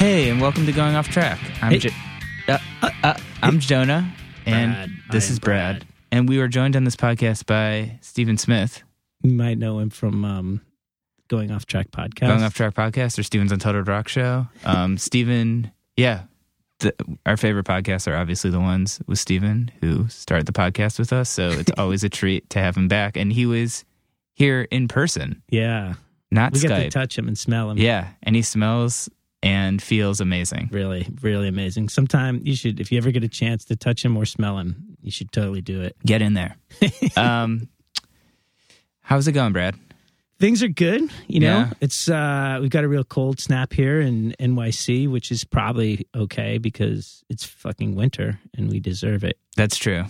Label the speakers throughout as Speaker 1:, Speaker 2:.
Speaker 1: and welcome to Going Off Track. I'm,
Speaker 2: Hey.
Speaker 1: jo- uh, uh, uh, I'm Jonah, and
Speaker 2: Brad. I
Speaker 1: this
Speaker 2: am
Speaker 1: is Brad.
Speaker 2: Brad.
Speaker 1: And we were joined on this podcast by Stephen Smith,
Speaker 2: You might know him from um, Going Off Track podcast.
Speaker 1: Going Off Track podcast, or Stephen's Untitled Rock Show. Um, Stephen, yeah, the, our favorite podcasts are obviously the ones with Stephen, who started the podcast with us. So it's always a treat to have him back. And he was here in person,
Speaker 2: Yeah,
Speaker 1: not
Speaker 2: we
Speaker 1: Skype.
Speaker 2: get to touch him and smell him.
Speaker 1: yeah, and he smells and feels amazing.
Speaker 2: really, really amazing. Sometime you should, if you ever get a chance to touch him or smell him, you should totally do it.
Speaker 1: Get in there. um, how's it going, Brad?
Speaker 2: Things are good, you know.
Speaker 1: Yeah.
Speaker 2: It's uh we've got a real cold snap here in NYC, which is probably okay because it's fucking winter and we deserve it.
Speaker 1: That's true.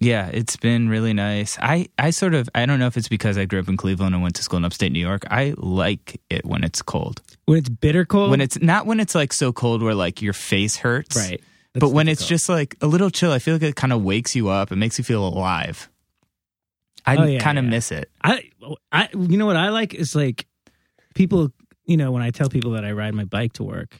Speaker 1: Yeah, it's been really nice. I, I sort of I don't know if it's because I grew up in Cleveland and went to school in upstate New York. I like it when it's cold.
Speaker 2: When it's bitter cold,
Speaker 1: When it's not when it's like so cold where like your face hurts.
Speaker 2: right. That's
Speaker 1: but when it's
Speaker 2: difficult.
Speaker 1: just like a little chill, I feel like it kind of wakes you up. It makes you feel alive. I
Speaker 2: Oh, yeah,
Speaker 1: kind of
Speaker 2: yeah.
Speaker 1: miss it.
Speaker 2: I, I, you know what I like is like people, you know, when I tell people that I ride my bike to work,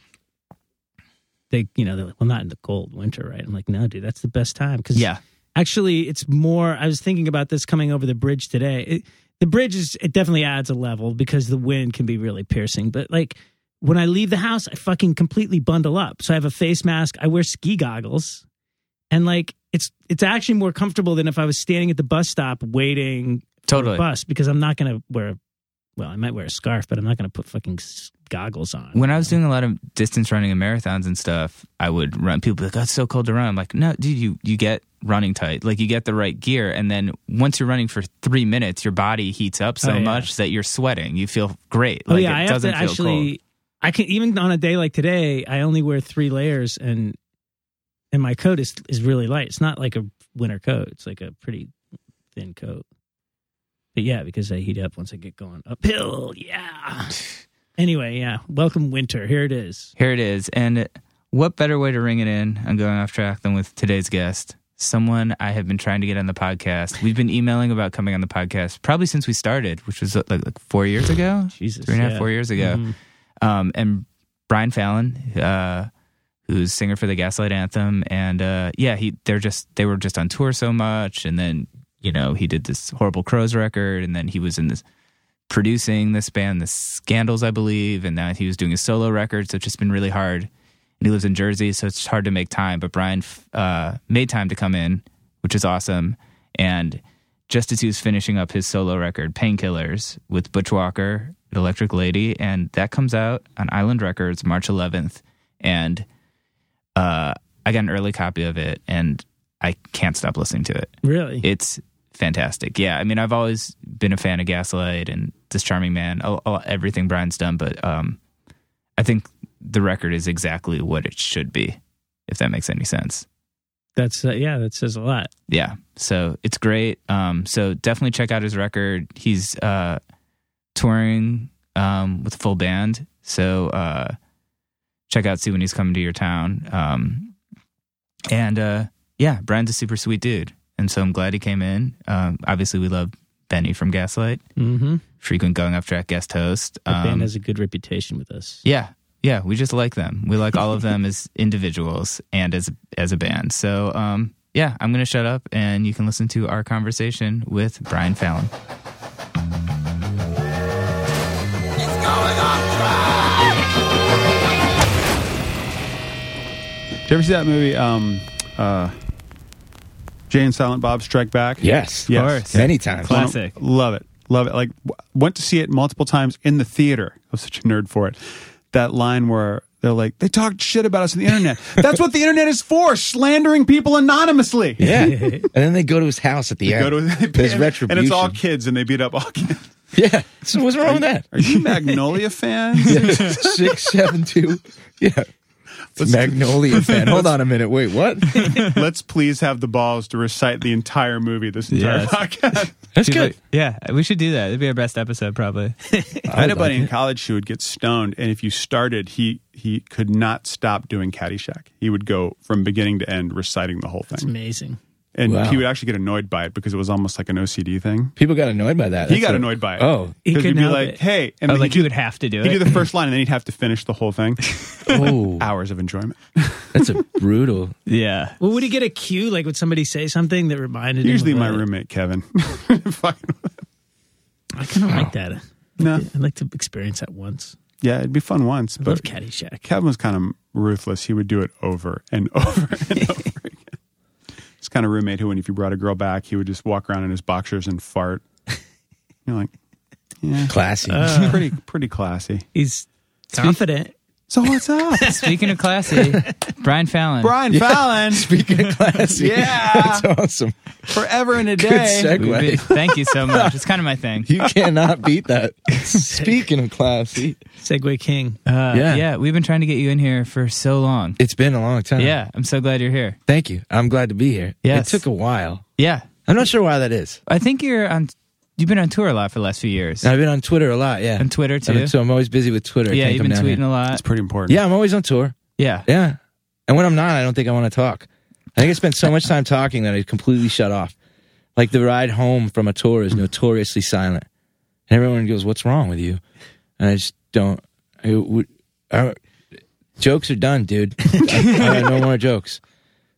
Speaker 2: they, you know, they're like, well, not in the cold winter, right? I'm like, no, dude, that's the best time. Cause
Speaker 1: Yeah.
Speaker 2: actually, it's more, I was thinking about this coming over the bridge today. It, the bridge is, it definitely adds a level because the wind can be really piercing. But like when I leave the house, I fucking completely bundle up. So I have a face mask, I wear ski goggles and like, it's, it's actually more comfortable than if I was standing at the bus stop waiting
Speaker 1: Totally.
Speaker 2: bus because I'm not going to wear. Well, I might wear a scarf, but I'm not going to put fucking s- goggles on.
Speaker 1: when I was doing a lot of distance running and marathons and stuff, I would run. People be like, "Oh, it's so cold to run." I'm like, "No, dude, you you get running tight. Like you get the right gear, and then once you're running for three minutes, your body heats up so
Speaker 2: Oh, yeah.
Speaker 1: much that you're sweating. You feel great.
Speaker 2: oh
Speaker 1: like,
Speaker 2: yeah,
Speaker 1: it
Speaker 2: I have
Speaker 1: doesn't
Speaker 2: to
Speaker 1: feel
Speaker 2: actually.
Speaker 1: cold.
Speaker 2: I can even on a day like today, I only wear three layers, and and my coat is is really light. It's not like a winter coat. It's like a pretty thin coat. But yeah, because I heat up once I get going uphill. Yeah. anyway, yeah. Welcome winter. Here it is.
Speaker 1: Here it is. And what better way to ring it in? I'm going off track than with today's guest. Someone I have been trying to get on the podcast. We've been emailing about coming on the podcast probably since we started, which was like, like four years ago,
Speaker 2: Jesus,
Speaker 1: three and a half,
Speaker 2: yeah.
Speaker 1: four years ago.
Speaker 2: Mhm.
Speaker 1: um, and Brian Fallon, uh, who's singer for the Gaslight Anthem, and uh, yeah, he they're just they were just on tour so much, and then you know he did this horrible Crows record, and then he was in this producing this band, the Scandals, I believe, and now he was doing a solo record, so it's just been really hard. And he lives in Jersey, so it's hard to make time. But Brian f- uh, made time to come in, which is awesome, and. Just as he was finishing up his solo record, Painkillers, with Butch Walker, an Electric Lady, and that comes out on Island Records March 11th. And uh, I got an early copy of it, and I can't stop listening to it.
Speaker 2: Really?
Speaker 1: It's fantastic. Yeah, I mean, I've always been a fan of Gaslight and This Charming Man, all, all, everything Brian's done, but um, I think the record is exactly what it should be, if that makes any sense
Speaker 2: That's uh, yeah. That says a lot.
Speaker 1: yeah so it's great um so definitely check out his record he's uh touring um with a full band so uh check out see when he's coming to your town um and uh yeah brian's a super sweet dude and so i'm glad he came in um obviously we love benny from gaslight
Speaker 2: Mm-hmm.
Speaker 1: frequent going off track guest host
Speaker 2: The
Speaker 1: Um,
Speaker 2: band has a good reputation with us.
Speaker 1: yeah. Yeah, we just like them. We like all of them as individuals and as as a band. So, um, yeah, I'm going to shut up and you can listen to our conversation with Brian Fallon.
Speaker 3: Did you ever see that movie, um, uh, Jay and Silent Bob Strike Back?
Speaker 4: Yes,
Speaker 3: Yes. course.
Speaker 4: many times.
Speaker 1: Classic.
Speaker 3: Love it. Love it. Like, w- went to see it multiple times in the theater. I was such a nerd for it. That line where they're like, they talked shit about us on the internet. That's what the internet is for, slandering people anonymously.
Speaker 4: Yeah, and then they go to his house at the
Speaker 3: They Go
Speaker 4: end.
Speaker 3: to,
Speaker 4: There's retribution.
Speaker 3: And it's all kids, and they beat up all kids.
Speaker 4: yeah. So what's wrong with that?
Speaker 3: Are you Magnolia fans?
Speaker 4: Six seven two. Yeah. Magnolia fan. Hold on a minute. Wait, what?
Speaker 3: Let's please have the balls to recite the entire movie this entire
Speaker 1: Yes.
Speaker 3: podcast.
Speaker 4: That's good.
Speaker 1: yeah, we should do that. It'd be our best episode probably.
Speaker 3: I had a buddy in college who would get stoned, and if you started, he he could not stop doing Caddyshack. He would go from beginning to end reciting the whole
Speaker 2: It's
Speaker 3: thing.
Speaker 2: amazing.
Speaker 3: and
Speaker 4: Wow.
Speaker 3: he would actually get annoyed by it because it was almost like an OCD thing.
Speaker 4: People got annoyed by that.
Speaker 3: He
Speaker 4: That's
Speaker 3: got
Speaker 4: what-
Speaker 3: annoyed by it.
Speaker 4: Oh,
Speaker 2: He
Speaker 3: because he'd
Speaker 2: couldn't
Speaker 3: be
Speaker 2: help
Speaker 3: like,
Speaker 2: it.
Speaker 3: "Hey," and
Speaker 1: Oh,
Speaker 3: then
Speaker 1: like
Speaker 3: he'd
Speaker 1: you
Speaker 3: do-
Speaker 1: would have to do
Speaker 3: He'd do
Speaker 1: it.
Speaker 3: the first line, and then he'd have to finish the whole thing.
Speaker 4: oh,
Speaker 3: Hours of enjoyment.
Speaker 4: that's a brutal.
Speaker 1: yeah.
Speaker 2: Well, would he get a cue? Like, would somebody say something that reminded
Speaker 3: Usually,
Speaker 2: him?
Speaker 3: my
Speaker 2: of that?
Speaker 3: roommate Kevin. Fucking-
Speaker 2: I kind of like that.
Speaker 3: no,
Speaker 2: I'd like to experience that once.
Speaker 3: yeah, it'd be fun once,
Speaker 2: I
Speaker 3: but
Speaker 2: love Caddyshack.
Speaker 3: Kevin was kind of ruthless. He would do it over and over and over again. It's kind of roommate who, when if you brought a girl back, he would just walk around in his boxers and fart. You're like, yeah,
Speaker 4: Classy.
Speaker 3: it's pretty pretty classy.
Speaker 2: He's confident.
Speaker 3: So what's up,
Speaker 1: Speaking of classy, Brian Fallon.
Speaker 3: Brian Fallon?
Speaker 4: Speaking of classy.
Speaker 3: Yeah.
Speaker 4: That's awesome.
Speaker 3: Forever in a
Speaker 4: Good
Speaker 3: day.
Speaker 4: seg-
Speaker 1: We've been- thank you so much. It's kind of my thing.
Speaker 4: You cannot beat that. Speaking of classy.
Speaker 2: Segway King.
Speaker 1: Uh,
Speaker 4: Yeah.
Speaker 1: yeah. we've been trying to get you in here for so long.
Speaker 4: It's been a long time.
Speaker 1: Yeah, I'm so glad you're here.
Speaker 4: Thank you. I'm glad to be here.
Speaker 1: Yes.
Speaker 4: It took a while.
Speaker 1: Yeah,
Speaker 4: I'm not sure why that is.
Speaker 1: I think you're on. You've been on tour a lot for the last few years.
Speaker 4: I've been on Twitter a lot. Yeah.
Speaker 1: And Twitter,
Speaker 4: I've been-
Speaker 1: too.
Speaker 4: So I'm always busy with Twitter. I
Speaker 1: yeah,
Speaker 4: can't
Speaker 1: you've
Speaker 4: come
Speaker 1: been
Speaker 4: down here.
Speaker 1: tweeting a lot.
Speaker 3: It's pretty important.
Speaker 4: Yeah, I'm always on tour.
Speaker 1: Yeah,
Speaker 4: Yeah. And when I'm not, I don't think I want to talk. I think I spend so much time talking that I completely shut off. Like the ride home from a tour is notoriously silent. And everyone goes, What's wrong with you? And I just don't. I, would- I- jokes are done, dude. I got no more jokes.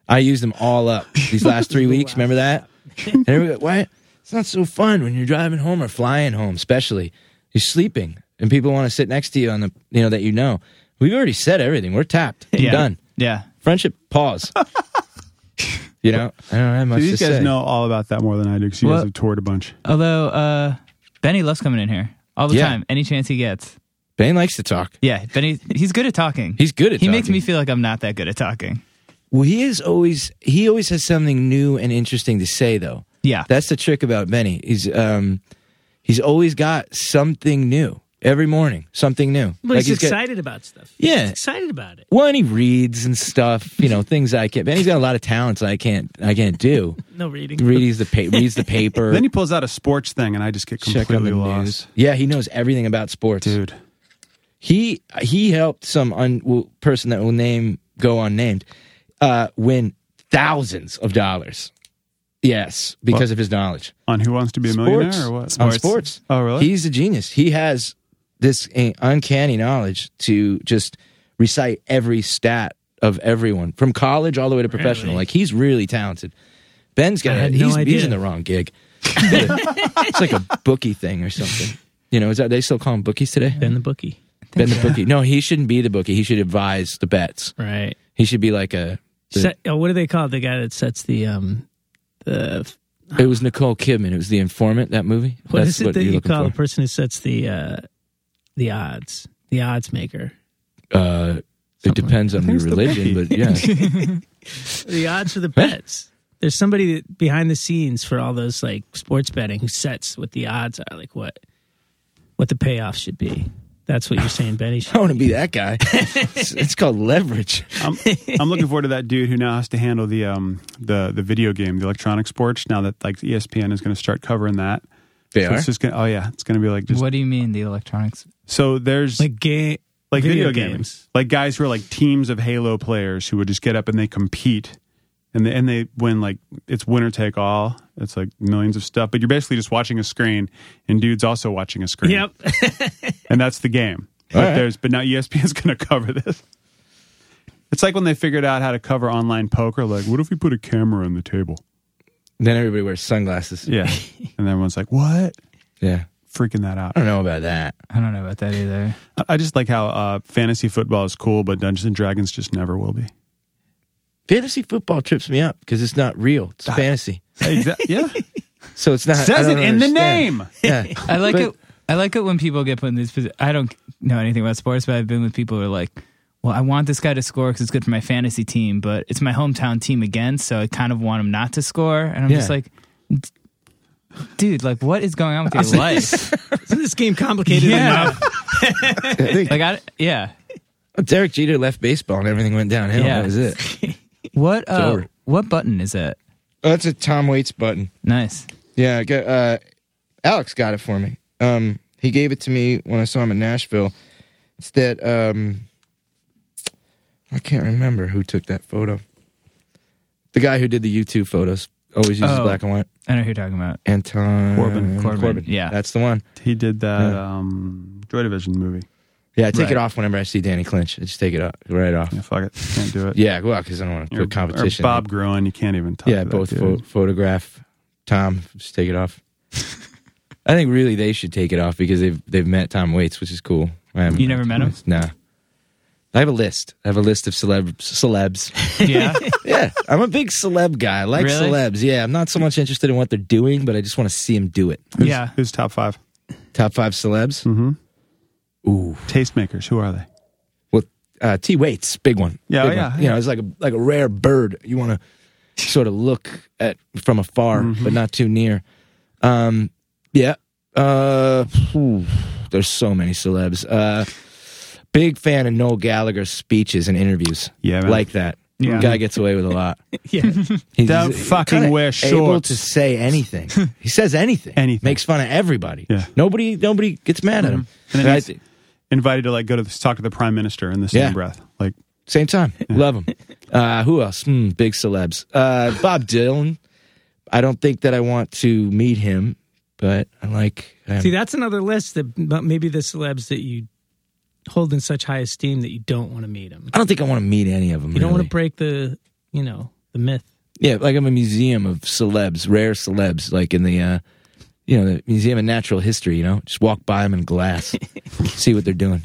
Speaker 4: I used them all up these last three weeks. Remember that? And everybody, why? It's not so fun when you're driving home or flying home, especially. You're sleeping and people want to sit next to you on the, you know, that you know. We've already said everything. We're tapped. I'm
Speaker 1: yeah,
Speaker 4: done
Speaker 1: Yeah,
Speaker 4: friendship pause. you know, I don't have much
Speaker 3: These
Speaker 4: to
Speaker 3: guys
Speaker 4: say.
Speaker 3: know all about that more than I do because you
Speaker 1: Well-
Speaker 3: guys have toured a bunch.
Speaker 1: Although uh, Benny loves coming in here all the
Speaker 4: Yeah.
Speaker 1: time, any chance he gets.
Speaker 4: Bane likes to talk.
Speaker 1: Yeah, Benny, he's good at talking.
Speaker 4: He's good at
Speaker 1: He makes
Speaker 4: talking.
Speaker 1: me feel like I'm not that good at talking.
Speaker 4: Well, he is always he always has something new and interesting to say, though.
Speaker 1: Yeah,
Speaker 4: That's the trick about Benny. He's um, he's always got something new every morning. Something new.
Speaker 2: But he's,
Speaker 4: got-
Speaker 2: excited about stuff.
Speaker 4: Yeah.
Speaker 2: He's excited about it.
Speaker 4: well, and he reads and stuff. You know, things I can't. Benny's got a lot of talents I can't. I can't do.
Speaker 2: No reading.
Speaker 4: Reads the pa- reads the paper.
Speaker 3: Then he pulls out a sports thing, and I just get
Speaker 4: er, check on
Speaker 3: completely
Speaker 4: the
Speaker 3: lost.
Speaker 4: news. Yeah, he knows everything about sports,
Speaker 3: Dude,
Speaker 4: he he helped some un, well, person that will name go unnamed uh, win thousands of dollars. Yes, because of his knowledge.
Speaker 3: on Who Wants to Be a
Speaker 4: Sports.
Speaker 3: Millionaire or what?
Speaker 4: On sports.
Speaker 3: Oh, really?
Speaker 4: He's a genius. He has this uh, uncanny knowledge to just recite every stat of everyone from college all the way to professional.
Speaker 2: Really?
Speaker 4: Like he's really talented. Ben's got
Speaker 2: I
Speaker 4: a-
Speaker 2: had no
Speaker 4: he's, he's
Speaker 2: idea.
Speaker 4: in the wrong gig. it's like a bookie thing or something. You know, is that they still call him bookies today?
Speaker 2: Then the bookie.
Speaker 4: Ben the bookie. No, he shouldn't be the bookie. He should advise the bets.
Speaker 2: Right.
Speaker 4: He should be like a. the-
Speaker 2: Set, oh, what do they call it? The guy that sets the um the
Speaker 4: it was Nicole Kidman. It was the informant. That movie.
Speaker 2: what is it that
Speaker 4: you're
Speaker 2: you
Speaker 4: looking
Speaker 2: call the
Speaker 4: for.
Speaker 2: person who sets the uh the odds? The odds maker.
Speaker 4: Uh, it depends on
Speaker 3: I think
Speaker 4: your
Speaker 3: it's the
Speaker 4: religion, but
Speaker 3: bookie.
Speaker 4: yeah,
Speaker 2: The odds for the bets. There's somebody that- behind the scenes for all those like sports betting who sets what the odds are, like what what the payoff should be. That's what you're saying, Benny.
Speaker 4: I want to be that guy. It's, it's called leverage.
Speaker 3: I'm, I'm looking forward to that dude who now has to handle the um the the video game, the electronic sports. Now that like E ESPN is going to start covering that,
Speaker 4: They
Speaker 3: so
Speaker 4: are.
Speaker 3: it's just gonna, oh yeah, it's going to be like just
Speaker 1: what do you mean the electronics?
Speaker 3: so there's like,
Speaker 2: Like game,
Speaker 3: video,
Speaker 2: video
Speaker 3: games.
Speaker 2: games.
Speaker 3: like guys who are like teams of Halo players who would just get up and they compete. And they, and they win like it's winner take all. It's like millions of stuff, but you're basically just watching a screen, and dude's also watching a screen.
Speaker 2: Yep.
Speaker 3: and that's the game. But
Speaker 4: All right.
Speaker 3: there's but now E ESPN's going to cover this. It's like when they figured out how to cover online poker. Like, what if we put a camera on the table?
Speaker 4: Then everybody wears sunglasses. Yeah.
Speaker 3: Yeah, and everyone's like, "What?" Freaking that out.
Speaker 4: I don't know about that.
Speaker 1: I don't know about that either.
Speaker 3: I- I just like how uh, fantasy football is cool, but Dungeons and Dragons just never will be.
Speaker 4: Fantasy football trips me up because it's not real. It's fantasy,
Speaker 3: yeah,
Speaker 4: so it's not. I
Speaker 3: says it
Speaker 4: don't
Speaker 3: in the
Speaker 4: understand.
Speaker 3: name.
Speaker 4: Yeah,
Speaker 1: I like
Speaker 4: But-
Speaker 1: it. I like it when people get put in these. posi- I don't know anything about sports, but I've been with people who are like, "Well, I want this guy to score because it's good for my fantasy team, but it's my hometown team again, so I kind of want him not to score." And I'm just
Speaker 4: Yeah.
Speaker 1: like, "D- "Dude, like, what is going on with your life?"
Speaker 2: Isn't this game complicated
Speaker 1: yeah,
Speaker 2: enough?
Speaker 1: like, I, yeah.
Speaker 4: Derek Jeter left baseball and everything went downhill.
Speaker 1: Yeah.
Speaker 4: That was it.
Speaker 1: What uh,
Speaker 4: over.
Speaker 1: what button is that?
Speaker 4: Oh, that's a Tom Waits button.
Speaker 1: Nice.
Speaker 4: Yeah, I got, uh, Alex got it for me. Um, he gave it to me when I saw him in Nashville. It's that um, I can't remember who took that photo. The guy who did the U two photos. always uses
Speaker 1: Oh.
Speaker 4: black and white.
Speaker 1: I know who you're talking about.
Speaker 4: Anton
Speaker 3: Corbin.
Speaker 1: Corbin. Yeah.
Speaker 4: that's the one.
Speaker 3: He did that
Speaker 4: Yeah.
Speaker 3: um, Joy Division movie.
Speaker 4: Yeah, I take
Speaker 1: Right.
Speaker 4: it off whenever I see Danny Clinch. I just take it off right off.
Speaker 3: Yeah, fuck it, can't do it.
Speaker 4: Yeah, well, because I don't want to
Speaker 3: Or-
Speaker 4: put competition.
Speaker 3: Or Bob Gruen, you can't even talk. to
Speaker 4: yeah,
Speaker 3: that
Speaker 4: both
Speaker 3: dude.
Speaker 4: pho- photograph Tom. Just take it off. I think really they should take it off because they've they've met Tom Waits, which is cool. I haven't
Speaker 1: You never met
Speaker 4: Tom
Speaker 1: him?
Speaker 4: Waits. Nah. I have a list. I have a list of celeb celebs.
Speaker 1: Yeah.
Speaker 4: yeah, I'm a big celeb guy. I like
Speaker 1: Really?
Speaker 4: celebs. Yeah, I'm not so much interested in what they're doing, but I just want to see them do it.
Speaker 3: Who's,
Speaker 1: yeah.
Speaker 3: who's top five?
Speaker 4: Top five celebs.
Speaker 1: Hmm.
Speaker 3: Mm-hmm.
Speaker 4: Ooh,
Speaker 3: Tastemakers. Who are they?
Speaker 4: well, uh, T. Waits, big one.
Speaker 3: Yeah,
Speaker 4: Big
Speaker 3: yeah,
Speaker 4: one.
Speaker 3: yeah.
Speaker 4: You know, it's like a like a rare bird. You want to sort of look at from afar,
Speaker 3: Mm-hmm.
Speaker 4: but not too near. Um, yeah. Uh, phew, there's so many celebs. Uh, big fan of Noel Gallagher's speeches and interviews.
Speaker 3: Yeah, man.
Speaker 4: like that.
Speaker 1: Yeah.
Speaker 4: guy gets away with a lot.
Speaker 2: Yeah.
Speaker 4: He's
Speaker 3: Don't
Speaker 4: he's
Speaker 3: fucking
Speaker 4: kinda
Speaker 3: wear
Speaker 4: Able
Speaker 3: shorts.
Speaker 4: to say anything. he says anything.
Speaker 3: Anything.
Speaker 4: Makes fun of everybody.
Speaker 3: Yeah. Mm-hmm.
Speaker 4: Nobody. Nobody gets mad at him.
Speaker 3: And then
Speaker 4: I
Speaker 3: he's-
Speaker 4: thi-
Speaker 3: Invited to like go to the, talk to the prime minister in the same
Speaker 4: Yeah.
Speaker 3: breath. Like
Speaker 4: Same time. Love him. Uh, who else? Hmm, big celebs. Uh, Bob Dylan. I don't think that I want to meet him, but I like. Um,
Speaker 2: See, that's another list that but maybe the celebs that you hold in such high esteem that you don't want to meet them.
Speaker 4: I don't think I want to meet any of them.
Speaker 2: You don't want
Speaker 4: really.
Speaker 2: to break the, you know, the myth.
Speaker 4: Yeah, like I'm a museum of celebs, rare celebs, like in the, uh, you know, the Museum of Natural History. You know, just walk by them in glass, see what they're doing,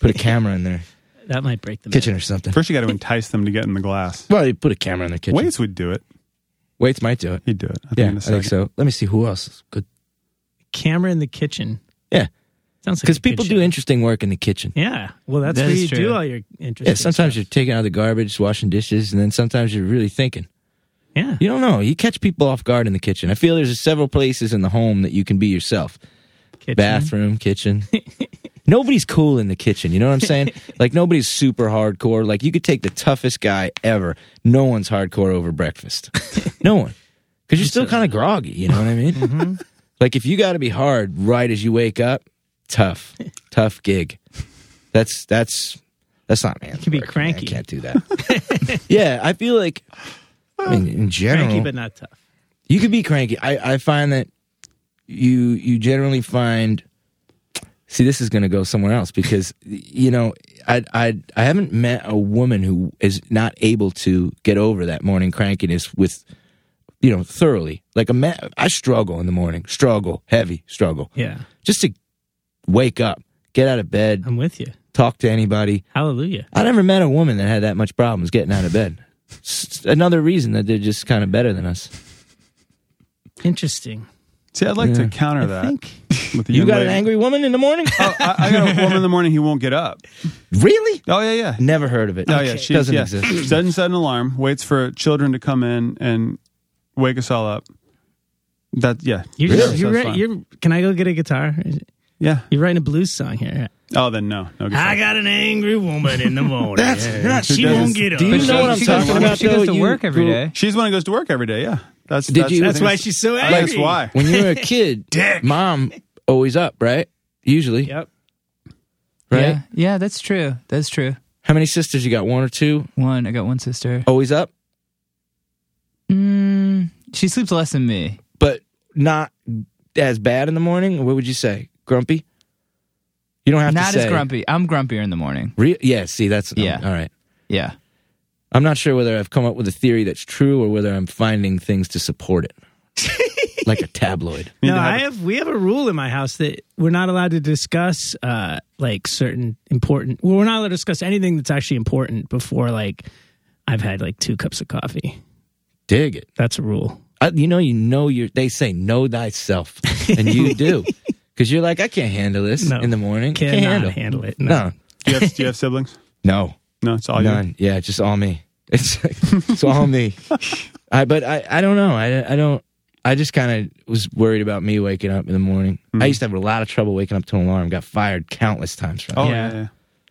Speaker 4: put a camera in their
Speaker 2: That might break the
Speaker 4: kitchen or something.
Speaker 3: first, you got to entice them to get in the glass.
Speaker 4: Well, you put a camera in their kitchen.
Speaker 3: Waits would do it.
Speaker 4: Waits might do it.
Speaker 3: He'd do it. I think
Speaker 4: Yeah,
Speaker 3: in
Speaker 4: I
Speaker 3: a second.
Speaker 4: think so. Let me see who else. is Good,
Speaker 2: myth. Camera in the kitchen.
Speaker 4: Yeah.
Speaker 2: Sounds like
Speaker 4: because
Speaker 2: a good
Speaker 4: people
Speaker 2: show.
Speaker 4: do interesting work in the kitchen.
Speaker 2: Yeah. Well, that's
Speaker 1: That
Speaker 2: where
Speaker 1: is
Speaker 2: you do
Speaker 1: true.
Speaker 2: all your interesting.
Speaker 4: Yeah, sometimes
Speaker 2: stuff.
Speaker 4: you're taking out the garbage, washing dishes, and then sometimes you're really thinking.
Speaker 2: Yeah.
Speaker 4: You don't know. You catch people off guard in the kitchen. I feel there's several places in the home that you can be yourself.
Speaker 2: Kitchen.
Speaker 4: Bathroom, kitchen. nobody's cool in the kitchen. You know what I'm saying? like nobody's super hardcore. Like you could take the toughest guy ever. No one's hardcore over breakfast. no one. Because you're still kind of groggy. You know what I mean?
Speaker 2: Mm-hmm.
Speaker 4: Like if you got to be hard right as you wake up, tough, tough gig. That's that's that's not man. You
Speaker 2: can be
Speaker 4: I
Speaker 2: cranky.
Speaker 4: can't do that. yeah, I feel like I mean, in general,
Speaker 2: Cranky but not tough.
Speaker 4: you could be cranky. I, I find that you you generally find. See, this is going to go somewhere else because you know I I I haven't met a woman who is not able to get over that morning crankiness with you know thoroughly. Like a man, I struggle in the morning, struggle heavy struggle
Speaker 2: Yeah.
Speaker 4: just to wake up, get out of bed,
Speaker 2: I'm with you.
Speaker 4: talk to anybody.
Speaker 2: Hallelujah.
Speaker 4: I never met a woman that had that much problems getting out of bed. It's another reason that they're just kind of better than us.
Speaker 2: Interesting.
Speaker 3: See, I'd like
Speaker 4: Yeah.
Speaker 3: to counter that.
Speaker 2: think.
Speaker 3: with the
Speaker 4: You
Speaker 3: young
Speaker 4: got
Speaker 3: lady.
Speaker 4: an angry woman in the morning?
Speaker 3: Oh, I, I got a woman in the morning who won't get up.
Speaker 4: Really?
Speaker 3: Oh yeah, yeah.
Speaker 4: Never heard of it.
Speaker 3: Oh yeah, she
Speaker 4: doesn't
Speaker 3: yeah.
Speaker 4: exist.
Speaker 3: She doesn't set an alarm. Waits for children to come in and wake us all up. That yeah,
Speaker 2: You're,
Speaker 3: That's-
Speaker 2: just, you're,
Speaker 3: that's
Speaker 2: right-
Speaker 3: fine.
Speaker 2: you're, can I go get a guitar?
Speaker 3: yeah.
Speaker 2: You're writing a blues song here.
Speaker 3: Oh, then no, no. good
Speaker 2: I
Speaker 3: stuff.
Speaker 2: got an angry woman in the morning.
Speaker 4: That's not-
Speaker 2: she
Speaker 3: Who
Speaker 2: won't
Speaker 3: does-
Speaker 2: get up.
Speaker 4: Do you know what I'm
Speaker 1: she
Speaker 4: talking
Speaker 1: goes to,
Speaker 4: about?
Speaker 1: She goes
Speaker 4: though?
Speaker 1: to
Speaker 4: You-
Speaker 1: work every day.
Speaker 3: She's the one who goes to work every day. Yeah, that's
Speaker 4: Did
Speaker 3: that's,
Speaker 4: you-
Speaker 3: I
Speaker 2: That's
Speaker 3: think
Speaker 2: why
Speaker 3: it's-
Speaker 2: she's so
Speaker 3: I
Speaker 2: angry.
Speaker 3: think That's why.
Speaker 4: When you were a kid, mom always up, right? Usually,
Speaker 2: Yep.
Speaker 4: right?
Speaker 1: Yeah. yeah, that's true. That's true.
Speaker 4: How many sisters you got? One or two?
Speaker 1: One, I got one sister.
Speaker 4: Always up,
Speaker 1: Mm, she sleeps less than me.
Speaker 4: but not as bad in the morning. What would you say? Grumpy? You don't have
Speaker 1: Not
Speaker 4: to say
Speaker 1: as grumpy. I'm grumpier in the morning.
Speaker 4: Re- yeah. See, that's um,
Speaker 1: Yeah.
Speaker 4: all right.
Speaker 1: Yeah.
Speaker 4: I'm not sure whether I've come up with a theory that's true or whether I'm finding things to support it, like a tabloid.
Speaker 3: Need
Speaker 2: No,
Speaker 3: to have
Speaker 2: I
Speaker 3: a-
Speaker 2: have. We have a rule in my house that we're not allowed to discuss uh, like certain important. Well, we're not allowed to discuss anything that's actually important before like I've had like two cups of coffee.
Speaker 4: Dig it.
Speaker 2: That's a rule.
Speaker 4: I, you know, you know, you're. They say know thyself, and you do, because you're like, I can't handle this
Speaker 2: No.
Speaker 4: in the morning.
Speaker 2: Cannot
Speaker 4: can't handle.
Speaker 2: handle it.
Speaker 4: No,
Speaker 3: do, you have, do you have siblings?
Speaker 4: no,
Speaker 3: No, it's all you.
Speaker 4: none. Yeah, just all me. It's it's all me. I but I I don't know. I I don't. I just kind of was worried about me waking up in the morning. I used to have a lot of trouble waking up to an alarm. Got fired countless times from. it.
Speaker 3: Oh yeah.
Speaker 1: Yeah.
Speaker 3: yeah, yeah.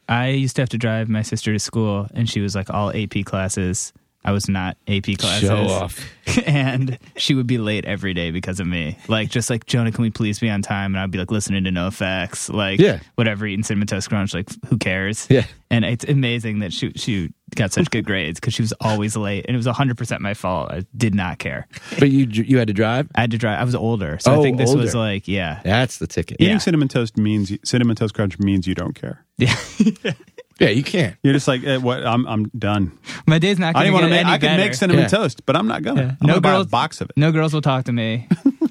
Speaker 1: I used to have to drive my sister to school, and she was like all AP classes. I was not AP classes.
Speaker 4: Show off.
Speaker 1: and she would be late every day because of me. Like just like Jonah, can we please be on time? And I'd be like listening to No Effects, like
Speaker 4: Yeah.
Speaker 1: whatever, eating cinnamon toast crunch. Like who cares?
Speaker 4: Yeah.
Speaker 1: And it's amazing that she she got such good grades because she was always late, and it was hundred percent my fault. I did not care.
Speaker 4: But you you had to drive.
Speaker 1: I had to drive. I was older, so I
Speaker 4: Oh,
Speaker 1: think this was
Speaker 4: older.
Speaker 1: like yeah,
Speaker 4: That's the ticket.
Speaker 1: Yeah.
Speaker 4: Yeah,
Speaker 3: Eating cinnamon toast means cinnamon toast crunch means you don't care.
Speaker 1: yeah.
Speaker 4: you can't.
Speaker 3: You're just like, eh, what? I'm I'm done.
Speaker 1: my day's not.
Speaker 3: I
Speaker 1: Gonna
Speaker 3: didn't want to
Speaker 1: get
Speaker 3: make.
Speaker 1: any
Speaker 3: I could
Speaker 1: better.
Speaker 3: make cinnamon
Speaker 4: Yeah.
Speaker 3: toast, but I'm not gonna. I'm
Speaker 1: No
Speaker 3: gonna buy a
Speaker 1: girls-
Speaker 3: box of it.
Speaker 1: No girls will talk to me.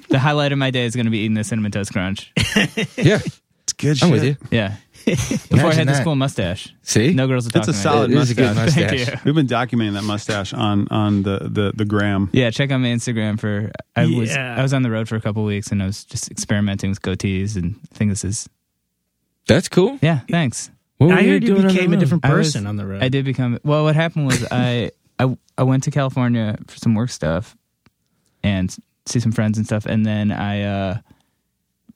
Speaker 1: the highlight of my day is going to be eating the cinnamon toast crunch.
Speaker 4: Yeah,
Speaker 3: It's good.
Speaker 4: I'm with you.
Speaker 1: Yeah. Before I
Speaker 4: Imagine
Speaker 1: had this
Speaker 4: that.
Speaker 1: cool mustache.
Speaker 4: See,
Speaker 1: No girls will talk
Speaker 3: That's
Speaker 1: to
Speaker 3: a
Speaker 1: me.
Speaker 3: solid
Speaker 4: It is a good
Speaker 3: mustache.
Speaker 4: mustache.
Speaker 1: Thank you.
Speaker 3: We've been documenting that mustache on on the the the gram.
Speaker 1: Yeah, check out my Instagram for I was
Speaker 2: Yeah.
Speaker 1: I was on the road for a couple weeks and I was just experimenting with goatees and I think this is
Speaker 4: that's cool.
Speaker 1: yeah. Thanks.
Speaker 4: What were
Speaker 2: I heard you
Speaker 4: doing on the
Speaker 2: became a
Speaker 4: road?
Speaker 2: different
Speaker 1: I was-
Speaker 2: person on the road.
Speaker 1: I did become well. What happened was I I I went to California for some work stuff and s- see some friends and stuff, and then I uh,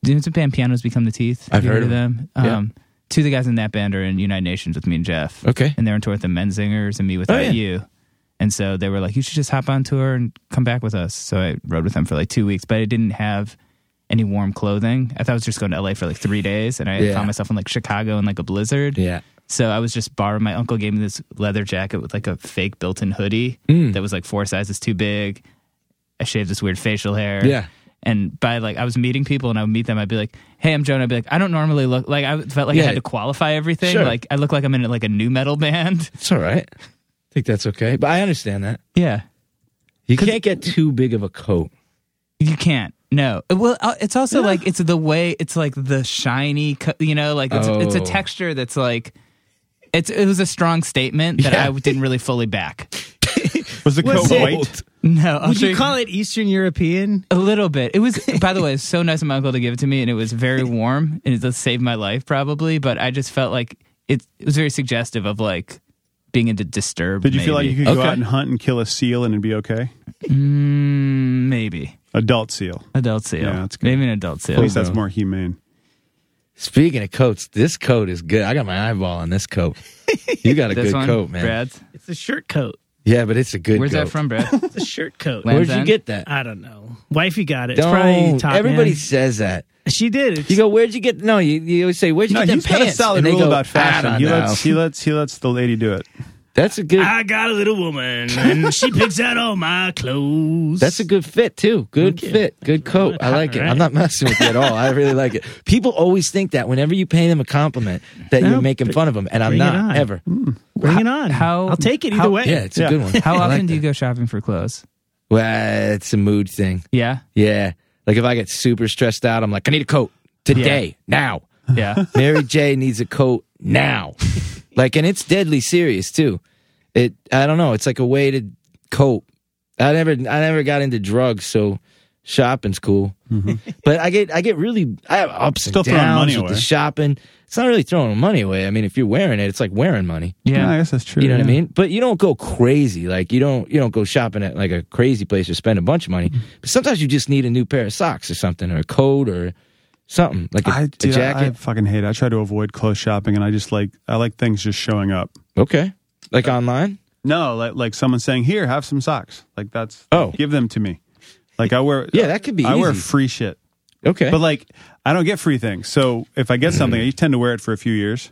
Speaker 1: do you know some band pianos become the teeth. Have
Speaker 4: I've
Speaker 1: you
Speaker 4: heard of
Speaker 1: them.
Speaker 4: Yeah.
Speaker 1: Um, two of the guys in that band are in United Nations with me and Jeff.
Speaker 4: Okay. Oh,
Speaker 1: and they're on tour with the Men Singers and me without
Speaker 4: yeah.
Speaker 1: you. And so they were like, "You should just hop on tour and come back with us." So I rode with them for like two weeks, but I didn't have any warm clothing. I thought I was just going to LA for like three days, and I
Speaker 4: Yeah.
Speaker 1: found myself in like Chicago in like a blizzard.
Speaker 4: Yeah.
Speaker 1: So I was just borrowing. My uncle gave me this leather jacket with like a fake built-in hoodie
Speaker 4: Mm.
Speaker 1: that was like four sizes too big. I shaved this weird facial hair.
Speaker 4: Yeah.
Speaker 1: And by like, I was meeting people, and I would meet them. I'd be like, "Hey, I'm Jonah." I'd be like, "I don't normally look like I felt like I
Speaker 4: Yeah.
Speaker 1: had to qualify everything.
Speaker 4: Sure.
Speaker 1: Like I look like I'm in like a new metal band."
Speaker 4: It's all right. I think that's okay. But I understand that
Speaker 1: Yeah,
Speaker 4: you can't get too big of a coat.
Speaker 1: you can't. No. Well, uh, it's also like it's the way it's like the shiny, co- you know, like it's, it's a
Speaker 4: Oh.
Speaker 1: texture that's like. It's, it was a strong statement that
Speaker 4: Yeah.
Speaker 1: I didn't really fully back.
Speaker 3: Was the
Speaker 2: Was
Speaker 3: coat
Speaker 2: it-
Speaker 3: white?
Speaker 1: No, I'm
Speaker 2: Would
Speaker 1: sure
Speaker 2: you call it Eastern European?
Speaker 1: A little bit. It was, by the way, it's so nice of my uncle to give it to me, and it was very warm, and it does save my life probably. But I just felt like it, it was very suggestive of like being into disturb.
Speaker 3: Did you feel like
Speaker 1: maybe.
Speaker 3: you could go
Speaker 4: Okay.
Speaker 3: out and hunt and kill a seal and it'd be okay?
Speaker 1: Mm, maybe
Speaker 3: Adult seal.
Speaker 1: adult seal?
Speaker 3: Yeah, that's good.
Speaker 1: maybe an adult
Speaker 3: At
Speaker 1: seal.
Speaker 3: least that's more humane.
Speaker 4: Speaking of coats, this coat is good. I got my eyeball on this coat. You got a
Speaker 1: This
Speaker 4: good
Speaker 1: one,
Speaker 4: coat, man.
Speaker 1: Brad's.
Speaker 2: It's a shirt coat.
Speaker 4: Yeah, but it's a good.
Speaker 1: Where's that
Speaker 4: coat.
Speaker 1: from, Brad?
Speaker 2: It's a shirt coat.
Speaker 1: Lamb's
Speaker 4: Where'd you
Speaker 1: End?
Speaker 4: get that?
Speaker 2: I don't know. Wifey got it. It's probably
Speaker 4: Don't.
Speaker 2: top
Speaker 4: Everybody
Speaker 2: man.
Speaker 4: says that.
Speaker 2: She did. It's,
Speaker 4: You go, where'd you get? No, you, you always say, where'd you
Speaker 3: No,
Speaker 4: get them
Speaker 3: he's got a
Speaker 4: pants?"
Speaker 3: solid
Speaker 4: And they
Speaker 3: rule
Speaker 4: go,
Speaker 3: about
Speaker 4: "I
Speaker 3: fashion.
Speaker 4: don't
Speaker 3: He
Speaker 4: know."
Speaker 3: lets he lets he lets the lady do it.
Speaker 4: That's a good.
Speaker 2: I got a little woman, and she picks out all my clothes.
Speaker 4: That's a good fit too. Good
Speaker 2: Okay.
Speaker 4: fit. Good coat. I like it.
Speaker 2: All right.
Speaker 4: I'm not messing with you at all. I really like it. People always think that whenever you pay them a compliment that
Speaker 2: No,
Speaker 4: you're making
Speaker 2: br-
Speaker 4: fun of them, and I'm
Speaker 2: bring it
Speaker 4: not
Speaker 2: on.
Speaker 4: ever.
Speaker 2: Bring it on.
Speaker 1: how-
Speaker 2: I'll take it either
Speaker 1: how-
Speaker 2: way.
Speaker 4: Yeah, it's
Speaker 3: Yeah.
Speaker 4: a good one.
Speaker 1: How
Speaker 4: I
Speaker 1: often
Speaker 4: like
Speaker 1: do you
Speaker 4: that.
Speaker 1: go shopping for clothes?
Speaker 4: Well, it's a mood thing.
Speaker 1: Yeah,
Speaker 4: Yeah. Like if I get super stressed out, I'm like, I need a coat today, now.
Speaker 1: yeah.
Speaker 4: Mary J needs a coat now. like, and it's deadly serious too. It, I don't know. It's like a way to cope. I never, I never got into drugs, so shopping's cool. but I get, I get really, I have ups
Speaker 3: Mm-hmm. Still
Speaker 4: and
Speaker 3: throwing
Speaker 4: downs
Speaker 3: money
Speaker 4: with the
Speaker 3: away.
Speaker 4: shopping. It's not really throwing money away. I mean, if you're wearing it, it's like wearing money.
Speaker 3: I
Speaker 1: yeah.
Speaker 3: guess that's true.
Speaker 4: You know what I
Speaker 3: yeah.
Speaker 4: mean? But you don't go crazy. Like you don't you don't go shopping at like a crazy place or spend a bunch of money.
Speaker 3: Mm-hmm.
Speaker 4: But sometimes you just need a new pair of socks or something or a coat or something like a,
Speaker 3: I,
Speaker 4: a
Speaker 3: dude, I- I
Speaker 4: jacket.
Speaker 3: fucking hate it. I try to avoid clothes shopping, and I just like I like things just showing up.
Speaker 4: okay, like online.
Speaker 3: No, like like someone saying, "Here, have some socks." Like that's
Speaker 4: Oh.
Speaker 3: give them to me. Like I wear
Speaker 4: Yeah, that could be
Speaker 3: I wear
Speaker 4: easy.
Speaker 3: free shit,
Speaker 4: Okay,
Speaker 3: but like I don't get free things. So if I get something, I tend to wear it for a few years.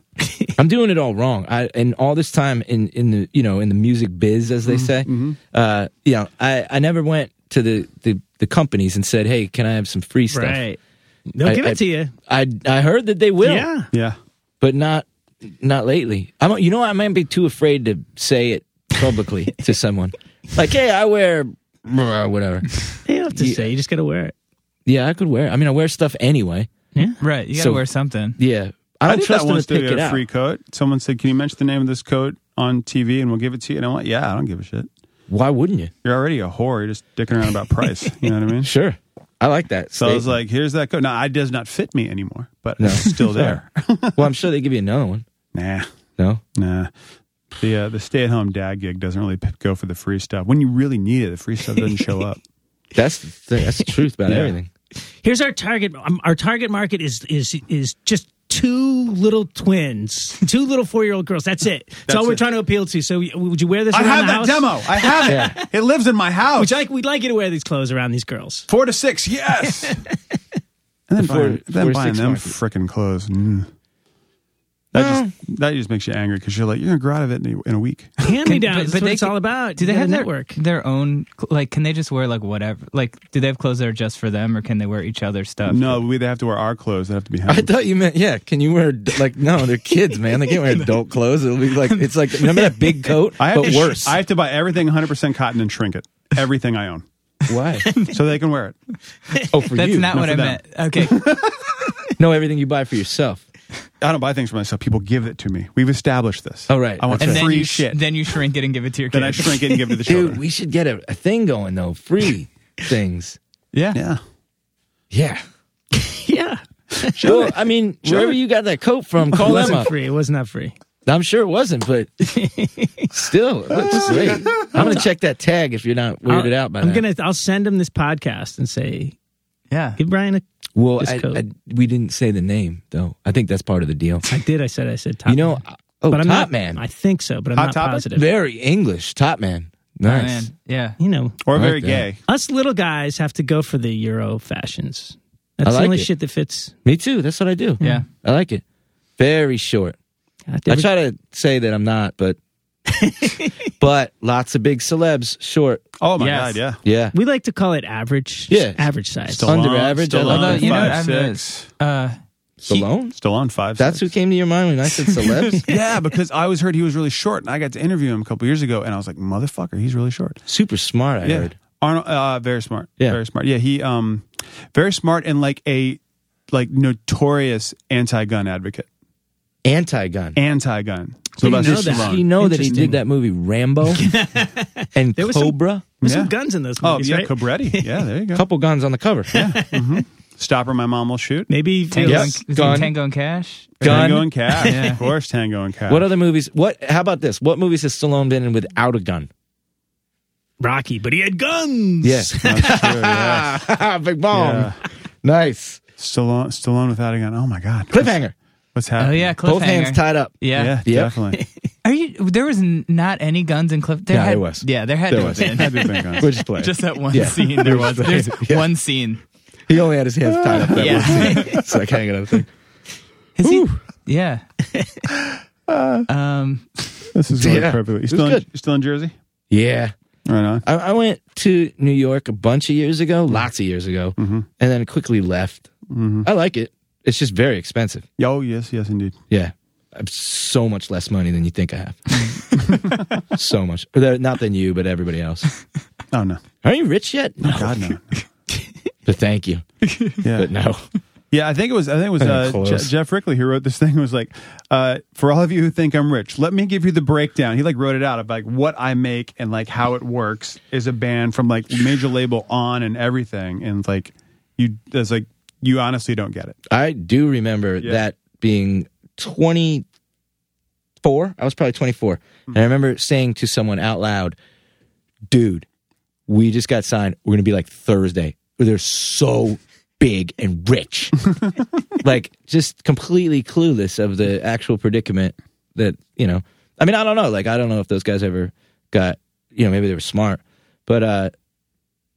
Speaker 4: I'm doing it all wrong. I and all this time in in the you know in the music biz as
Speaker 3: Mm-hmm.
Speaker 4: they say, uh, you know, I I never went to the the the companies and said, hey, can I have some free stuff?
Speaker 2: Right. They'll
Speaker 4: I-
Speaker 2: give it
Speaker 4: I-
Speaker 2: to you.
Speaker 4: I I heard that they will.
Speaker 2: Yeah.
Speaker 3: Yeah,
Speaker 4: but not not lately. I'm you know I might be too afraid to say it publicly to someone. Like, hey, I wear uh, whatever.
Speaker 2: You don't have to
Speaker 4: Yeah.
Speaker 2: say. You just got to wear it.
Speaker 4: Yeah, I could wear. I mean, I wear stuff anyway.
Speaker 2: Yeah.
Speaker 1: Right. You gotta
Speaker 4: So-
Speaker 1: wear something.
Speaker 4: Yeah, I
Speaker 3: I,
Speaker 4: don't
Speaker 3: did
Speaker 4: trust
Speaker 3: that
Speaker 4: them
Speaker 3: once.
Speaker 4: to
Speaker 3: too.
Speaker 4: pick
Speaker 3: We had
Speaker 4: it
Speaker 3: a
Speaker 4: out.
Speaker 3: free coat. Someone said, "Can you mention the name of this coat on TV and we'll give it to you?" And I went, "Yeah, I don't give a shit.
Speaker 4: Why wouldn't you?
Speaker 3: You're already a whore. You're just dicking around about price. You know what I mean?"
Speaker 4: Sure, I like that.
Speaker 3: So I was
Speaker 4: statement.
Speaker 3: like, "Here's that coat." Now it does not fit me anymore, but
Speaker 4: No.
Speaker 3: it's still there.
Speaker 4: well, I'm sure they give you another one.
Speaker 3: nah.
Speaker 4: No,
Speaker 3: Nah. The uh, the stay at home dad gig doesn't really p- go for the free stuff. When you really need it, the free stuff doesn't show up.
Speaker 4: that's the, that's the truth about
Speaker 3: Yeah.
Speaker 4: everything.
Speaker 2: Here's our target. um, Our target market is is is just two little twins, two little four year old girls. That's it. That's, all we're trying to appeal to. So y- would you wear this?
Speaker 3: I
Speaker 2: around
Speaker 3: have
Speaker 2: the
Speaker 3: that
Speaker 2: house?
Speaker 3: demo. I have it. It lives in my house.
Speaker 2: Which I, we'd like you to wear these clothes around these girls.
Speaker 3: four to six, yes. and then
Speaker 4: Four-
Speaker 3: buying,
Speaker 4: four
Speaker 3: then
Speaker 4: to
Speaker 3: buying
Speaker 4: six
Speaker 3: them
Speaker 4: market.
Speaker 3: frickin' clothes. Mm. That just that just makes you angry because you're like you're gonna grow out of it in a, in a week.
Speaker 2: Hand me down.
Speaker 1: but-
Speaker 2: That's
Speaker 1: but
Speaker 2: what
Speaker 1: they
Speaker 2: it's
Speaker 1: can-
Speaker 2: all about.
Speaker 1: Do they
Speaker 2: You
Speaker 1: have
Speaker 2: gotta
Speaker 1: their,
Speaker 2: network?
Speaker 1: their own? Like, can they just wear like whatever? Like, do they have clothes that are just for them, or can they wear each other's stuff?
Speaker 3: No, we they have to wear our clothes. They have to be.
Speaker 4: I
Speaker 3: Hanged.
Speaker 4: thought you meant yeah. Can you wear like no? They're kids, man. They can't wear adult clothes. It'll be like it's like remember that big coat,
Speaker 3: I have
Speaker 4: but
Speaker 3: to,
Speaker 4: worse.
Speaker 3: I have to buy everything 100 percent cotton and shrink it. Everything I own,
Speaker 4: Why?
Speaker 3: so they can wear it.
Speaker 4: Oh, for
Speaker 1: that's
Speaker 4: you?
Speaker 1: not
Speaker 3: not
Speaker 1: what
Speaker 3: for
Speaker 1: I
Speaker 3: them.
Speaker 1: meant. Okay,
Speaker 4: no, everything you buy for yourself.
Speaker 3: I don't buy things for myself. People give it to me. We've established this.
Speaker 4: Oh, right.
Speaker 3: I want
Speaker 4: That's
Speaker 1: and
Speaker 4: right.
Speaker 1: then
Speaker 3: free
Speaker 1: you sh-
Speaker 3: shit.
Speaker 1: then you shrink it and give it to your
Speaker 3: Then I
Speaker 1: kids.
Speaker 3: shrink it and give it to the children.
Speaker 4: Dude, we should get a, a thing going though. Free things.
Speaker 1: yeah.
Speaker 3: yeah.
Speaker 4: Yeah.
Speaker 2: yeah.
Speaker 4: Well, I mean, wherever you got that coat from,
Speaker 2: It
Speaker 4: call them
Speaker 2: wasn't
Speaker 4: up.
Speaker 2: free. It was not free.
Speaker 4: I'm sure it wasn't, but still, it looks great. I'm gonna check that tag if you're not weirded
Speaker 2: I'll-
Speaker 4: out by
Speaker 2: I'm
Speaker 4: that.
Speaker 2: gonna. I'll send him this podcast and say,
Speaker 1: yeah.
Speaker 2: give Brian a.
Speaker 4: well,
Speaker 2: this
Speaker 4: I,
Speaker 2: coat.
Speaker 4: I, we didn't say the name though. I think that's part of the deal.
Speaker 2: I did. I said. I said. Top
Speaker 4: You know,
Speaker 2: man.
Speaker 4: oh,
Speaker 2: but I'm
Speaker 4: Top
Speaker 2: not
Speaker 4: Man,
Speaker 2: I think so, but I'm
Speaker 3: Hot
Speaker 2: not
Speaker 3: Topic?
Speaker 2: positive.
Speaker 4: very English, Top Man. Nice.
Speaker 1: Man, yeah.
Speaker 2: You know,
Speaker 3: Or
Speaker 4: I like
Speaker 3: very
Speaker 4: that.
Speaker 3: gay.
Speaker 2: us little guys have to go for the Euro fashions. That's
Speaker 4: like
Speaker 2: the only
Speaker 4: it.
Speaker 2: shit that fits.
Speaker 4: Me too. That's what I do.
Speaker 1: Yeah.
Speaker 4: I like it. Very short.
Speaker 2: God,
Speaker 4: I
Speaker 2: every-
Speaker 4: try to say that I'm not, but but lots of big celebs short.
Speaker 3: Oh my
Speaker 1: Yes.
Speaker 3: god, yeah.
Speaker 4: Yeah.
Speaker 2: we like to call it average.
Speaker 4: Yeah.
Speaker 2: average size.
Speaker 4: Under average, I
Speaker 3: Stallone,
Speaker 4: like
Speaker 1: Although you know,
Speaker 3: five,
Speaker 1: I've
Speaker 3: six.
Speaker 1: noticed, uh, he-
Speaker 4: Stallone?
Speaker 3: Stallone five.
Speaker 4: That's who came to your mind when I said celebs?
Speaker 3: yeah, because I always heard he was really short, and I got to interview him a couple years ago, and I was like, "Motherfucker, he's really short."
Speaker 4: Super smart, I
Speaker 3: yeah,
Speaker 4: heard.
Speaker 3: Arnold, uh, very smart.
Speaker 4: Yeah.
Speaker 3: very smart. Yeah, he um, very smart and like a like notorious anti-gun advocate,
Speaker 4: Anti gun.
Speaker 3: anti-gun.
Speaker 2: Didn't
Speaker 3: Sylvester
Speaker 2: know that.
Speaker 3: Stallone.
Speaker 4: you know that he
Speaker 2: Interesting.
Speaker 4: did that movie Rambo and
Speaker 2: There was some-
Speaker 4: Cobra?
Speaker 2: There's
Speaker 3: Yeah.
Speaker 2: some guns in those
Speaker 3: Oh
Speaker 2: movies,
Speaker 3: yeah,
Speaker 2: right?
Speaker 3: Cabretti. Yeah, there you go.
Speaker 4: couple guns on the cover.
Speaker 3: Stopper, my mom will shoot.
Speaker 2: Maybe
Speaker 1: Tango,
Speaker 4: Yes.
Speaker 1: and, is it
Speaker 4: Gun.
Speaker 1: Tango and Cash.
Speaker 4: Gun.
Speaker 3: Tango and Cash.
Speaker 1: Yeah.
Speaker 3: Of course, Tango and Cash.
Speaker 4: What other movies? What? How about this? What movies has Stallone been in without a gun?
Speaker 2: Rocky, but he had guns.
Speaker 3: That's true, yeah.
Speaker 4: Big bomb.
Speaker 3: Yeah.
Speaker 4: Nice.
Speaker 3: Stallone, Stallone without a gun. Oh my god.
Speaker 4: Cliffhanger.
Speaker 3: What's
Speaker 1: Oh
Speaker 3: happening?
Speaker 1: yeah, cliffhanger.
Speaker 4: Uh, Both hands tied up.
Speaker 1: Yeah.
Speaker 3: Yeah,
Speaker 4: Yep.
Speaker 3: definitely.
Speaker 1: Are you? There was n- not any guns in cliff. There
Speaker 4: Yeah,
Speaker 1: had,
Speaker 4: there was.
Speaker 1: Yeah, there had
Speaker 4: There
Speaker 1: to
Speaker 4: was.
Speaker 1: have been.
Speaker 3: Had to have been guns.
Speaker 4: Which is play.
Speaker 1: Just that one
Speaker 4: Yeah.
Speaker 1: scene there was. There's one scene.
Speaker 4: He only had his hands tied up that
Speaker 1: Yeah.
Speaker 4: one scene. So I can't get out of the thing.
Speaker 1: Is he? Yeah. um.
Speaker 3: This is going
Speaker 4: Yeah.
Speaker 3: perfectly. You
Speaker 4: It was
Speaker 3: still, in,
Speaker 4: good.
Speaker 3: you still in Jersey?
Speaker 4: Yeah.
Speaker 3: Right on.
Speaker 4: I, I went to New York a bunch of years ago, lots of years ago, and then quickly left. I like it. It's just very expensive.
Speaker 3: Oh, yes, yes, indeed.
Speaker 4: Yeah. I have so much less money than you think I have. so much. Th- Not than you, but everybody else.
Speaker 3: Oh, no.
Speaker 4: Are you rich yet? No.
Speaker 3: God, no.
Speaker 4: But thank you.
Speaker 3: Yeah.
Speaker 4: But no.
Speaker 3: Yeah, I think it was, I think it was
Speaker 4: I think
Speaker 3: uh,
Speaker 4: close.
Speaker 3: Je- Jeff Rickley who wrote this thing. It was like, uh, for all of you who think I'm rich, let me give you the breakdown. He like wrote it out of like what I make and like how it works is a band from like major label on and everything. And like, you, there's like, you honestly don't get it.
Speaker 4: I do remember
Speaker 3: Yeah.
Speaker 4: that being 24. I was probably 24. And I remember saying to someone out loud, dude, we just got signed. We're going to be like Thursday. They're so big and rich. like, just completely clueless of the actual predicament that, you know, I mean, I don't know. Like, I don't know if those guys ever got, you know, maybe they were smart, but, uh,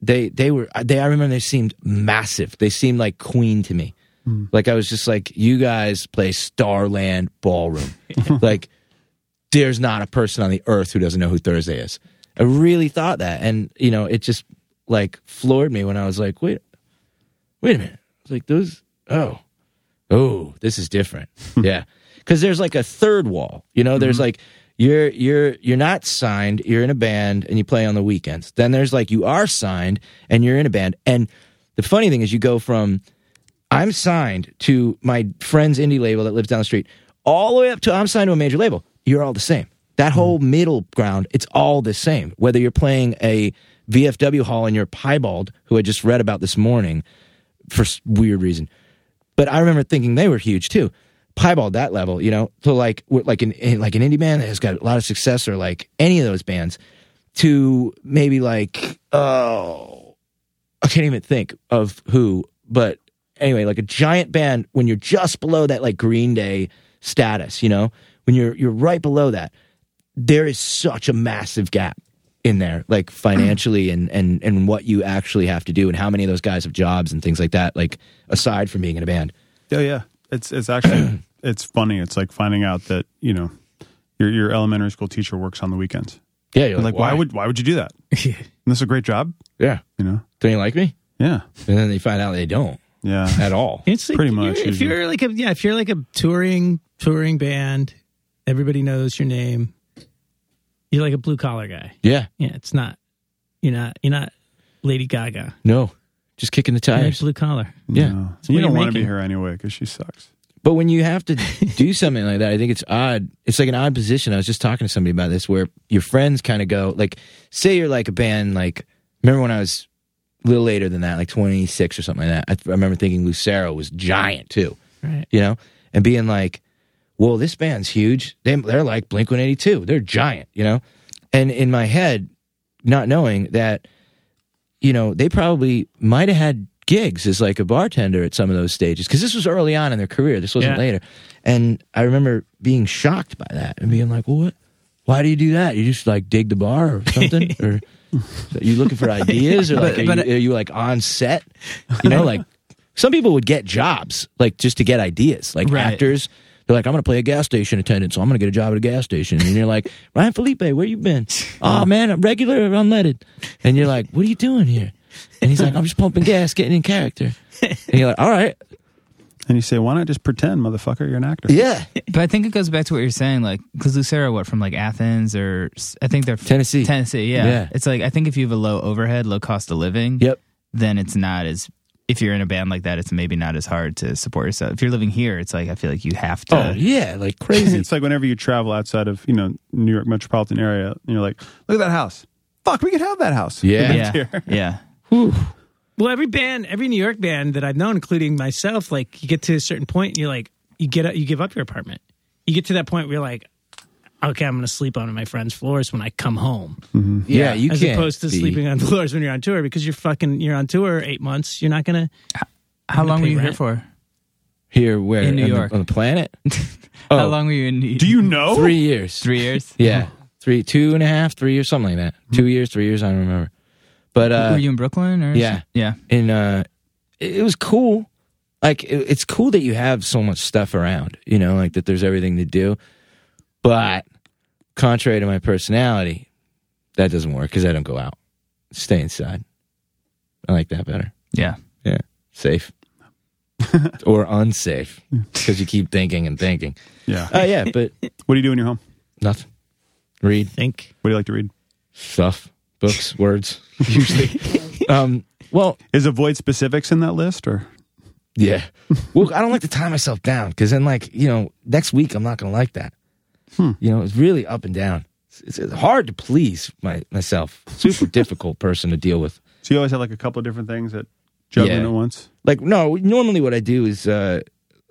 Speaker 4: they they were they I remember they seemed massive. They seemed like Queen to me. Like I was just like, you guys play Starland Ballroom. like there's not a person on the earth who doesn't know who Thursday is. I really thought that, and you know, it just like floored me when I was like, wait, wait a minute. I was like, those, oh, oh, this is different. yeah, because there's like a third wall. You know, there's like you're you're you're not signed. You're in a band and you play on the weekends. Then there's like you are signed and you're in a band. And the funny thing is, you go from I'm signed to my friend's indie label that lives down the street, all the way up to I'm signed to a major label. You're all the same. That whole middle ground, it's all the same. Whether you're playing a VFW hall and you're piebald, who I just read about this morning for s- weird reason, but I remember thinking they were huge too. Piebald that level, you know, to like w- like an in- like an indie band that has got a lot of success, or like any of those bands, to maybe like oh, I can't even think of who, but anyway, like a giant band when you're just below that like Green Day status, you know, when you're you're right below that, there is such a massive gap in there, like financially and and and what you actually have to do and how many of those guys have jobs and things like that, like aside from being in a band.
Speaker 3: Oh yeah, it's it's actually it's funny. It's like finding out that you know your your elementary school teacher works on the weekends.
Speaker 4: Yeah, you're
Speaker 3: Like, why? would why would you do that? Isn't this a great job?
Speaker 4: yeah?
Speaker 3: You know?
Speaker 4: Don't you like me?
Speaker 3: Yeah,
Speaker 4: And then they find out they don't
Speaker 3: yeah.
Speaker 4: at all.
Speaker 2: It's like
Speaker 3: Pretty
Speaker 2: you're-
Speaker 3: much,
Speaker 2: If
Speaker 3: usually.
Speaker 2: you're like a yeah, if you're like a touring touring band, everybody knows your name. You're like a blue collar guy.
Speaker 4: Yeah,
Speaker 2: Yeah, it's not. You're not. You're not Lady Gaga.
Speaker 4: no, just kicking the
Speaker 2: You're
Speaker 4: tires.
Speaker 2: blue collar.
Speaker 4: Yeah.
Speaker 3: No.
Speaker 2: what
Speaker 3: you
Speaker 2: you're
Speaker 3: don't want to be
Speaker 2: making.
Speaker 3: her anyway because she sucks.
Speaker 4: But when you have to do something like that, I think it's odd. It's like an odd position. I was just talking to somebody about this where your friends kind of go, like, say you're like a band, like, remember when I was a little later than that, like 26 or something like that? I, I remember thinking Lucero was giant too,
Speaker 2: Right.
Speaker 4: you know, and being like, well, this band's huge. They, they're like Blink 182, they're giant, you know? And in my head, not knowing that, you know, they probably might have had gigs as like a bartender at some of those stages because this was early on in their career. This wasn't
Speaker 2: Yeah.
Speaker 4: later. And I remember being shocked by that and being like, well, what? Why do you do that? You just like dig the bar or something? or are you looking for ideas? Or like, are, you, are you like on set? You know, like some people would get jobs like just to get ideas, like
Speaker 2: Right.
Speaker 4: actors. They're like, I'm going to play a gas station attendant, so I'm going to get a job at a gas station. And you're like, Ryan Felipe, where you been? Oh man, I'm regular, unleaded. And you're like, what are you doing here? And he's like, I'm just pumping gas, getting in character. And you're like, all right,
Speaker 3: And you say, why not just pretend, motherfucker, you're an actor?
Speaker 4: yeah,
Speaker 1: But I think it goes back to what you're saying, like because Lucero, what from like Athens or s- I think they're f-
Speaker 4: Tennessee.
Speaker 1: Tennessee, yeah.
Speaker 4: Yeah.
Speaker 1: It's like I think if you have a low overhead, low cost of living,
Speaker 4: Yep.
Speaker 1: then it's not as if you're in a band like that, it's maybe not as hard to support yourself. If you're living here, it's like I feel like you have to.
Speaker 2: Uh,
Speaker 4: oh yeah, like crazy.
Speaker 3: It's like whenever you travel outside of you know New York metropolitan area, and you're like, look at that house. Fuck, we could have that house.
Speaker 4: Yeah.
Speaker 1: yeah, yeah.
Speaker 2: Well, every band, every New York band that I've known, including myself, like you get to a certain point, and you're like, you get, you give up your apartment. You get to that point where you're like, okay, I'm going to sleep on my friend's floors when I come home,
Speaker 4: yeah, you
Speaker 2: as
Speaker 4: can't
Speaker 2: opposed to
Speaker 4: be-
Speaker 2: sleeping on floors when you're on tour because you're fucking, you're on tour eight months. You're not gonna.
Speaker 1: How long
Speaker 2: pay
Speaker 1: were you here
Speaker 2: rent.
Speaker 1: for?
Speaker 4: here where
Speaker 1: In New
Speaker 4: on the-
Speaker 1: York.
Speaker 4: on the planet.
Speaker 1: How
Speaker 4: Oh.
Speaker 1: long were you in?
Speaker 3: Do you
Speaker 2: Oh.
Speaker 3: know?
Speaker 4: Three years.
Speaker 1: three years?
Speaker 4: Yeah, three, two and a half, three years, something like that. Two years, three years. I don't remember. But uh,
Speaker 1: were you in Brooklyn or
Speaker 4: yeah.
Speaker 1: yeah?
Speaker 4: and uh, it, it was cool. Like it, it's cool that you have so much stuff around. You know, like that there's everything to do. But contrary to my personality, that doesn't work because I don't go out. Stay inside. I like that better.
Speaker 1: Yeah.
Speaker 4: Yeah, safe. or unsafe because you keep thinking and thinking.
Speaker 3: Yeah.
Speaker 4: Oh yeah, but
Speaker 3: What do you do in your home?
Speaker 4: nothing. Read
Speaker 2: think.
Speaker 3: What do you like to read?
Speaker 4: stuff, books, words, usually. um, well,
Speaker 3: Is avoid specifics in that list or?
Speaker 4: yeah. Well, I don't like to tie myself down because then, like, you know, next week I'm not going to like that. You know, it's really up and down. It's, it's hard to please my, myself. Super difficult person to deal with.
Speaker 3: So you always have like a couple of different things that juggling
Speaker 4: Yeah.
Speaker 3: at once.
Speaker 4: like no normally what i do is uh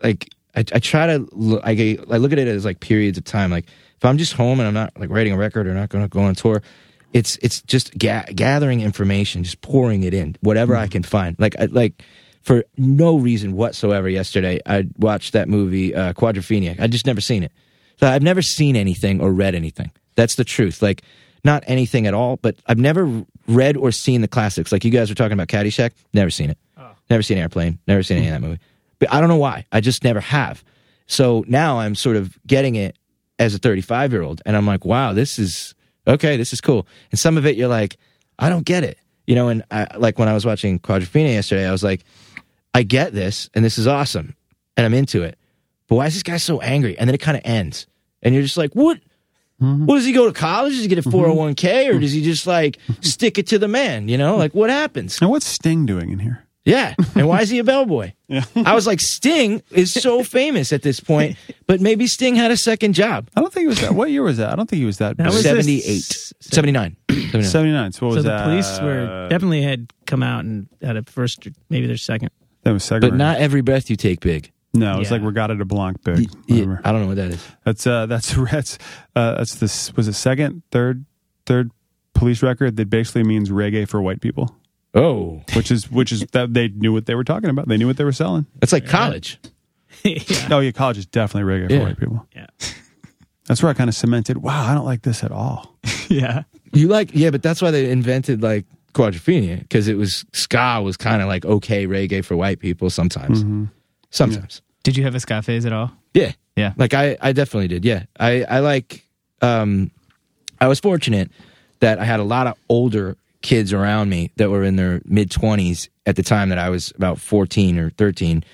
Speaker 4: like i, I try to look, I, get- I look at it as like periods of time like if i'm just home and i'm not like writing a record or not going to go on tour it's it's just ga- gathering information just pouring it in whatever i can find like I, like for no reason whatsoever yesterday i watched that movie uh quadrophenia i'd just never seen it so I've never seen anything or read anything. That's the truth. Like, not anything at all, but I've never read or seen the classics. Like, you guys were talking about Caddyshack. Never seen it. Never seen Airplane. Never seen any of that movie. But I don't know why. I just never have. So now I'm sort of getting it as a 35 year old. And I'm like, wow, this is okay. This is cool. And some of it you're like, I don't get it. You know, and I, like when I was watching Quadrophenia yesterday, I was like, I get this and this is awesome and I'm into it. But why is this guy so angry? And then it kind of ends. And you're just like, what? What does he go to college? Does he get a 401k or does he just like stick it to the man? You know, like what happens?
Speaker 3: Now, what's Sting doing in here?
Speaker 4: Yeah. And why is he a bellboy? I was like, Sting is so famous at this point, but maybe Sting had a second job.
Speaker 3: I don't think it was that. What year was that? I don't think he was that.
Speaker 2: That was
Speaker 3: big.
Speaker 2: this-
Speaker 4: 78, 79. 79.
Speaker 3: 79. So what
Speaker 2: So
Speaker 3: was uh,
Speaker 2: the
Speaker 3: that?
Speaker 2: police were definitely had come out and had a first, maybe their second.
Speaker 3: That was second.
Speaker 4: but not every breath you take big.
Speaker 3: No, it was
Speaker 2: Yeah.
Speaker 3: like Regatta de Blanc big.
Speaker 4: Yeah,
Speaker 3: whatever.
Speaker 4: I don't know what that is.
Speaker 3: That's uh, that's that's uh, that's this was it second, third, third police record that basically means reggae for white people.
Speaker 4: Oh,
Speaker 3: which is which is that they knew what they were talking about. They knew what they were selling.
Speaker 4: that's like college.
Speaker 2: yeah.
Speaker 3: Oh yeah, college is definitely rigged
Speaker 4: Yeah.
Speaker 3: for white people.
Speaker 2: Yeah.
Speaker 3: That's where I kind of cemented. Wow, I don't like this at all.
Speaker 1: yeah.
Speaker 4: You like, yeah, but that's why they invented like quadrophenia because it was ska was kind of like okay reggae for white people sometimes.
Speaker 2: Mm-hmm.
Speaker 4: Sometimes,
Speaker 1: Did you have a ska phase at all?
Speaker 4: yeah,
Speaker 1: Yeah.
Speaker 4: Like I, I definitely did. Yeah, I, I like, um, I was fortunate that I had a lot of older kids around me that were in their mid twenties at the time that I was about fourteen or thirteen,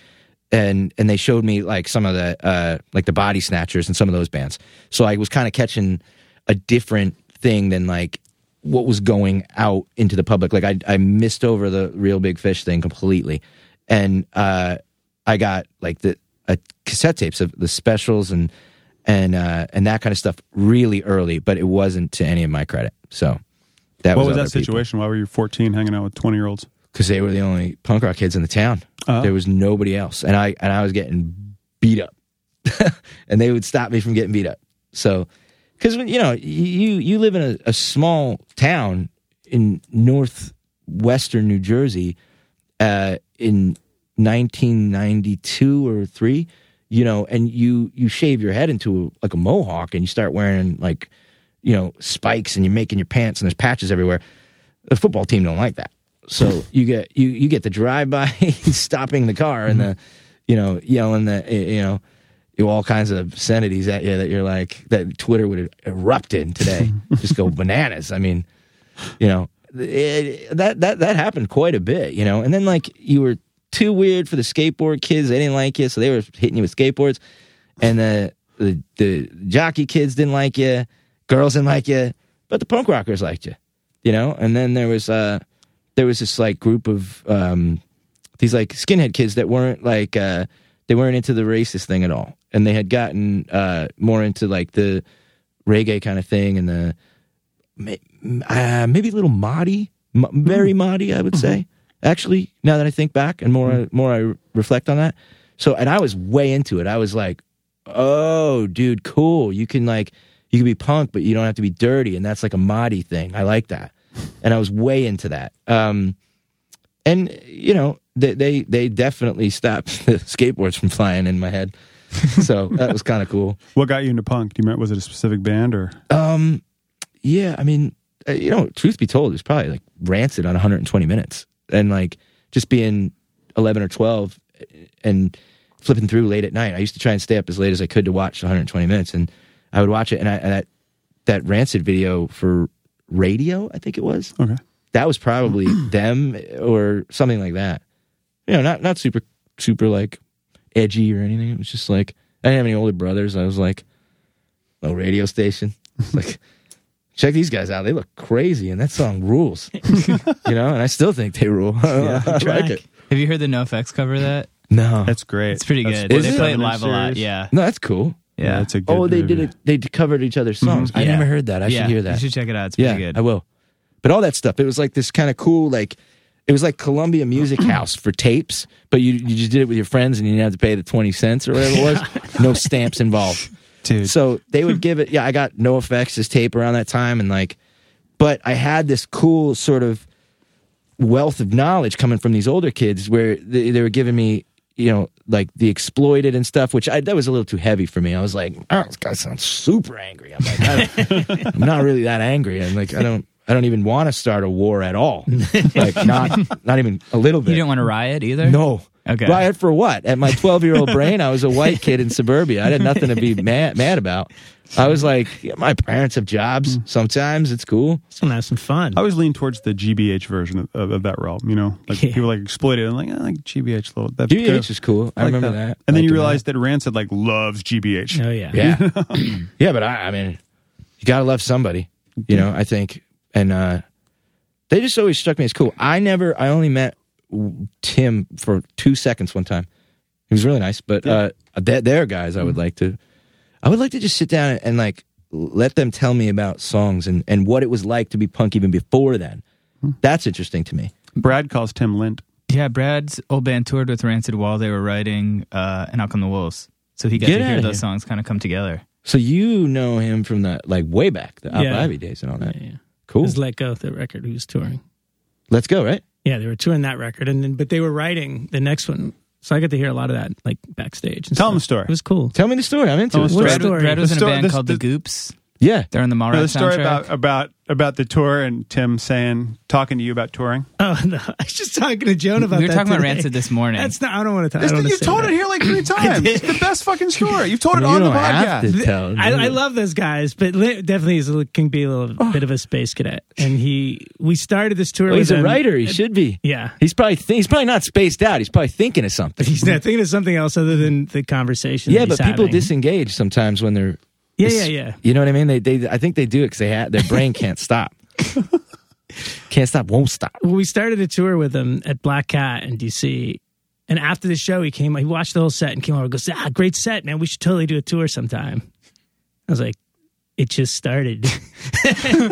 Speaker 4: and and they showed me like some of the uh like the Body Snatchers and some of those bands. So I was kind of catching a different thing than like what was going out into the public. Like I, I missed over the real big fish thing completely, and uh, I got like the uh, cassette tapes of the specials and and uh, and that kind of stuff really early, but it wasn't to any of my credit. So that
Speaker 3: What was
Speaker 4: was,
Speaker 3: that situation? Why were you 14 hanging out with 20 year olds?
Speaker 4: because they were the only punk rock kids in the town.
Speaker 3: Oh.
Speaker 4: There was nobody else, and I and I was getting beat up, and they would stop me from getting beat up. So, because you know you you live in a, a small town in northwestern New Jersey, uh, in 1992 or three, you know, and you you shave your head into like a mohawk and you start wearing like you know spikes and you're making your pants and there's patches everywhere. The football team don't like that, so you get you you get the drive by stopping the car and the you know yelling the you know all kinds of obscenities at you that you're like that Twitter would erupt in today, just go bananas. I mean you know it, that that that happened quite a bit you know and then like you were too weird for the skateboard kids they didn't like you so they were hitting you with skateboards and the the, the jockey kids didn't like you girls didn't like you but the punk rockers liked you you know and then there was uh there was this like group of um these like skinhead kids that weren't like uh they weren't into the racist thing at all and they had gotten uh more into like the reggae kind of thing and the may- uh, maybe a little moddy, m- very moddy, I would say. Actually, now that I think back and more, more I reflect on that. So, and I was way into it. I was like, "Oh, dude, cool! You can like, you can be punk, but you don't have to be dirty." And that's like a moddy thing. I like that, and I was way into that. Um, and you know, they they, they definitely stopped the skateboards from flying in my head, so that was kind of cool.
Speaker 3: What got you into punk? Do you remember? Was it a specific band or?
Speaker 4: Um, yeah, I mean, uh, you know, truth be told, it was probably like rancid on 120 minutes, and like just being 11 or 12 and flipping through late at night. I used to try and stay up as late as I could to watch 120 minutes, and I would watch it. And, I, and that that rancid video for radio, I think it was,
Speaker 3: Okay.
Speaker 4: that was probably them or something like that. You know, not not super super like edgy or anything. It was just like I didn't have any older brothers. I was like, no radio station. It's like, check these guys out. They look crazy, and that song rules. you know, and I still think they rule. I like it.
Speaker 1: Have you heard the NoFX cover of that?
Speaker 4: No,
Speaker 3: That's great.
Speaker 1: It's pretty
Speaker 3: That's
Speaker 1: good.
Speaker 3: cool.
Speaker 4: Is
Speaker 1: They
Speaker 4: it?
Speaker 1: play it
Speaker 3: Seven
Speaker 1: live a lot.
Speaker 3: series.
Speaker 1: Yeah.
Speaker 4: no, that's cool.
Speaker 1: Yeah.
Speaker 3: It's a good
Speaker 4: Oh, they did
Speaker 3: movie.
Speaker 4: it. They covered each other's songs. I
Speaker 1: Mm-hmm. Yeah.
Speaker 4: never heard that. I
Speaker 1: Yeah,
Speaker 4: should hear that.
Speaker 1: You should check it out. It's
Speaker 4: yeah,
Speaker 1: pretty good.
Speaker 4: I will. But all that stuff, it was like this kind of cool, like it was like Columbia Music House for tapes, but you you just did it with your friends and you didn't have to pay the twenty cents or whatever it was. no stamps involved.
Speaker 3: Dude.
Speaker 4: So they would give it. Yeah, I got No Effects as tape around that time, and like, but I had this cool sort of wealth of knowledge coming from these older kids where they, they were giving me. You know, like the exploited and stuff, which I that was a little too heavy for me. I was like, "Oh, this guy sounds super angry." I'm like, I don't, I'm not really that angry. I'm like, I don't, I don't even want to start a war at all. Like, not, not even a little bit.
Speaker 1: You didn't want to riot either?
Speaker 4: No.
Speaker 1: Okay.
Speaker 4: Riot for what? At my 12 year old brain, I was a white kid in suburbia. I had nothing to be mad, mad about. I was like, yeah, my parents have jobs.
Speaker 3: Mm.
Speaker 4: Sometimes it's cool.
Speaker 2: Just want to have some fun.
Speaker 1: Oh,
Speaker 3: I always lean towards the GBH version of, of, of that realm. You know, like
Speaker 2: Yeah.
Speaker 3: people like exploit it and like, I like GBH a little. That's
Speaker 4: GBH
Speaker 3: good.
Speaker 4: is cool. I,
Speaker 3: like
Speaker 4: remember that.
Speaker 3: And then you
Speaker 4: Liking
Speaker 3: realize that. Rancid like loves GBH.
Speaker 2: oh yeah.
Speaker 4: that. Yeah. yeah, but I, I mean, you got to love somebody, you know, I think. And uh, they just always struck me as cool. I never, I only met Tim for two seconds one time. He was really nice, but uh, they're, they're guys I
Speaker 2: Mm-hmm.
Speaker 4: would like to. I would like to just sit down and, and like let them tell me about songs and, and what it was like to be punk even before then.
Speaker 2: Hmm.
Speaker 4: That's interesting to me.
Speaker 3: Brad calls Tim Lint.
Speaker 1: Yeah, Brad's old band toured with Rancid while they were writing uh, "And Out Come the Wolves," so he got
Speaker 4: Get
Speaker 1: to hear
Speaker 4: outta
Speaker 1: those
Speaker 4: here.
Speaker 1: songs kind of come together.
Speaker 4: So you know him from the like way back, the Op
Speaker 2: Yeah.
Speaker 4: Ivy days and all that.
Speaker 2: Yeah.
Speaker 4: Cool.
Speaker 2: Just let go of the record who's touring.
Speaker 4: Let's go, right?
Speaker 2: Yeah, they were touring that record, and then but they were writing the next one, so I got to hear a lot of that like backstage. and
Speaker 3: Tell
Speaker 2: stuff.
Speaker 3: them a story.
Speaker 2: It was cool.
Speaker 4: Tell me the story. I'm into
Speaker 3: Tell
Speaker 4: it.
Speaker 3: us
Speaker 2: What
Speaker 1: Brad,
Speaker 2: story?
Speaker 1: Brad was
Speaker 3: The
Speaker 1: in a
Speaker 3: story-
Speaker 1: band
Speaker 3: this-
Speaker 1: called
Speaker 3: this-
Speaker 1: the Goops.
Speaker 4: Yeah.
Speaker 1: They're on the Mallrats
Speaker 3: No, the story
Speaker 1: soundtrack.
Speaker 3: about about about the tour and Tim saying talking to you about touring.
Speaker 2: Oh no, I was just talking to Joan about
Speaker 1: we were
Speaker 2: that.
Speaker 1: talking about
Speaker 2: today.
Speaker 1: Rancid this morning.
Speaker 2: That's not. I don't want to talk.
Speaker 3: This-
Speaker 2: I
Speaker 3: you've told it here like three times. It's the best fucking story. You've told it
Speaker 4: You
Speaker 3: on the
Speaker 4: don't have
Speaker 3: podcast.
Speaker 4: to tell.
Speaker 2: I, I love those guys, but li- definitely is a, li- can be a little
Speaker 3: Oh.
Speaker 2: bit of a space cadet. And he, we started this tour.
Speaker 4: Well, he's
Speaker 2: with
Speaker 4: a
Speaker 2: him.
Speaker 4: writer. He should be.
Speaker 2: Yeah,
Speaker 4: He's probably thi- he's probably not spaced out. He's probably thinking of something.
Speaker 2: he's not thinking of something else other than the conversation.
Speaker 4: Yeah,
Speaker 2: that he's
Speaker 4: but people
Speaker 2: having.
Speaker 4: disengage sometimes when they're.
Speaker 2: Yeah, yeah, yeah.
Speaker 4: You know what I mean? They they I think they do it because they ha- their brain can't stop. can't stop. Won't stop.
Speaker 2: Well, we started a tour with him at Black Cat in DC. And after the show, he came, he watched the whole set and came over and goes, Ah, great set, man. We should totally do a tour sometime. I was like, It just started. it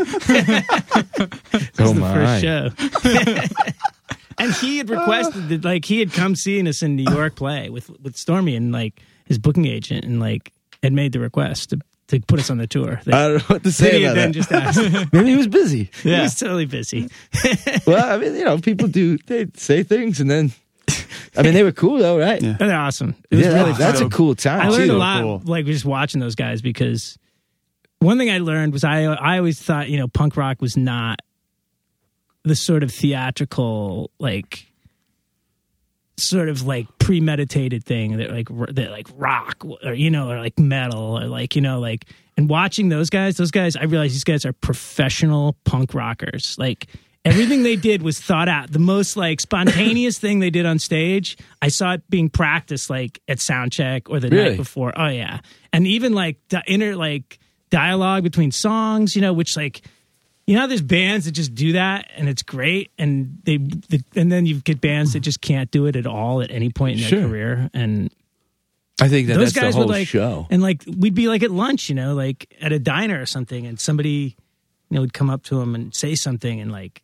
Speaker 2: was
Speaker 4: oh
Speaker 2: the
Speaker 4: my.
Speaker 2: first show. and he had requested that, like, he had come seeing us in New York play with, with Stormy and, like, his booking agent and, like, had made the request to, to put us on the tour.
Speaker 4: I don't know what to
Speaker 2: He
Speaker 4: say
Speaker 2: had
Speaker 4: about
Speaker 2: then
Speaker 4: that.
Speaker 2: just asked.
Speaker 4: Maybe he was busy.
Speaker 2: He was totally busy.
Speaker 4: well, I mean, you know, people do they say things and then I mean, they were cool though, right? Yeah,
Speaker 2: They're awesome. It was
Speaker 4: that-
Speaker 2: really
Speaker 4: that's
Speaker 3: fun.
Speaker 4: a cool time.
Speaker 2: I learned
Speaker 4: too.
Speaker 2: a lot,
Speaker 3: cool.
Speaker 2: like just watching those guys because one thing I learned was I I always thought you know punk rock was not the sort of theatrical like sort of like premeditated thing that like r- that like rock or you know or like metal or like you know like and watching those guys those guys I realized these guys are professional punk rockers like everything they did was thought out the most like spontaneous thing they did on stage I saw it being practiced like at sound check or the night
Speaker 4: Really?
Speaker 2: before oh yeah and even like the inner like dialogue between songs you know which like you know how there's bands that just do that and it's great and they the, and then you get bands that just can't do it at all at any point in their
Speaker 4: Sure.
Speaker 2: career and
Speaker 4: I think that
Speaker 2: those
Speaker 4: that's
Speaker 2: guys
Speaker 4: the whole
Speaker 2: would like
Speaker 4: show.
Speaker 2: and like we'd be like at lunch you know like at a diner or something and somebody you know would come up to him and say something and like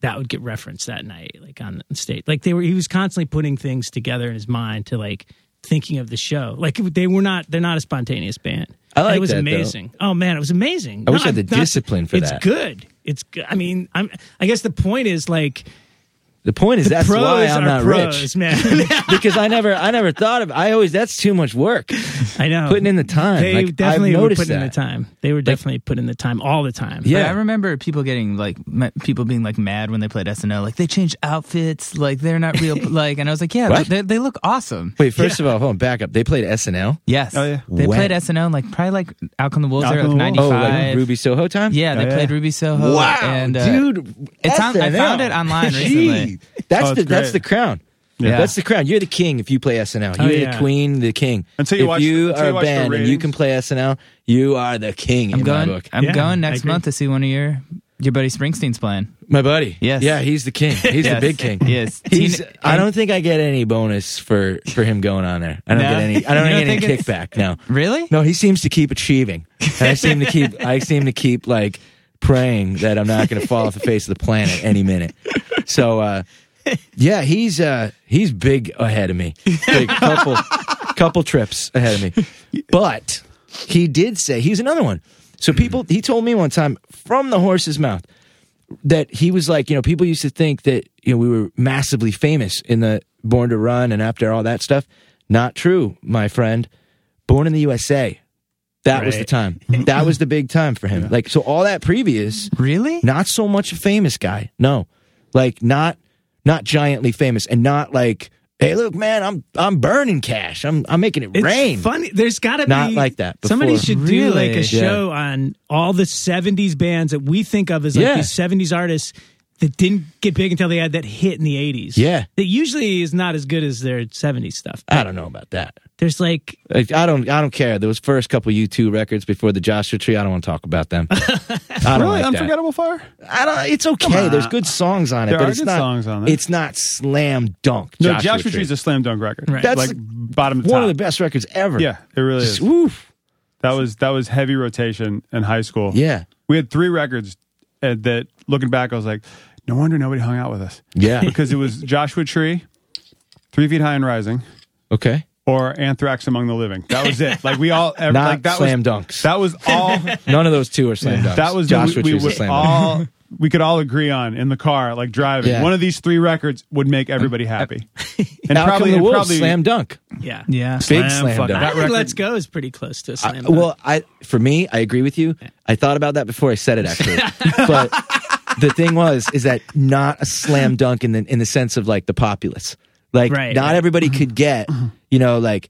Speaker 2: that would get referenced that night like on the stage like they were he was constantly putting things together in his mind to like thinking of the show like they were not they're not a spontaneous band
Speaker 4: I
Speaker 2: And
Speaker 4: like
Speaker 2: it was
Speaker 4: that, though.
Speaker 2: amazing oh man it was amazing
Speaker 4: I wish I had the discipline for
Speaker 2: it's
Speaker 4: that.
Speaker 2: good it's good i mean i'm i guess the point is like
Speaker 4: The point is that's
Speaker 2: pros
Speaker 4: why I'm
Speaker 2: are
Speaker 4: not
Speaker 2: pros
Speaker 4: rich
Speaker 2: man
Speaker 4: because I never I never thought of. I always that's too much work.
Speaker 2: i know
Speaker 4: Putting in the time.
Speaker 2: They
Speaker 4: Like, I've
Speaker 2: definitely were
Speaker 4: noticed
Speaker 2: putting in the
Speaker 4: that.
Speaker 2: time. They were definitely putting the time all the time.
Speaker 1: But
Speaker 4: Yeah.
Speaker 1: I remember people getting like ma- people being like mad when they played SNL. Like they changed outfits. Like they're not real. like and I was like, yeah,
Speaker 4: What?
Speaker 1: they, they look awesome.
Speaker 4: Wait, first of all, hold on, back up. They played SNL.
Speaker 1: Yes.
Speaker 3: Oh, yeah.
Speaker 1: They
Speaker 4: When?
Speaker 1: played SNL like probably like Out on the Wolves.
Speaker 3: Out
Speaker 1: They were
Speaker 3: on
Speaker 1: like ninety
Speaker 3: the Wolves.
Speaker 4: Oh,
Speaker 1: five.
Speaker 4: like Ruby Soho time.
Speaker 1: Yeah, they
Speaker 3: Yeah,
Speaker 1: played
Speaker 3: yeah.
Speaker 1: Ruby Soho.
Speaker 4: Wow,
Speaker 1: and, uh,
Speaker 4: dude,
Speaker 1: it's on- I
Speaker 4: SNL.
Speaker 1: found it online recently.
Speaker 4: Gee, that's
Speaker 3: Oh,
Speaker 4: the
Speaker 3: it's
Speaker 4: that's
Speaker 3: great.
Speaker 4: the crown.
Speaker 1: Yeah.
Speaker 4: That's the crown. You're the king if you play SNL.
Speaker 2: Oh,
Speaker 4: You're
Speaker 2: yeah.
Speaker 4: the queen, the king.
Speaker 3: Until you
Speaker 4: if
Speaker 3: watch-
Speaker 4: you
Speaker 3: until
Speaker 4: are
Speaker 3: you
Speaker 4: a
Speaker 3: watch the
Speaker 4: band and you
Speaker 3: ratings.
Speaker 4: can play SNL, you are the king.
Speaker 1: I'm
Speaker 4: in
Speaker 1: going.
Speaker 4: My, book.
Speaker 1: I'm
Speaker 2: Yeah, I
Speaker 1: going next
Speaker 2: agree.
Speaker 1: month to see one of your your buddy Springsteen's playing.
Speaker 4: My buddy.
Speaker 1: Yes.
Speaker 4: Yeah, he's the king. He's
Speaker 1: Yes.
Speaker 4: the big king.
Speaker 1: Yes.
Speaker 4: He's,
Speaker 1: Teen-
Speaker 4: I don't think I get any bonus for for him going on there. I don't
Speaker 1: No?
Speaker 4: get any. I don't,
Speaker 1: You don't
Speaker 4: get any
Speaker 1: think it's-
Speaker 4: kickback. No.
Speaker 1: Really?
Speaker 4: No, he seems to keep achieving. And I seem to keep. I seem to keep like praying that I'm not going to fall off the face of the planet any minute. So, uh, yeah, he's uh, he's big ahead of me. Big couple couple trips ahead of me. But he did say he's another one. So people, he told me one time from the horse's mouth that he was like, you know, people used to think that you know we were massively famous in the Born to Run and after all that stuff. Not true, my friend. Born in the USA. That was the
Speaker 2: Right.
Speaker 4: time. That was the big time for him. Like so all that previous,
Speaker 1: Really?
Speaker 4: not so much a famous guy. No. Like not not giantly famous and not like, hey look, man, I'm I'm burning cash. I'm I'm making it
Speaker 2: It's
Speaker 4: rain.
Speaker 2: funny. There's got to be
Speaker 4: Not like that before.
Speaker 2: Somebody should do
Speaker 1: Really?
Speaker 2: like a show on all the '70s bands that we think of as like
Speaker 4: Yeah.
Speaker 2: these '70s artists that didn't get big until they had that hit in the '80s.
Speaker 4: Yeah.
Speaker 2: that usually is not as good as their '70s stuff.
Speaker 4: I don't know about that.
Speaker 2: There's like
Speaker 4: Like, I don't I don't care. Those first couple U two records before the Joshua Tree, I don't want to talk about them. I don't
Speaker 3: Really,
Speaker 4: like that.
Speaker 3: unforgettable fire.
Speaker 4: I don't. It's okay. There's good songs on it,
Speaker 3: There
Speaker 4: but
Speaker 3: are
Speaker 4: it's
Speaker 3: good
Speaker 4: not.
Speaker 3: songs on it.
Speaker 4: It's not slam dunk.
Speaker 3: No,
Speaker 4: Joshua,
Speaker 3: Joshua
Speaker 4: Tree.
Speaker 3: Tree's a slam dunk record.
Speaker 2: Right.
Speaker 4: That's
Speaker 3: like
Speaker 4: the-
Speaker 3: bottom to
Speaker 4: one
Speaker 3: top.
Speaker 4: of the best records ever.
Speaker 3: Yeah, it really
Speaker 4: Just,
Speaker 3: is.
Speaker 4: oof.
Speaker 3: That was that was heavy rotation in high school.
Speaker 4: Yeah.
Speaker 3: we had three records uh, that. Looking back, I was like, no wonder nobody hung out with us
Speaker 4: Yeah.
Speaker 3: because it was Joshua Tree, Three Feet High and Rising,
Speaker 4: okay.
Speaker 3: or Anthrax Among the Living. That was it. Like we all, ev-
Speaker 4: Not
Speaker 3: like that
Speaker 4: slam
Speaker 3: was
Speaker 4: dunks.
Speaker 3: That was all.
Speaker 4: None of those two are slam dunks.
Speaker 3: That was
Speaker 4: Joshua
Speaker 3: we, we
Speaker 4: Tree's a
Speaker 3: would
Speaker 4: slam dunk.
Speaker 3: all we could all agree on in the car, like driving.
Speaker 4: Yeah.
Speaker 3: One of these three records would make everybody happy. and
Speaker 4: Now
Speaker 3: probably,
Speaker 4: probably, the
Speaker 3: and
Speaker 4: wolves,
Speaker 3: probably
Speaker 4: slam dunk.
Speaker 2: Yeah.
Speaker 1: Yeah.
Speaker 4: Big slam
Speaker 1: fucking-
Speaker 4: dunk.
Speaker 2: I
Speaker 3: That
Speaker 2: think
Speaker 3: record-
Speaker 2: Let's Go is pretty close to a
Speaker 4: I-
Speaker 2: slam. dunk.
Speaker 4: well, I for me, I agree with you. I thought about that before I said it actually. but the thing was is that not a slam dunk in the in the sense of like the populace. Like
Speaker 2: Right,
Speaker 4: not
Speaker 2: right. Mm-hmm.
Speaker 4: everybody could get, you know, like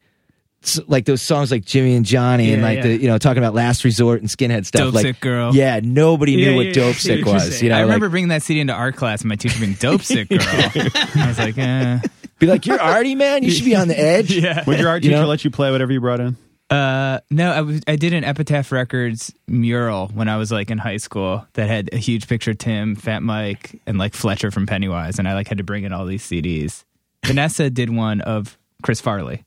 Speaker 4: s- like those songs like Jimmy and Johnny and
Speaker 2: Yeah,
Speaker 4: like
Speaker 2: yeah.
Speaker 4: the you know talking about last resort and skinhead stuff
Speaker 1: Dope
Speaker 4: like
Speaker 1: Sick Girl.
Speaker 4: Yeah, nobody
Speaker 2: Yeah,
Speaker 4: knew
Speaker 2: yeah,
Speaker 4: what
Speaker 2: yeah,
Speaker 4: dope
Speaker 2: I see
Speaker 4: sick
Speaker 2: what you're
Speaker 4: was.
Speaker 2: saying.
Speaker 4: You know,
Speaker 1: I
Speaker 4: like,
Speaker 1: remember bringing that CD into art class and my teacher being dope sick girl. I was like, eh.
Speaker 4: be like you're arty man, you should be on the edge. yeah.
Speaker 3: Would your art
Speaker 4: You
Speaker 3: teacher
Speaker 4: know?
Speaker 3: let you play whatever you brought in?
Speaker 1: Uh, no, I, was, I did an Epitaph Records mural when I was like in high school that had a huge picture of Tim, Fat Mike, and like Fletcher from Pennywise, and I like had to bring in all these CDs. Vanessa did one of Chris Farley.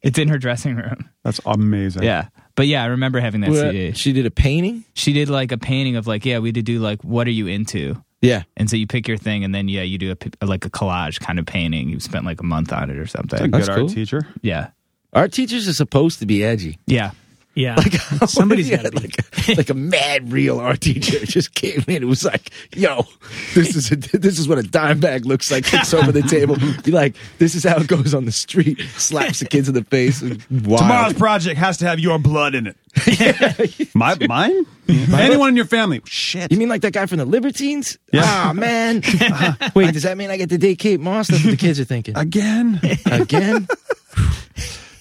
Speaker 1: It's in her dressing room.
Speaker 3: That's amazing.
Speaker 1: Yeah, but yeah, I remember having that CD.
Speaker 4: She did a painting?
Speaker 1: She did like a painting of like, yeah, we did do like, what are you into?
Speaker 4: Yeah.
Speaker 1: And so you pick your thing, and then yeah, you do a, pi- like a collage kind of painting. You spent like a month on it or
Speaker 3: That's a
Speaker 1: something.
Speaker 3: good
Speaker 4: That's
Speaker 3: art
Speaker 4: cool.
Speaker 3: teacher.
Speaker 1: Yeah,
Speaker 4: Art teachers are supposed to be edgy.
Speaker 1: yeah.
Speaker 2: yeah. Somebody's
Speaker 4: Yeah,
Speaker 2: got to be.
Speaker 4: like, like a mad real art teacher just came in. It was like, yo, this is a, this is what a dime bag looks like. Kicks over the table. Be like, this is how it goes on the street. Slaps the kids in the face.
Speaker 3: Tomorrow's
Speaker 4: Wild.
Speaker 3: project has to have your blood in it. My, mine? Anyone in your family? Shit.
Speaker 4: You mean like that guy from the Libertines?
Speaker 3: Yeah.
Speaker 4: Ah, man. Wait, does that mean I get to date Kate Moss? That's what the kids are thinking.
Speaker 3: Again?
Speaker 4: Again?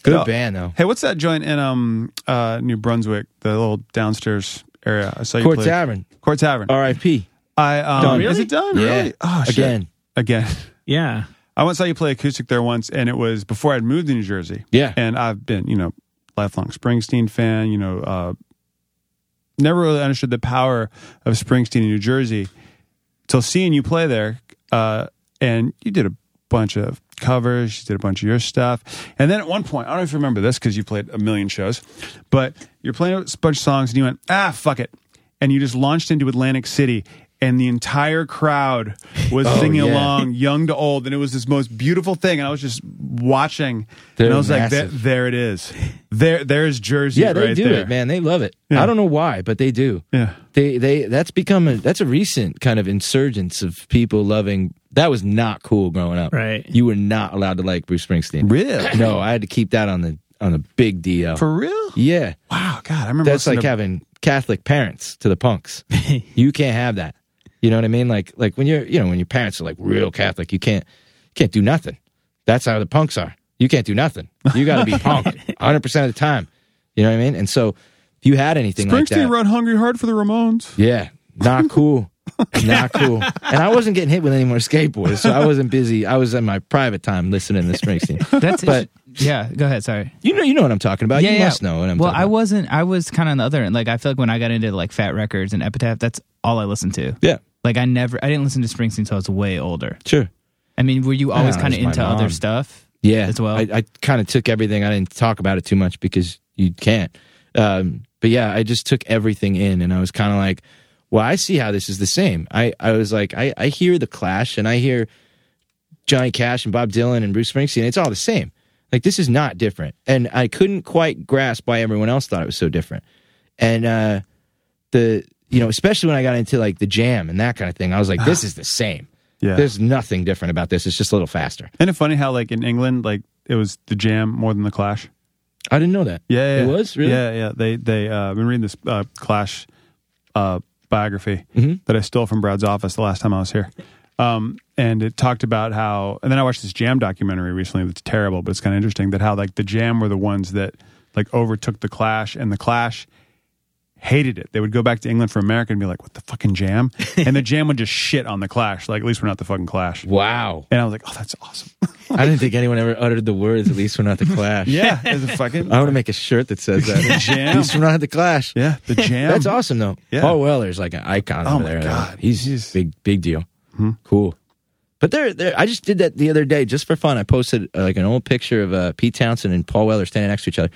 Speaker 4: Good
Speaker 3: No.
Speaker 4: band, though.
Speaker 3: Hey, what's that joint in um uh New Brunswick, the little downstairs area? I saw you
Speaker 4: Court
Speaker 3: play.
Speaker 4: Tavern,
Speaker 3: Court Tavern.
Speaker 4: RIP.
Speaker 3: I um,
Speaker 4: Uh, Done.
Speaker 3: is it done?
Speaker 4: Yeah.
Speaker 3: Really? Oh, shit.
Speaker 4: Again.
Speaker 3: Again.
Speaker 2: Yeah.
Speaker 3: I once saw you play acoustic there once, and it was before I'd moved to New Jersey.
Speaker 4: Yeah.
Speaker 3: And I've been, you know, lifelong Springsteen fan, you know, uh, never really understood the power of Springsteen in New Jersey till seeing you play there. Uh, and you did a bunch of covers, you did a bunch of your stuff. And then at one point, I don't know if you remember this because you played a million shows, but you're playing a bunch of songs and you went, ah, fuck it. And you just launched into Atlantic City. And the entire crowd was singing
Speaker 4: Oh, yeah.
Speaker 3: along, young to old, and it was this most beautiful thing. And I was just watching,
Speaker 4: They're
Speaker 3: and I was like,
Speaker 4: massive.
Speaker 3: "There, there it is. There, there's Jersey.
Speaker 4: Yeah, they
Speaker 3: right
Speaker 4: do
Speaker 3: there.
Speaker 4: it, man. They love it.
Speaker 3: Yeah.
Speaker 4: I don't know why, but they do.
Speaker 3: Yeah,
Speaker 4: they they that's become a that's a recent kind of insurgence of people loving that was not cool growing up
Speaker 2: Right.
Speaker 4: you were not allowed to like bruce springsteen
Speaker 3: really,
Speaker 4: no i had to keep that on the on the big dl
Speaker 3: for real.
Speaker 4: yeah
Speaker 3: Wow, God, I remember
Speaker 4: that's
Speaker 3: listening
Speaker 4: like
Speaker 3: to-
Speaker 4: having catholic parents to the punks you can't have that you know what i mean like like when you're you know when your parents are like real catholic you can't you can't do nothing that's how the punks are you can't do nothing you got to be punk 100% of the time you know what i mean and so if you had anything like that
Speaker 3: Springsteen wrote "Hungry Heart" for the Ramones.
Speaker 4: yeah, not cool. not cool. And I wasn't getting hit with any more skateboards, so I wasn't busy. I was in my private time listening to Springsteen.
Speaker 1: That's
Speaker 4: But-
Speaker 1: yeah. Go ahead. Sorry.
Speaker 4: You know, you know what I'm talking about. Uh, you must know what I'm
Speaker 1: well,
Speaker 4: talking
Speaker 1: I
Speaker 4: about.
Speaker 1: wasn't. I was kind of on the other end. Like I feel like when I got into like Fat Records and Epitaph, that's all I listened to.
Speaker 4: Yeah,
Speaker 1: Like I never, I didn't listen to Springsteen until I was way older.
Speaker 4: sure.
Speaker 1: I mean, were you always
Speaker 4: it
Speaker 1: kind of
Speaker 4: was my
Speaker 1: into other
Speaker 4: mom.
Speaker 1: stuff?
Speaker 4: Yeah,
Speaker 1: as well?
Speaker 4: I, I kind of took everything. I didn't talk about it too much because you can't. Um, but yeah, I just took everything in, and I was kind of like, "Well, I see how this is the same." I I was like, I I hear the Clash, and I hear Johnny Cash and Bob Dylan and Bruce Springsteen. It's all the same. Like this is not different, and I couldn't quite grasp why everyone else thought it was so different. And uh, the you know, especially when I got into like the jam and that kind of thing, I was like, "This is the same."
Speaker 3: Yeah.
Speaker 4: There's nothing different about this. It's just a little faster.
Speaker 3: Isn't it funny how like in England, like it was the Jam more than the Clash?
Speaker 4: I didn't know that.
Speaker 3: Yeah, yeah
Speaker 4: it was really.
Speaker 3: Yeah, yeah. They they uh, I've been reading this uh, Clash uh, biography
Speaker 4: Mm-hmm.
Speaker 3: that I stole from Brad's office the last time I was here. Um, and it talked about how, and then I watched this Jam documentary recently that's terrible, but it's kind of interesting that how like the Jam were the ones that like overtook the Clash, and the Clash hated it. They would go back to England for America and be like, "What the fucking Jam?" and the Jam would just shit on the Clash, like at least we're not the fucking Clash.
Speaker 4: Wow.
Speaker 3: And I was like, "Oh, that's awesome."
Speaker 4: I didn't think anyone ever uttered the words, at least we're not the Clash.
Speaker 3: yeah, it's a fucking
Speaker 4: I want to make a shirt that says that. at
Speaker 3: Jam.
Speaker 4: least we're not the Clash.
Speaker 3: Yeah, the Jam.
Speaker 4: That's awesome, though.
Speaker 3: Yeah.
Speaker 4: Paul Weller's like an icon
Speaker 3: Oh
Speaker 4: over
Speaker 3: my
Speaker 4: there.
Speaker 3: God. Hmm.
Speaker 4: He's,
Speaker 3: He's-
Speaker 4: big, big deal. Cool. But there, there, I just did that the other day just for fun. I posted uh, like an old picture of uh, Pete Townsend and Paul Weller standing next to each other,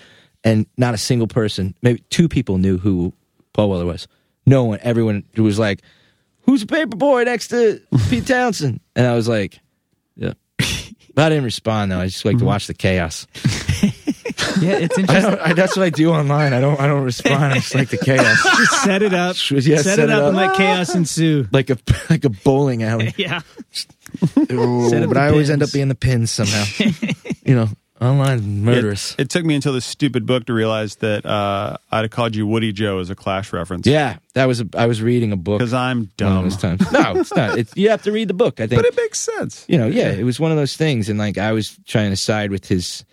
Speaker 4: and not a single person, maybe two people knew who Paul Weller was. No one, everyone was like, "Who's the paper boy next to Pete Townsend?" And I was
Speaker 3: Mm-hmm.
Speaker 4: like, "Yeah." But I didn't respond though. I just like to watch the chaos.
Speaker 1: Yeah, it's
Speaker 4: I
Speaker 1: interesting.
Speaker 4: don't, I, that's what I do online. I don't. I don't respond. I just like the chaos,
Speaker 2: Just set it up.
Speaker 4: Sure, yeah,
Speaker 2: set, it up, and let chaos ensue.
Speaker 4: like a like a bowling alley.
Speaker 2: Yeah.
Speaker 4: Ooh,
Speaker 2: Set up
Speaker 4: but
Speaker 2: the
Speaker 4: I always end
Speaker 2: pins.
Speaker 4: up being the pins somehow. you know, online murderous.
Speaker 3: It, it took me until this stupid book to realize that uh, I'd have called you Woody Joe as a Clash reference.
Speaker 4: yeah, that was. A, I was reading a book.
Speaker 3: Because I'm
Speaker 4: one of
Speaker 3: dumb.
Speaker 4: those times. No, it's not. It's, you have to read the book. I think.
Speaker 3: But it makes sense.
Speaker 4: you know, yeah, it was one of those things. And like, I was trying to side with his,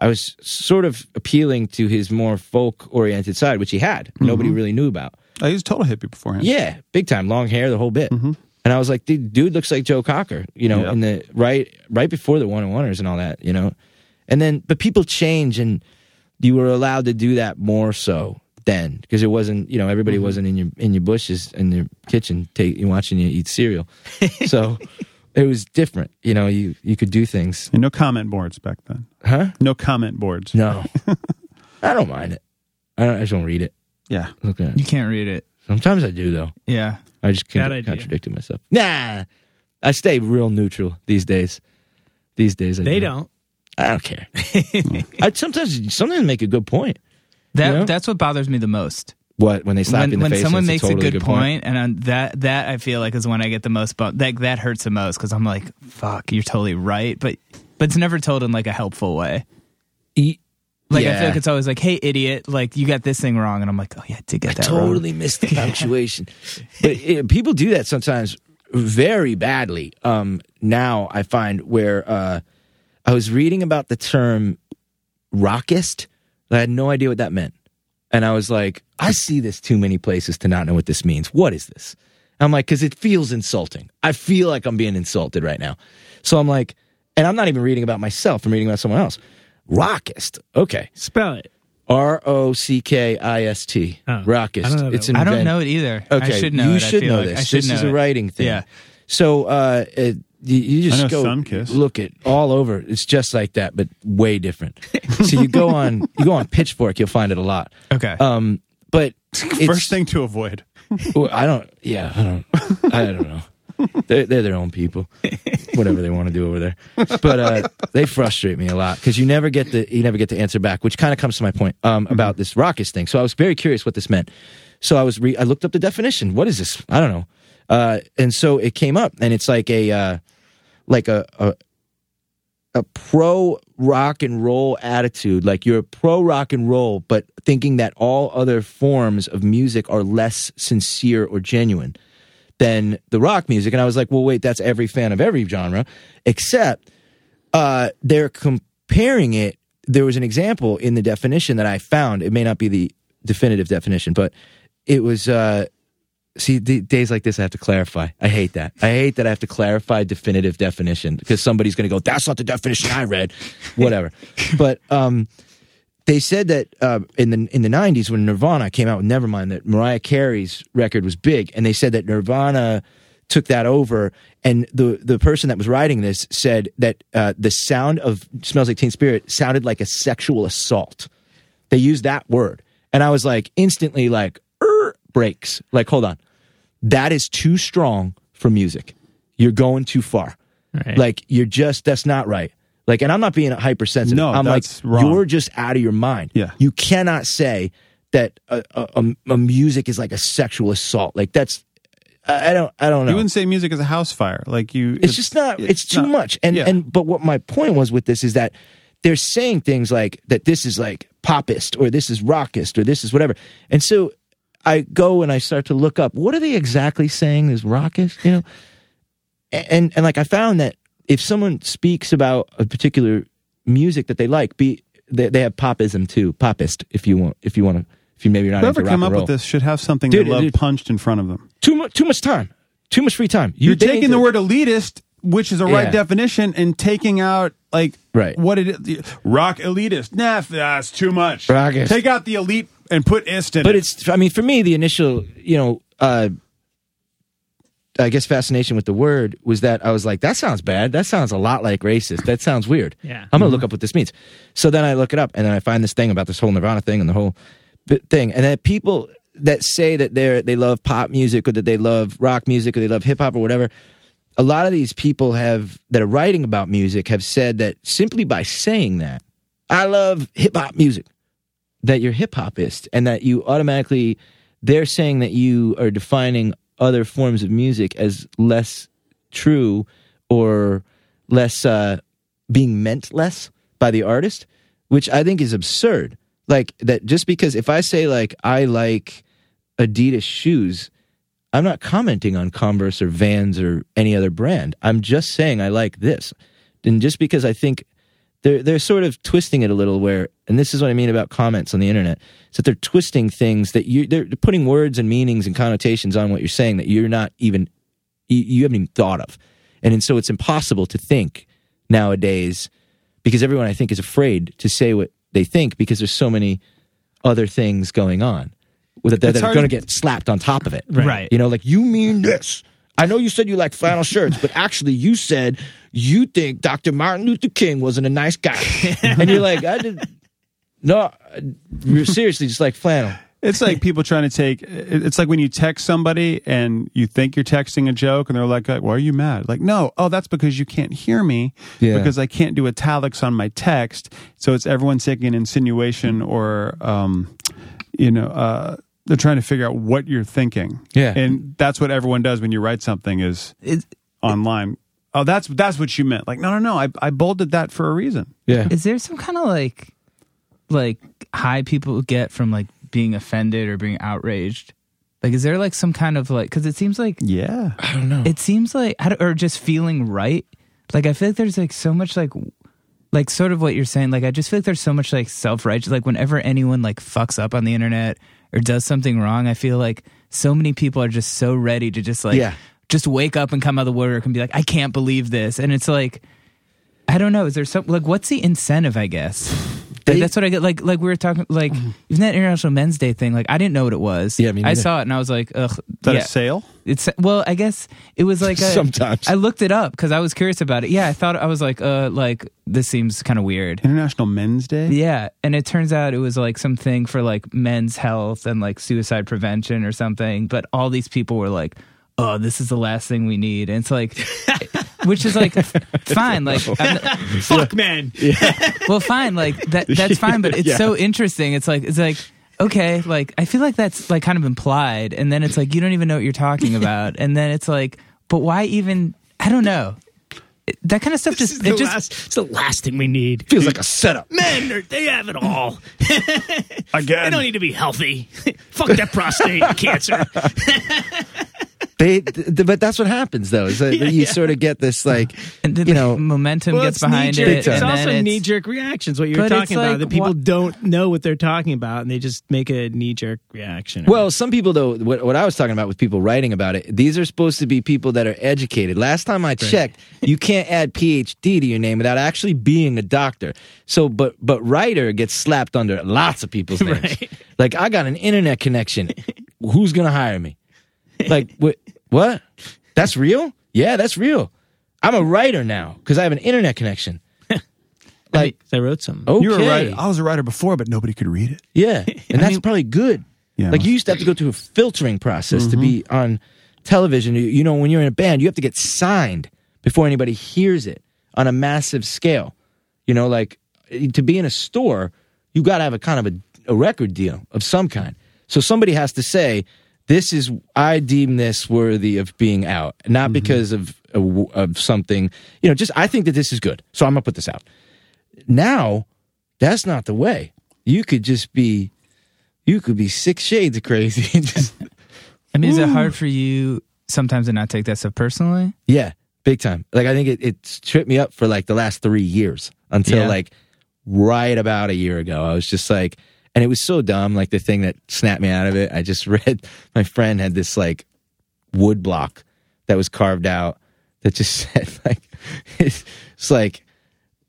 Speaker 4: I was sort of appealing to his more folk oriented side, which he had.
Speaker 2: Mm-hmm.
Speaker 4: Nobody really knew about.
Speaker 3: I was a total hippie beforehand.
Speaker 4: Yeah, big time, long hair, the whole bit. And I was like, dude, dude looks like Joe Cocker, you know,
Speaker 3: Yeah.
Speaker 4: in the right, right before the one on oneers and all that, you know. And then, but people change, and you were allowed to do that more so then because it wasn't, you know, everybody wasn't in your in your bushes in your kitchen take, watching you eat cereal, so. It was different, you know. You you could do things,
Speaker 3: And no comment boards back then.
Speaker 4: huh?
Speaker 3: No comment boards.
Speaker 4: No, I don't mind it. I, don't, I just don't read it.
Speaker 3: Yeah.
Speaker 4: Look at it.
Speaker 1: You can't read it.
Speaker 4: Sometimes I do though.
Speaker 1: Yeah.
Speaker 4: I just
Speaker 2: Bad
Speaker 4: con-
Speaker 2: idea.
Speaker 4: contradicted myself. Nah, I stay real neutral these days. These days, I
Speaker 2: They
Speaker 4: do.
Speaker 2: don't.
Speaker 4: I don't care. I sometimes sometimes make a good point.
Speaker 1: That
Speaker 4: You know?
Speaker 1: that's what bothers me the most.
Speaker 4: What when they slap you
Speaker 1: When
Speaker 4: in the
Speaker 1: when
Speaker 4: face?
Speaker 1: someone
Speaker 4: and
Speaker 1: makes
Speaker 4: it's a, totally
Speaker 1: good point, and I'm, that that I feel like is when I get the most bu- like that hurts the most because I'm like, fuck, you're totally right, but but it's never told in like a helpful way.
Speaker 4: E-
Speaker 1: Like I
Speaker 4: Yeah.
Speaker 1: feel like it's always like, hey, idiot, like you got this thing wrong, and I'm like, oh yeah, I did get
Speaker 4: I
Speaker 1: that wrong.
Speaker 4: totally missed the punctuation. but uh, people do that sometimes very badly. Um, now I find where uh, I was reading about the term rockist. and I had no idea what that meant. And I was like, I see this too many places to not know what this means. What is this? I'm like, because it feels insulting. I feel like I'm being insulted right now. So I'm like, and I'm not even reading about myself, I'm reading about someone else. Rockist. Okay.
Speaker 2: Spell it.
Speaker 4: R O C K I S T.
Speaker 2: Oh,
Speaker 4: Rockist.
Speaker 2: I don't know that
Speaker 4: it's
Speaker 2: one.
Speaker 4: an
Speaker 1: I don't
Speaker 4: invent-
Speaker 1: know it either.
Speaker 4: Okay,
Speaker 1: I should know.
Speaker 4: You
Speaker 1: it, I
Speaker 4: should
Speaker 1: feel
Speaker 4: know
Speaker 1: like.
Speaker 4: this.
Speaker 1: I should
Speaker 4: this
Speaker 1: know
Speaker 4: is a
Speaker 1: it.
Speaker 4: writing thing.
Speaker 1: Yeah.
Speaker 4: So uh, it, you, you just
Speaker 3: I know
Speaker 4: go
Speaker 3: Sunkiss.
Speaker 4: look it all over. It's just like that, but way different. so you go on you go on Pitchfork. You'll find it a lot.
Speaker 1: Okay.
Speaker 4: Um, but it's,
Speaker 3: First thing to avoid.
Speaker 4: well, I don't. Yeah, I don't. I don't know. They're, they're their own people. Whatever they want to do over there, but uh, they frustrate me a lot because you never get the you never get the answer back, which kind of comes to my point um, about this rockets thing. So I was very curious what this meant. So I was re- I looked up the definition. What is this? I don't know. Uh, and so it came up, and it's like a uh, like a, a a pro rock and roll attitude. Like you're pro rock and roll, but thinking that all other forms of music are less sincere or genuine than the rock music. And I was like, well, wait, that's every fan of every genre, except uh, they're comparing it. There was an example in the definition that I found. It may not be the definitive definition, but it was. Uh, See, d- days like this, I have to clarify. I hate that. I hate that I have to clarify definitive definition because somebody's going to go, "That's not the definition I read." Whatever. but um, they said that uh, in the in the '90s, when Nirvana came out with Nevermind, that Mariah Carey's record was big, and they said that Nirvana took that over. And the the person that was writing this said that uh, the sound of "Smells Like Teen Spirit" sounded like a sexual assault. They used that word, and I was like instantly like "Er," breaks. Like, hold on, that is too strong for music. You're going too far.
Speaker 2: Right.
Speaker 4: Like you're just that's not right. Like, and I'm not being hypersensitive.
Speaker 3: No,
Speaker 4: I'm
Speaker 3: that's
Speaker 4: like
Speaker 3: wrong.
Speaker 4: you're just out of your mind.
Speaker 3: Yeah.
Speaker 4: You cannot say that a, a, a- a music is like a sexual assault. Like that's I I don't I don't know.
Speaker 3: You wouldn't say music is a house fire. Like you
Speaker 4: it's, just not it's, too
Speaker 3: not-
Speaker 4: much. And
Speaker 3: yeah.
Speaker 4: and but what my point was with this is that they're saying things like that this is like popist or this is rockist or this is whatever. And so I go and I start to look up what are they exactly saying is rockist, you know? and and like I found that if someone speaks about a particular music that they like, be they, they have popism too, popist if you want if you want to if you maybe you're not
Speaker 3: Whoever
Speaker 4: into rock
Speaker 3: came
Speaker 4: and
Speaker 3: up
Speaker 4: roll.
Speaker 3: with this should have something
Speaker 4: Dude,
Speaker 3: they love
Speaker 4: dude.
Speaker 3: punched in front of them.
Speaker 4: too much too much time, too much free time. You-
Speaker 3: You're
Speaker 4: they need
Speaker 3: taking the
Speaker 4: to-
Speaker 3: word elitist, which is a right
Speaker 4: Yeah.
Speaker 3: definition, and taking out like
Speaker 4: Right.
Speaker 3: what it is. Rock elitist. Nah, that's too much.
Speaker 4: Rockist.
Speaker 3: Take out the elite and put ist in
Speaker 4: But
Speaker 3: it.
Speaker 4: it's I mean for me the initial you know uh, I guess fascination with the word was that I was like that sounds bad that sounds a lot like racist that sounds weird
Speaker 2: Yeah.
Speaker 4: I'm gonna look up what this means so then I look it up and then I find this thing about this whole Nirvana thing and the whole bi- thing and then people that say that they they love pop music or that they love rock music or they love hip hop or whatever a lot of these people have that are writing about music have said that simply by saying that I love hip hop music. That you're hip hopist and that you automatically, they're saying that you are defining other forms of music as less true or less uh, being meant less by the artist, which I think is absurd. Like that, just because if I say like I like Adidas shoes, I'm not commenting on Converse or Vans or any other brand. I'm just saying I like this, and just because I think they're they're sort of twisting it a little. Where and this is what I mean about comments on the internet is that they're twisting things that you they're putting words and meanings and connotations on what you're saying that you're not even you, you haven't even thought of, and, and so it's impossible to think nowadays because everyone I think is afraid to say what they think because there's so many other things going on that that
Speaker 3: It's
Speaker 4: are
Speaker 3: hard-
Speaker 4: going to get slapped on top of it.
Speaker 1: Right.
Speaker 4: You know, like you mean this. I know you said you like flannel shirts, but actually you said you think Dr. Martin Luther King wasn't a nice guy. and you're like, I did No, you're seriously just like flannel.
Speaker 3: It's like people trying to take. it- It's like when you text somebody and you think you're texting a joke, and they're like, "Why are you mad?" Like, no, oh, that's because you can't hear me
Speaker 4: Yeah.
Speaker 3: because I can't do italics on my text. So it's everyone's taking an insinuation or, um, you know, uh, they're trying to figure out what you're thinking.
Speaker 4: Yeah.
Speaker 3: and that's what everyone does when you write something is
Speaker 1: Is,
Speaker 3: online. Oh, that's that's what you meant. Like, no, no, no. I I bolded that for a reason.
Speaker 4: Yeah.
Speaker 1: is there some kind of like like high people get from like being offended or being outraged? Like, is there like some kind of like because it seems like
Speaker 3: Yeah.
Speaker 4: I don't know.
Speaker 1: it seems like I don't- or just feeling right like i feel like there's like so much like w- like sort of what you're saying like i just feel like there's so much like self-righteous like whenever anyone like fucks up on the internet or does something wrong i feel like so many people are just so ready to just like
Speaker 4: Yeah.
Speaker 1: just wake up and come out of the woodwork and be like i can't believe this and it's like i don't know is there some like what's the incentive i guess Like,
Speaker 4: They- Mm-hmm.
Speaker 1: that's what I get. Like, like we were talking, like even that International Men's Day thing. Like, I didn't know what it was.
Speaker 4: Yeah, me
Speaker 1: I
Speaker 4: neither.
Speaker 1: saw it and I was like, ugh.
Speaker 3: Is that
Speaker 1: yeah.
Speaker 3: a sale?
Speaker 1: It's well, I guess it was like a,
Speaker 4: Sometimes.
Speaker 1: I looked it up because I was curious about it. Yeah, I thought I was like, uh, like this seems kind of weird.
Speaker 3: International Men's Day.
Speaker 1: Yeah, and it turns out it was like something for like men's health and like suicide prevention or something. But all these people were like, "Oh, this is the last thing we need," and it's like, which is like, fine, like, I'm-
Speaker 2: Fuck, man.
Speaker 1: well, fine, like that, that's fine. But it's so interesting. It's like, it's like. Okay, like I feel like that's like kind of implied, and then it's like you don't even know what you're talking about, and then it's like, but why even? I don't know. It- that kind of stuff
Speaker 2: This is
Speaker 1: just
Speaker 2: the
Speaker 1: it just
Speaker 2: last, it's the last thing we need.
Speaker 4: feels like a setup.
Speaker 2: Men, are- they have it all. They
Speaker 3: Again.
Speaker 2: don't need to be healthy. Fuck that prostate cancer.
Speaker 4: They, th- th- but that's what happens though. Is that you sort of get this like,
Speaker 1: and then
Speaker 4: you
Speaker 1: the
Speaker 4: know,
Speaker 1: momentum
Speaker 2: Well,
Speaker 1: gets
Speaker 2: it's
Speaker 1: behind
Speaker 2: knee-jerk.
Speaker 1: it.
Speaker 2: It's
Speaker 1: and then
Speaker 2: also
Speaker 1: it's-
Speaker 2: knee jerk reactions. What you were
Speaker 1: But it's
Speaker 2: talking about
Speaker 1: like,
Speaker 2: that people
Speaker 1: wha-
Speaker 2: don't know what they're talking about, and they just make a knee jerk reaction.
Speaker 4: Well, some people though, what, what I was talking about with people writing about it, these are supposed to be people that are educated. Last time I checked, you can't add PhD to your name without actually being a doctor. So, but but writer gets slapped under lots of people's names. Like I got an internet connection. Who's gonna hire me? Like what? What? That's real? Yeah, that's real. I'm a writer now because I have an internet connection. like
Speaker 2: I wrote some.
Speaker 4: okay,
Speaker 3: You were a writer. I was a writer before, but nobody could read it.
Speaker 4: yeah, and that's probably good.
Speaker 3: Yeah.
Speaker 4: Like you used to have to go through a filtering process to be on television. You, you know, when you're in a band, you have to get signed before anybody hears it on a massive scale. You know, like eh, to be in a store, you got to have a kind of a, a record deal of some kind. So somebody has to say, "This is I deem this worthy of being out," not because of a w of something. You know, just I think that this is good, so I'm gonna put this out. Now, that's not the way. You could just be you could be six shades of crazy and just
Speaker 1: I mean, is it hard for you sometimes to not take that stuff personally?
Speaker 4: yeah big time like i think it, it's tripped me up for like the last three years until
Speaker 1: Yeah.
Speaker 4: like right about a year ago i was just like and it was so dumb like the thing that snapped me out of it i just read my friend had this like wood block that was carved out that just said like it's, it's like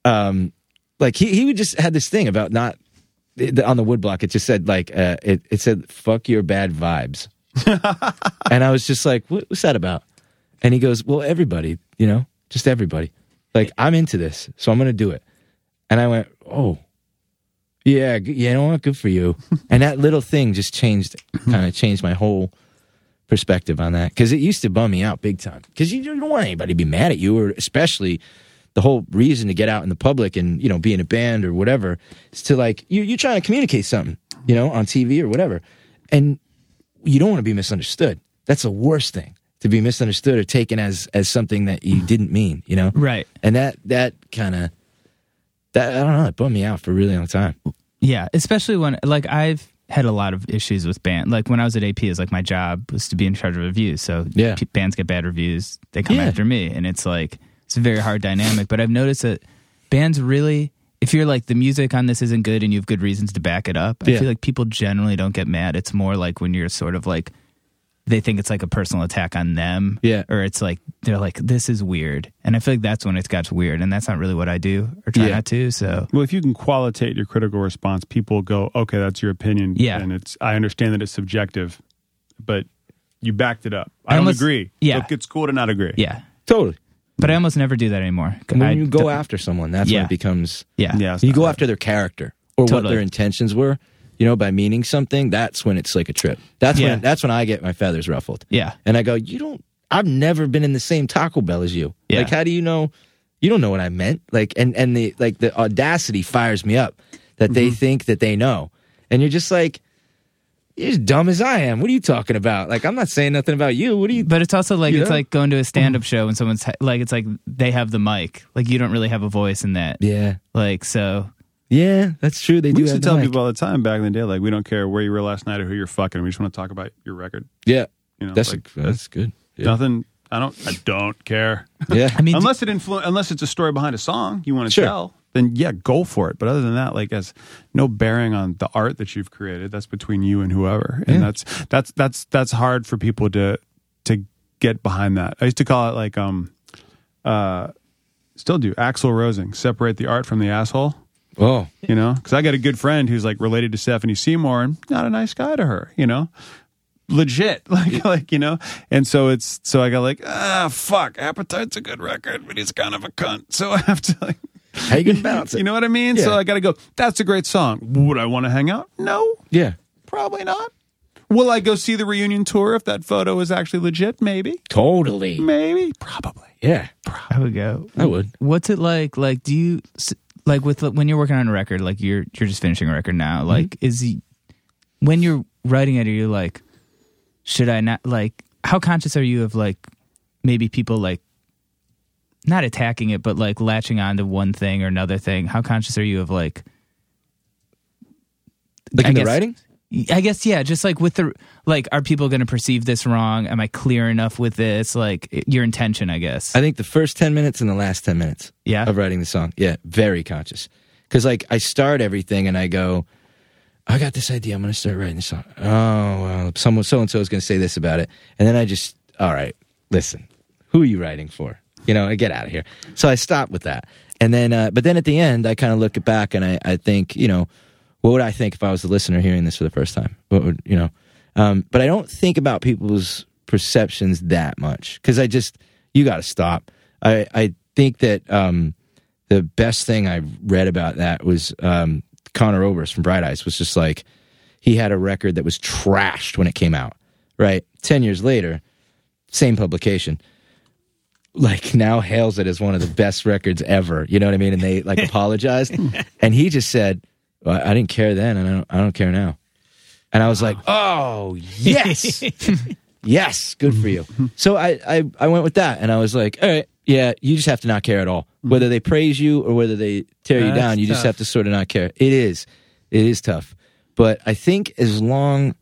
Speaker 4: um like he he would just had this thing about not it- on the wood block it just said like uh it, it said fuck your bad vibes and i was just like what, what's that about and he goes well everybody you know just everybody like i'm into this so i'm gonna do it and i went oh yeah g- you know what good for you and that little thing just changed kind of changed my whole perspective on that because it used to bum me out big time because you don't want anybody to be mad at you or especially the whole reason to get out in the public and you know be in a band or whatever is to like you you're trying to communicate something you know on TV or whatever, and you don't want to be misunderstood. That's the worst thing to be misunderstood or taken as as something that you didn't mean. You know,
Speaker 1: Right.
Speaker 4: and that that kind of that I don't know, it bummed me out for a really long time.
Speaker 1: Yeah, especially when like I've had a lot of issues with band. Like when I was at AP, is like my job was to be in charge of reviews. So
Speaker 4: Yeah.
Speaker 1: p- bands get bad reviews, they come
Speaker 4: Yeah.
Speaker 1: after me, and it's like it's a very hard dynamic. But I've noticed that bands really, if you're like the music on this isn't good and you have good reasons to back it up, I
Speaker 4: Yeah.
Speaker 1: feel like people generally don't get mad. It's more like when you're sort of like they think it's like a personal attack on them.
Speaker 4: Yeah.
Speaker 1: Or it's like they're like, this is weird. And I feel like that's when it gets weird. And that's not really what I do or try
Speaker 4: Yeah.
Speaker 1: not to. So
Speaker 3: Well, if you can qualitate your critical response, people will go, okay, that's your opinion.
Speaker 1: Yeah.
Speaker 3: And it's, I understand that it's subjective, but you backed it up. I don't
Speaker 1: Unless-
Speaker 3: agree.
Speaker 1: yeah.
Speaker 3: Look, it's cool to not agree.
Speaker 1: yeah.
Speaker 4: Totally.
Speaker 1: But I almost never do that anymore.
Speaker 4: When
Speaker 1: I
Speaker 4: you go
Speaker 1: don't-
Speaker 4: after someone, that's when
Speaker 1: Yeah.
Speaker 4: it becomes
Speaker 1: yeah,
Speaker 3: Yeah. it's
Speaker 4: you
Speaker 3: not
Speaker 4: go
Speaker 3: right.
Speaker 4: after their character or what
Speaker 1: Totally.
Speaker 4: their intentions were. You know, by meaning something, that's when it's like a trip. That's
Speaker 1: Yeah.
Speaker 4: when that's when I get my feathers ruffled,
Speaker 1: yeah,
Speaker 4: and I go, "You don't. I've never been in the same Taco Bell as you.
Speaker 1: Yeah.
Speaker 4: Like, how do you know? You don't know what I meant. Like, and and the like the audacity fires me up that they think that they know, and you're just like, you're as dumb as I am. What are you talking about? Like, I'm not saying nothing about you. What are you?
Speaker 1: But it's also like
Speaker 4: You
Speaker 1: it's
Speaker 4: know?
Speaker 1: like going to a
Speaker 4: Mm-hmm.
Speaker 1: stand-up show and someone's like it's like they have the mic, like you don't really have a voice in that.
Speaker 4: Yeah,
Speaker 1: Like so,
Speaker 4: yeah, that's true. They
Speaker 3: We
Speaker 4: do
Speaker 3: used to
Speaker 4: have the
Speaker 3: tell
Speaker 4: mic.
Speaker 3: people all the time back in the day, like, we don't care where you were last night or who you're fucking. We just want to talk about your record.
Speaker 4: Yeah,
Speaker 3: You know,
Speaker 4: that's
Speaker 3: like,
Speaker 4: that's good. Yeah,
Speaker 3: nothing. I don't, I don't care.
Speaker 4: yeah.
Speaker 1: I mean,
Speaker 3: unless it influ- unless it's a story behind a song you want to
Speaker 4: Sure.
Speaker 3: tell then yeah go for it but other than that like has no bearing on the art that you've created that's between you and whoever and
Speaker 4: Yeah.
Speaker 3: that's that's that's that's hard for people to to get behind that i used to call it like um uh still do axel rosing separate the art from the asshole
Speaker 4: oh,
Speaker 3: you know because i got a good friend who's like related to stephanie seymour and not a nice guy to her you know legit like like you know and so it's so i got like ah fuck appetite's a good record but he's kind of a cunt so i have to like
Speaker 4: how you gonna balance it?
Speaker 3: you know what i mean so
Speaker 4: Yeah.
Speaker 3: i gotta go that's a great song would i want to hang out no
Speaker 4: Yeah,
Speaker 3: probably not will i go see the reunion tour if that photo is actually legit maybe
Speaker 4: totally.
Speaker 3: maybe probably
Speaker 4: Yeah,
Speaker 1: I would go.
Speaker 4: I would.
Speaker 1: What's it like? Like, do you s- like with when you're working on a record? Like you're you're just finishing a record
Speaker 4: Mm-hmm.
Speaker 1: now. Like, is he when you're writing it? Are you like, should I not like? How conscious are you of like maybe people like not attacking it, but like latching on to one thing or another thing? How conscious are you of like?
Speaker 4: Like
Speaker 1: I
Speaker 4: in the
Speaker 1: guess-
Speaker 4: writing?
Speaker 1: I guess yeah, just like with the like, are people going to perceive this wrong? Am I clear enough with this? Like your intention, I guess.
Speaker 4: I think the first 10 minutes and the last 10 minutes
Speaker 1: Yeah.
Speaker 4: of writing the song. Yeah, very conscious. Because, like, I start everything and I go, I got this idea. I'm going to start writing the song. Oh, well, someone, so and so is going to say this about it. And then I just, all right, listen, who are you writing for? You know, I get out of here. So I stop with that. And then, uh, but then at the end, I kind of look back and I, I think, you know, what would I think if I was a listener hearing this for the first time? What would, you know, um, but I don't think about people's perceptions that much because I just, you got to stop. I, I think that, um, the best thing I read about that was um, Connor Oberst from Bright Eyes was just like he had a record that was trashed when it came out, right? Ten years later, same publication, like now hails it as one of the best records ever. You know what I mean? And they like apologized, and he just said, well, "I didn't care then, and I don't, I don't care now." And I was like, "Oh yes." Yes, good for you. so I, I I went with that, and I was like, all right, yeah, you just have to not care at all, whether they praise you or whether they tear you
Speaker 2: Mm-hmm. That's
Speaker 4: down. You just
Speaker 2: tough.
Speaker 4: have to sort of not care. It is, it is tough, but I think as long,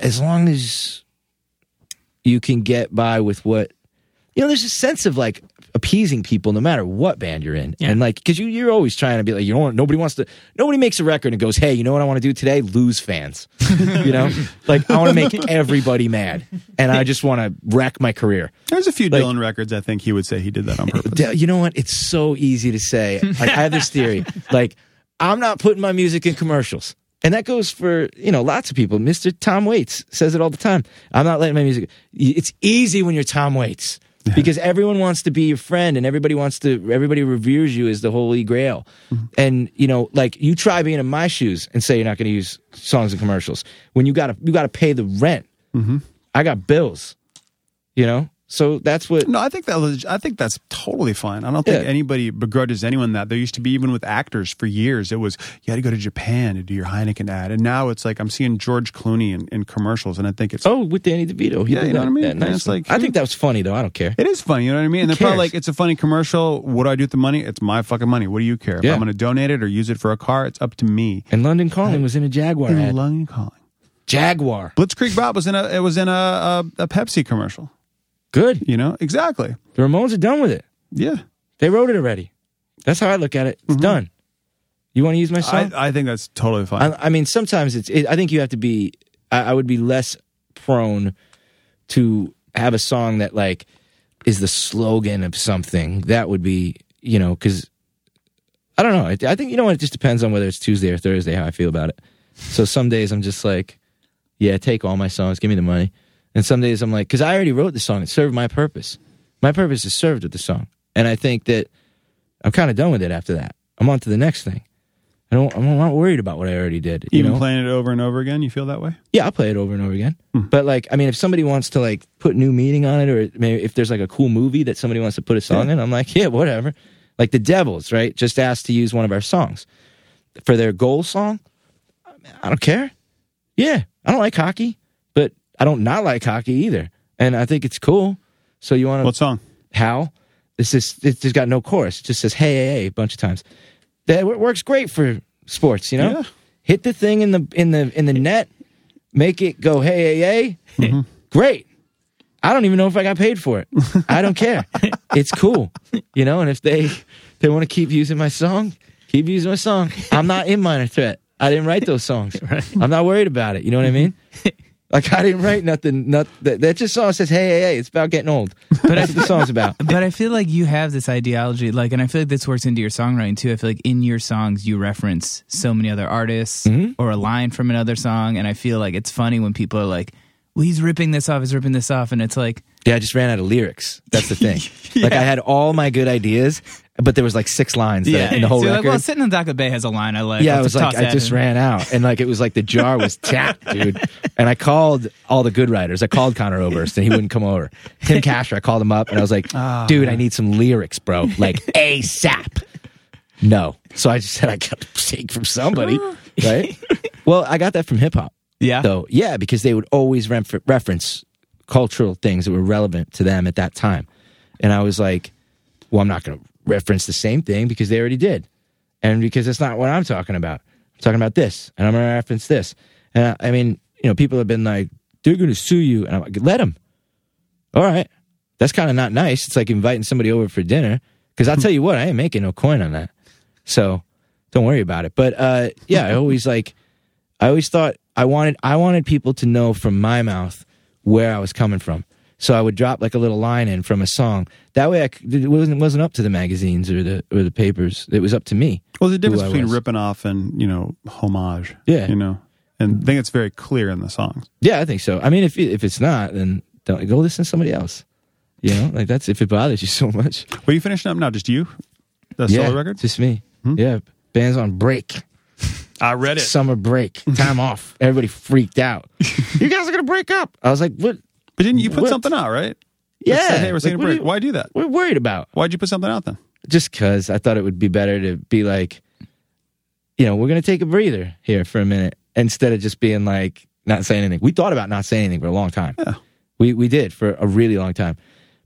Speaker 4: as long as you can get by with what you know, there's a sense of like appeasing people no matter what band you're in.
Speaker 2: Yeah.
Speaker 4: And like, cause you, you're always trying to be like, you don't want, nobody wants to, nobody makes a record and goes, hey, you know what I want to do today? Lose fans. you know, like I want to make everybody mad and I just want to wreck my career.
Speaker 3: there's a few
Speaker 4: Like-
Speaker 3: dylan records i think he would say he did that on purpose
Speaker 4: D- You know what? It's so easy to say. Like, I have this theory. Like, I'm not putting my music in commercials. And that goes for, you know, lots of people. Mr. Tom Waits says it all the time. I'm not letting my music. Y- It's easy when you're Tom Waits because everyone wants to be your friend and everybody wants to, everybody reveres you as the holy grail. And, you know, like you try being in my shoes and say you're not going to use songs and commercials when you got to, you got to pay the rent. I got bills, you know? So that's what
Speaker 3: No, I think that was, I think that's totally fine. I don't think
Speaker 4: Yeah.
Speaker 3: anybody begrudges anyone that. There used to be even with actors for years, it was you had to go to Japan to do your Heineken ad, and now it's like I'm seeing George Clooney in, in commercials, and I think it's
Speaker 4: Oh, with Danny DeVito. He
Speaker 3: Yeah,
Speaker 4: did
Speaker 3: you know what
Speaker 4: that-
Speaker 3: I mean?
Speaker 4: that
Speaker 3: And
Speaker 4: nice
Speaker 3: it's
Speaker 4: one.
Speaker 3: like,
Speaker 4: I think that was funny though. I don't care.
Speaker 3: It is funny, you know what I mean? And they're probably
Speaker 4: cares?
Speaker 3: like, it's a funny commercial. What do I do with the money? It's my fucking money. What do you care? If
Speaker 4: Yeah.
Speaker 3: I'm going to donate it or use it for a car, it's up to me.
Speaker 4: And London Calling was in a Jaguar
Speaker 3: In
Speaker 4: ad.
Speaker 3: Lung and calling.
Speaker 4: Jaguar.
Speaker 3: Blitzkrieg Bob was in a it was in a, a a Pepsi commercial.
Speaker 4: Good.
Speaker 3: You know exactly.
Speaker 4: The Ramones are done with it.
Speaker 3: Yeah,
Speaker 4: They wrote it already. That's how I look at it. It's done. You want to use my
Speaker 3: Mm-hmm. I,
Speaker 4: song?
Speaker 3: I think that's totally
Speaker 4: I,
Speaker 3: fine.
Speaker 4: I, mean, sometimes it's. It, I think you have to be. I, I would be less prone to have a song that like is the slogan of something. That would be you know because I don't know. I, I think you know what. It just depends on whether it's Tuesday or Thursday how I feel about it. So some days I'm just like, yeah, take all my songs, give me the money. And some days I'm like, because I already wrote the song, it served my purpose. My purpose is served with the song, and I think that I'm kind of done with it after that. I'm on to the next thing. I don't. I'm not worried about what I already did. You
Speaker 3: Even
Speaker 4: know?
Speaker 3: playing it over and over again, you feel that way?
Speaker 4: Yeah, I'll play it over and over again. But like, I mean, if somebody wants to like put new meaning on it, or maybe if there's like a cool movie that somebody wants to put a song in, I'm like, yeah, whatever. Like the Devils, right? Just asked to use one of our songs for their goal song. I don't care. Yeah, I don't like hockey, but I don't not like hockey either, and I think it's cool. So you want to
Speaker 3: What song?
Speaker 4: how this is it's just got no chorus. It just says hey hey hey a bunch of times. That w- works great for sports, you know.
Speaker 3: Yeah.
Speaker 4: Hit the thing in the in the in the net, make it go hey hey hey. Great. I don't even know if I got paid for it. I don't care. it's cool, you know. And if they they want to keep using my song, keep using my song. I'm not in minor threat. I didn't write those songs. I'm not worried about it. You know what I mean? Like I didn't write nothing. Not that, that just song says hey hey hey. It's about getting old. But that's what the song's about.
Speaker 1: but I feel like you have this ideology, like, and I feel like this works into your songwriting too. I feel like in your songs you reference so many other artists
Speaker 4: Mm-hmm.
Speaker 1: or a line from another song, and I feel like it's funny when people are like, "Well, he's ripping this off, he's ripping this off," and it's like,
Speaker 4: Yeah, I just ran out of lyrics. That's the thing. Like I had all my good ideas, but there was like six lines that- in the whole
Speaker 1: So you're like,
Speaker 4: record.
Speaker 1: well, sitting on Daca Bay has a line I like.
Speaker 4: yeah,
Speaker 1: I'll
Speaker 4: I was
Speaker 1: just
Speaker 4: like,
Speaker 1: toss
Speaker 4: I
Speaker 1: that
Speaker 4: just
Speaker 1: in.
Speaker 4: ran out, and like it was like the jar was tapped, dude. And I called all the good writers. I called Connor Oberst, and he wouldn't come over. Tim Casher, I called him up, and I was like,
Speaker 1: Oh,
Speaker 4: dude, I need some lyrics, bro, like ASAP. No, so I just said I got a take from somebody, right? Well, I got that from hip hop.
Speaker 1: Yeah,
Speaker 4: So yeah, because they would always ref- reference cultural things that were relevant to them at that time, and I was like, "Well, I'm not going to reference the same thing because they already did, and because that's not what I'm talking about. I'm talking about this, and I'm going to reference this." And I, I mean, you know, people have been like, "They're going to sue you," and I'm like, "Let them." All right, that's kind of not nice. It's like inviting somebody over for dinner because I'll tell you what, I ain't making no coin on that, so don't worry about it. But uh, yeah, I always like. I always thought I wanted I wanted people to know from my mouth where I was coming from. So I would drop like a little line in from a song. That way, I, c- it wasn't wasn't up to the magazines or the or the papers. It was up to me.
Speaker 3: Well, the difference
Speaker 4: I
Speaker 3: between
Speaker 4: was.
Speaker 3: ripping off and you know homage.
Speaker 4: Yeah.
Speaker 3: you know, and I think it's very clear in the songs.
Speaker 4: Yeah, I think so. I mean, if it- if it's not, then don't go listen to somebody else. You know, like that's if it bothers you so much.
Speaker 3: What are you finishing up now? Just you, the
Speaker 4: yeah,
Speaker 3: solo record. Hmm?
Speaker 4: just me. Yeah, bands on break.
Speaker 3: I read
Speaker 4: Summer break, time off. Everybody freaked out. you guys are gonna break up. I was like, what?
Speaker 3: But didn't you put
Speaker 4: What?
Speaker 3: something out, right?
Speaker 4: Yeah,
Speaker 3: Just said, hey, we're
Speaker 4: Like,
Speaker 3: taking
Speaker 4: what
Speaker 3: a
Speaker 4: are
Speaker 3: break.
Speaker 4: you-
Speaker 3: Why do that?
Speaker 4: What are you worried about?
Speaker 3: Why'd you put something out then?
Speaker 4: just because I thought it would be better to be like, you know, we're going to take a breather here for a minute instead of just being like, not saying anything. We thought about not saying anything for a long time.
Speaker 3: Yeah.
Speaker 4: We, we did for a really long time.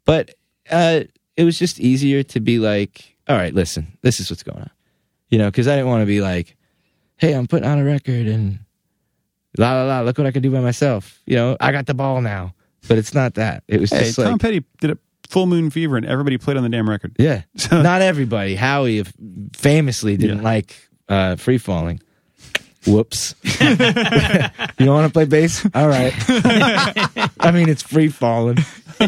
Speaker 4: But uh, it was just easier to be like, all right, listen, this is what's going on. You know, because I didn't want to be like, hey, I'm putting out a record and la la la, look what I can do by myself. You know, I got the ball now. But it's not that. It was
Speaker 3: Hey,
Speaker 4: just
Speaker 3: Tom
Speaker 4: like,
Speaker 3: Petty did a Full Moon Fever, and everybody played on the damn record.
Speaker 4: yeah. Not everybody. Howie f- famously didn't
Speaker 3: Yeah.
Speaker 4: like uh, free falling. Whoops. you don't want to play bass? All right. I mean, it's free falling.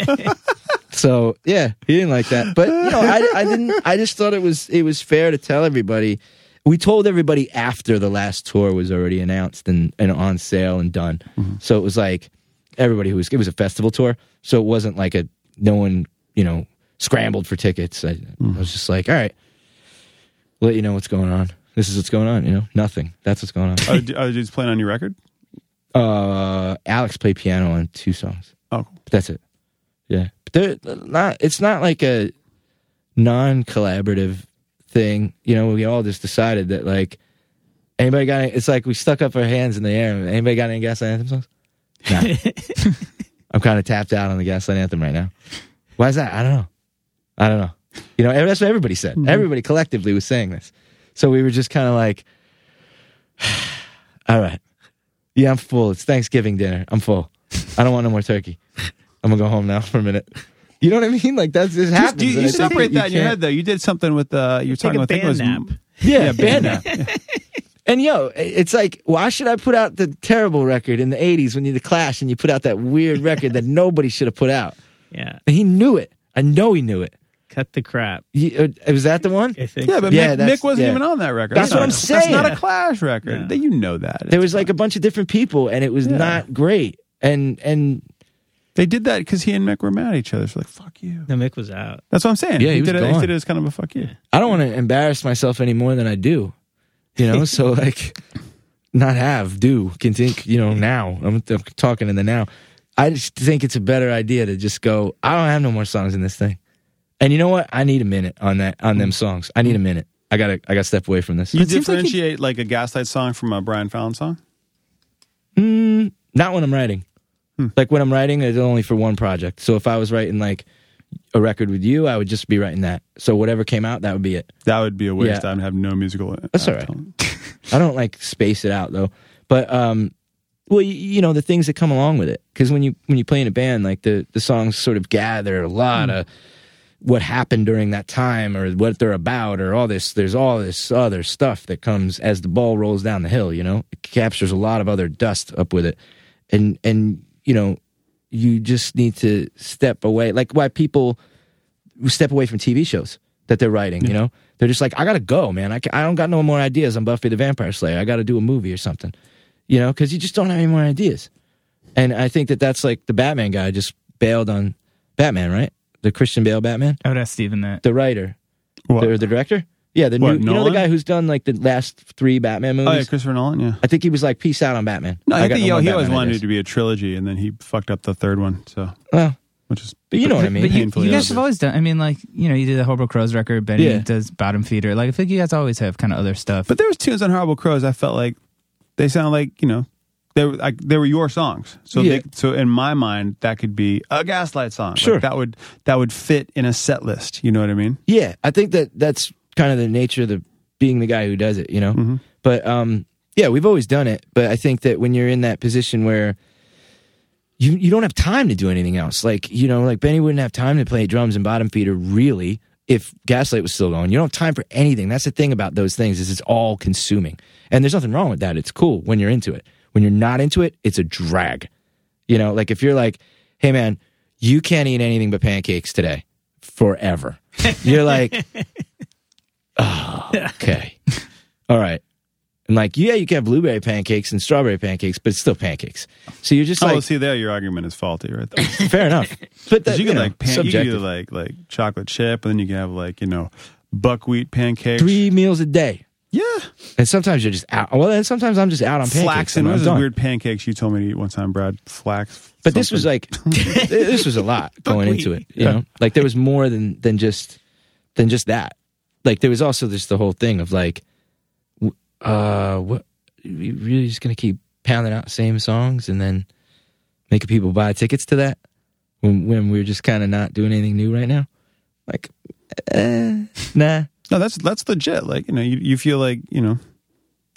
Speaker 4: so yeah, he didn't like that. But you know, I, I didn't. I just thought it was it was fair to tell everybody. We told everybody after the last tour was already announced and, and on sale and done. So it was like everybody who was it was a festival tour, so it wasn't like a no one you know scrambled for tickets. I, I was just like, all right, let you know what's going on. This is what's going on. You know, nothing. That's what's going on.
Speaker 3: Other du- other dudes playing on your record.
Speaker 4: Uh, Alex played piano on two songs.
Speaker 3: Oh,
Speaker 4: That's it. Yeah. they're not it's not like a non-collaborative thing you know we all just decided that like anybody got any, it's like we stuck up our hands in the air and anybody got any gaslight anthem songs no i'm kind of tapped out on the gaslight anthem right now why is that i don't know i don't know you know and that's what everybody said
Speaker 3: Mm-hmm.
Speaker 4: everybody collectively was saying this so we were just kind of like all right yeah i'm full it's thanksgiving dinner i'm full i don't want no more turkey i'm gonna go home now for a minute you know what i mean like that's just
Speaker 3: Just-
Speaker 4: happens
Speaker 3: you,
Speaker 4: and
Speaker 3: you
Speaker 4: I think
Speaker 3: separate
Speaker 4: you
Speaker 3: that in your
Speaker 4: can't-
Speaker 3: head though. You did something with uh, you were
Speaker 2: Take
Speaker 3: talking
Speaker 2: a
Speaker 3: about. I think it
Speaker 2: band
Speaker 3: was
Speaker 2: nap.
Speaker 4: Yeah,
Speaker 3: band
Speaker 4: Banna. and yo, it's like, why should I put out the terrible record in the '80s when you the Clash and you put out that weird record that nobody should have put out?
Speaker 2: Yeah,
Speaker 4: And he knew it. I know he knew it.
Speaker 2: cut the crap.
Speaker 4: He, uh, was that the one?
Speaker 2: I think
Speaker 3: Yeah, but
Speaker 4: Yeah,
Speaker 3: Mick,
Speaker 4: that's-
Speaker 3: Mick wasn't
Speaker 4: yeah.
Speaker 3: even on that record.
Speaker 4: That's what I'm
Speaker 3: not- That's
Speaker 4: saying.
Speaker 3: not a Clash record.
Speaker 2: Yeah.
Speaker 3: You know that.
Speaker 4: There was like a bunch of different people, and it was
Speaker 3: Yeah.
Speaker 4: not great. And and
Speaker 3: They did that because he and Mick were mad at each other. It's like fuck you.
Speaker 2: the Mick was out.
Speaker 3: That's what I'm saying.
Speaker 4: Yeah,
Speaker 3: he,
Speaker 4: he was
Speaker 3: did it. He
Speaker 4: gone.
Speaker 3: did it as kind of a fuck you.
Speaker 4: I don't want to embarrass myself any more than I do, you know. so like, not have do continue, you know. Now I'm, I'm talking in the now. I just think it's a better idea to just go. I don't have no more songs in this thing, and you know what? I need a minute on that on them songs. I need a minute. I gotta I gotta step away from this.
Speaker 3: You
Speaker 2: it seems like he-
Speaker 3: differentiate like, a Gaslight song from a Brian Fallon song.
Speaker 4: Mm, not when I'm writing. Like when I'm writing, it's only for one project. So if I was writing like a record with you, I would just be writing that. So whatever came out, that would be it.
Speaker 3: That would be a waste.
Speaker 4: Yeah.
Speaker 3: I'd have no musical.
Speaker 4: That's all right. I don't like space it out though. But um, well, you, you know the things that come along with it. Because when you when you play in a band, like the the songs sort of gather a lot of what happened during that time or what they're about or all this. There's all this other stuff that comes as the ball rolls down the hill. You know, it captures a lot of other dust up with it, and and you know you just need to step away. Like why people step away from TV shows that they're writing. You know, they're just like, I gotta go, man. I, ca- I don't got no more ideas on Buffy the Vampire Slayer. I gotta do a movie or something. You know, because you just don't have any more ideas. And I think that that's like the Batman guy just bailed on Batman, right? The Christian Bale Batman,
Speaker 1: I would ask Steven that.
Speaker 4: the writer
Speaker 3: What?
Speaker 4: the, or the director. Yeah, the
Speaker 3: What,
Speaker 4: new, you know the
Speaker 3: Nolan?
Speaker 4: guy who's done like the last three Batman movies.
Speaker 3: oh yeah, Christopher Nolan. Yeah.
Speaker 4: I think he was like, peace out on Batman.
Speaker 3: No, I,
Speaker 4: got
Speaker 3: think
Speaker 4: more
Speaker 3: he, he always
Speaker 4: Batman
Speaker 3: wanted
Speaker 4: ideas."
Speaker 3: it to be a trilogy, and then he fucked up the third one. So,
Speaker 4: Well,
Speaker 3: which is
Speaker 4: but you know what I mean.
Speaker 1: But you,
Speaker 3: Painfully
Speaker 1: you guys
Speaker 3: obvious.
Speaker 1: have always done. I mean, like you know, you did the Horrible Crows record. Benny
Speaker 4: Yeah.
Speaker 1: does Bottom Feeder. Like I think you guys always have kind of other stuff.
Speaker 3: But there was tunes on Horrible Crows. I felt like they sound like you know they were like they were your songs. So
Speaker 4: Yeah.
Speaker 3: they, so in my mind that could be a Gaslight song. Like,
Speaker 4: Sure.
Speaker 3: that would that would fit in a set list. You know what I mean?
Speaker 4: Yeah, I think that that's kind of the nature of the being the guy who does it, you know. But um, yeah, we've always done it. But I think that when you're in that position where you you don't have time to do anything else, like you know, like Benny wouldn't have time to play drums and bottom feeder really if Gaslight was still going. You don't have time for anything. That's the thing about those things is it's all consuming, and there's nothing wrong with that. It's cool when you're into it. When you're not into it, it's a drag. You know, like if you're like, hey man, you can't eat anything but pancakes today forever. You're like, oh, okay. All right. And like, yeah, you can have blueberry pancakes and strawberry pancakes, but it's still pancakes. So you're just
Speaker 3: oh,
Speaker 4: like,
Speaker 3: see, there your argument is faulty, right? There. 'Cause
Speaker 4: fair enough. But that,
Speaker 3: you
Speaker 4: you,
Speaker 3: can
Speaker 4: know,
Speaker 3: like pan- you can
Speaker 4: subjective.
Speaker 3: do like like chocolate chip, and then you can have like you know buckwheat pancakes.
Speaker 4: Three meals a day.
Speaker 3: yeah,
Speaker 4: And sometimes you're just out. Well, and sometimes I'm just out on pancakes.
Speaker 3: flax
Speaker 4: and
Speaker 3: and
Speaker 4: I'm
Speaker 3: what was
Speaker 4: done.
Speaker 3: those weird pancakes you told me to eat one time, Brad? Flax.
Speaker 4: But this was
Speaker 3: something.
Speaker 4: like this was a lot going into it. You know, like there was more than than just than just that. Like there was also just the whole thing of like, w- uh, what you really just gonna keep pounding out the same songs and then making people buy tickets to that when when we're just kind of not doing anything new right now. Like, eh, nah,
Speaker 3: no, that's that's legit. Like you know, you, you feel like you know.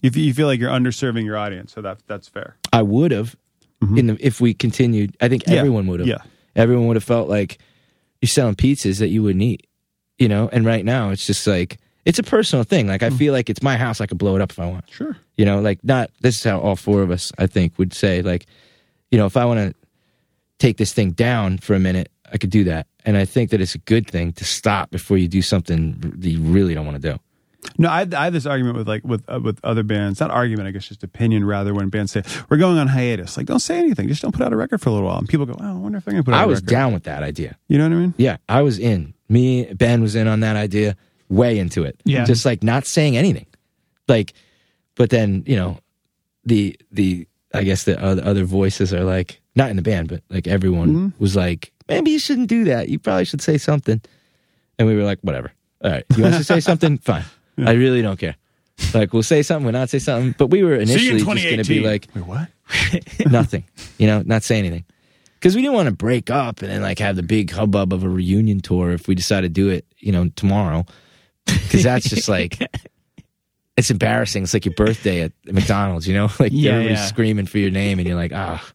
Speaker 3: You fe- you feel like you're underserving your audience, so that that's fair.
Speaker 4: I would have in the if we continued. I think
Speaker 3: Mm-hmm. Yeah.
Speaker 4: everyone would have.
Speaker 3: Yeah,
Speaker 4: everyone would have felt like you're selling pizzas that you wouldn't eat, you know? And right now it's just like, it's a personal thing. Like, I
Speaker 3: Mm.
Speaker 4: feel like it's my house. I could blow it up if I want,
Speaker 3: sure.
Speaker 4: you know? Like, not, this is how all four of us, I think, would say, like, you know, if I want to take this thing down for a minute, I could do that. And I think that it's a good thing to stop before you do something that you really don't want to do.
Speaker 3: No, I, I have this argument with like with uh, with other bands. Not argument, I guess, just opinion rather. When bands say we're going on hiatus, like don't say anything, just don't put out a record for a little while, and people go, "Oh, I wonder if they're going to put out."
Speaker 4: I
Speaker 3: a
Speaker 4: was
Speaker 3: record."
Speaker 4: down with that idea.
Speaker 3: You know what I mean?
Speaker 4: Yeah, I was in. Me, Ben was in on that idea, way into it.
Speaker 1: Yeah.
Speaker 4: Just like not saying anything. Like, but then, you know,
Speaker 3: Mm-hmm.
Speaker 4: the, the, I guess the other, other voices are like, not in the band, but like everyone was like, maybe you shouldn't do that. You probably should say something. And we were like, whatever. All right. You want us to say something? Fine. I really don't care. Like, we'll say something, we'll not say something. But we
Speaker 3: See you
Speaker 4: were
Speaker 3: in
Speaker 4: initially just going to be
Speaker 3: 2018.
Speaker 4: like,
Speaker 3: Wait, what?
Speaker 4: nothing, you know, not say anything. Because we didn't want to break up and then like have the big hubbub of a reunion tour if we decide to do it, you know, tomorrow. Because that's just like, it's embarrassing. It's like your birthday at McDonald's, you know, like
Speaker 2: Yeah,
Speaker 4: everybody's
Speaker 2: yeah.
Speaker 4: screaming for your name and you're like, ah,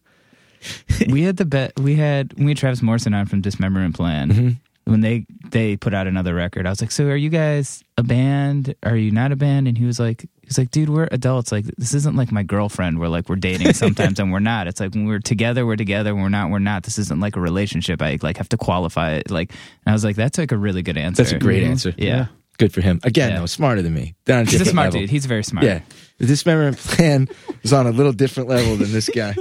Speaker 1: we had the bet. We had we had Travis Morrison on from Dismemberment Plan
Speaker 4: Mm-hmm.
Speaker 1: when they they put out another record. I was like, "So are you guys a band? Are you not a band?" And he was like, "He was like, dude, we're adults. Like this isn't like my girlfriend. We're like we're dating sometimes and we're not. It's like when we're together, we're together. When we're not, we're not. This isn't like a relationship. I like have to qualify it. Like and I was like, that's like a really good answer.
Speaker 4: that's a great answer.
Speaker 1: Yeah,
Speaker 4: Good for him. Again,
Speaker 1: Yeah.
Speaker 4: though, smarter than me. Down
Speaker 1: he's a smart dude. He's very smart.
Speaker 4: Yeah. The dismemberment plan is on a little different level than this guy.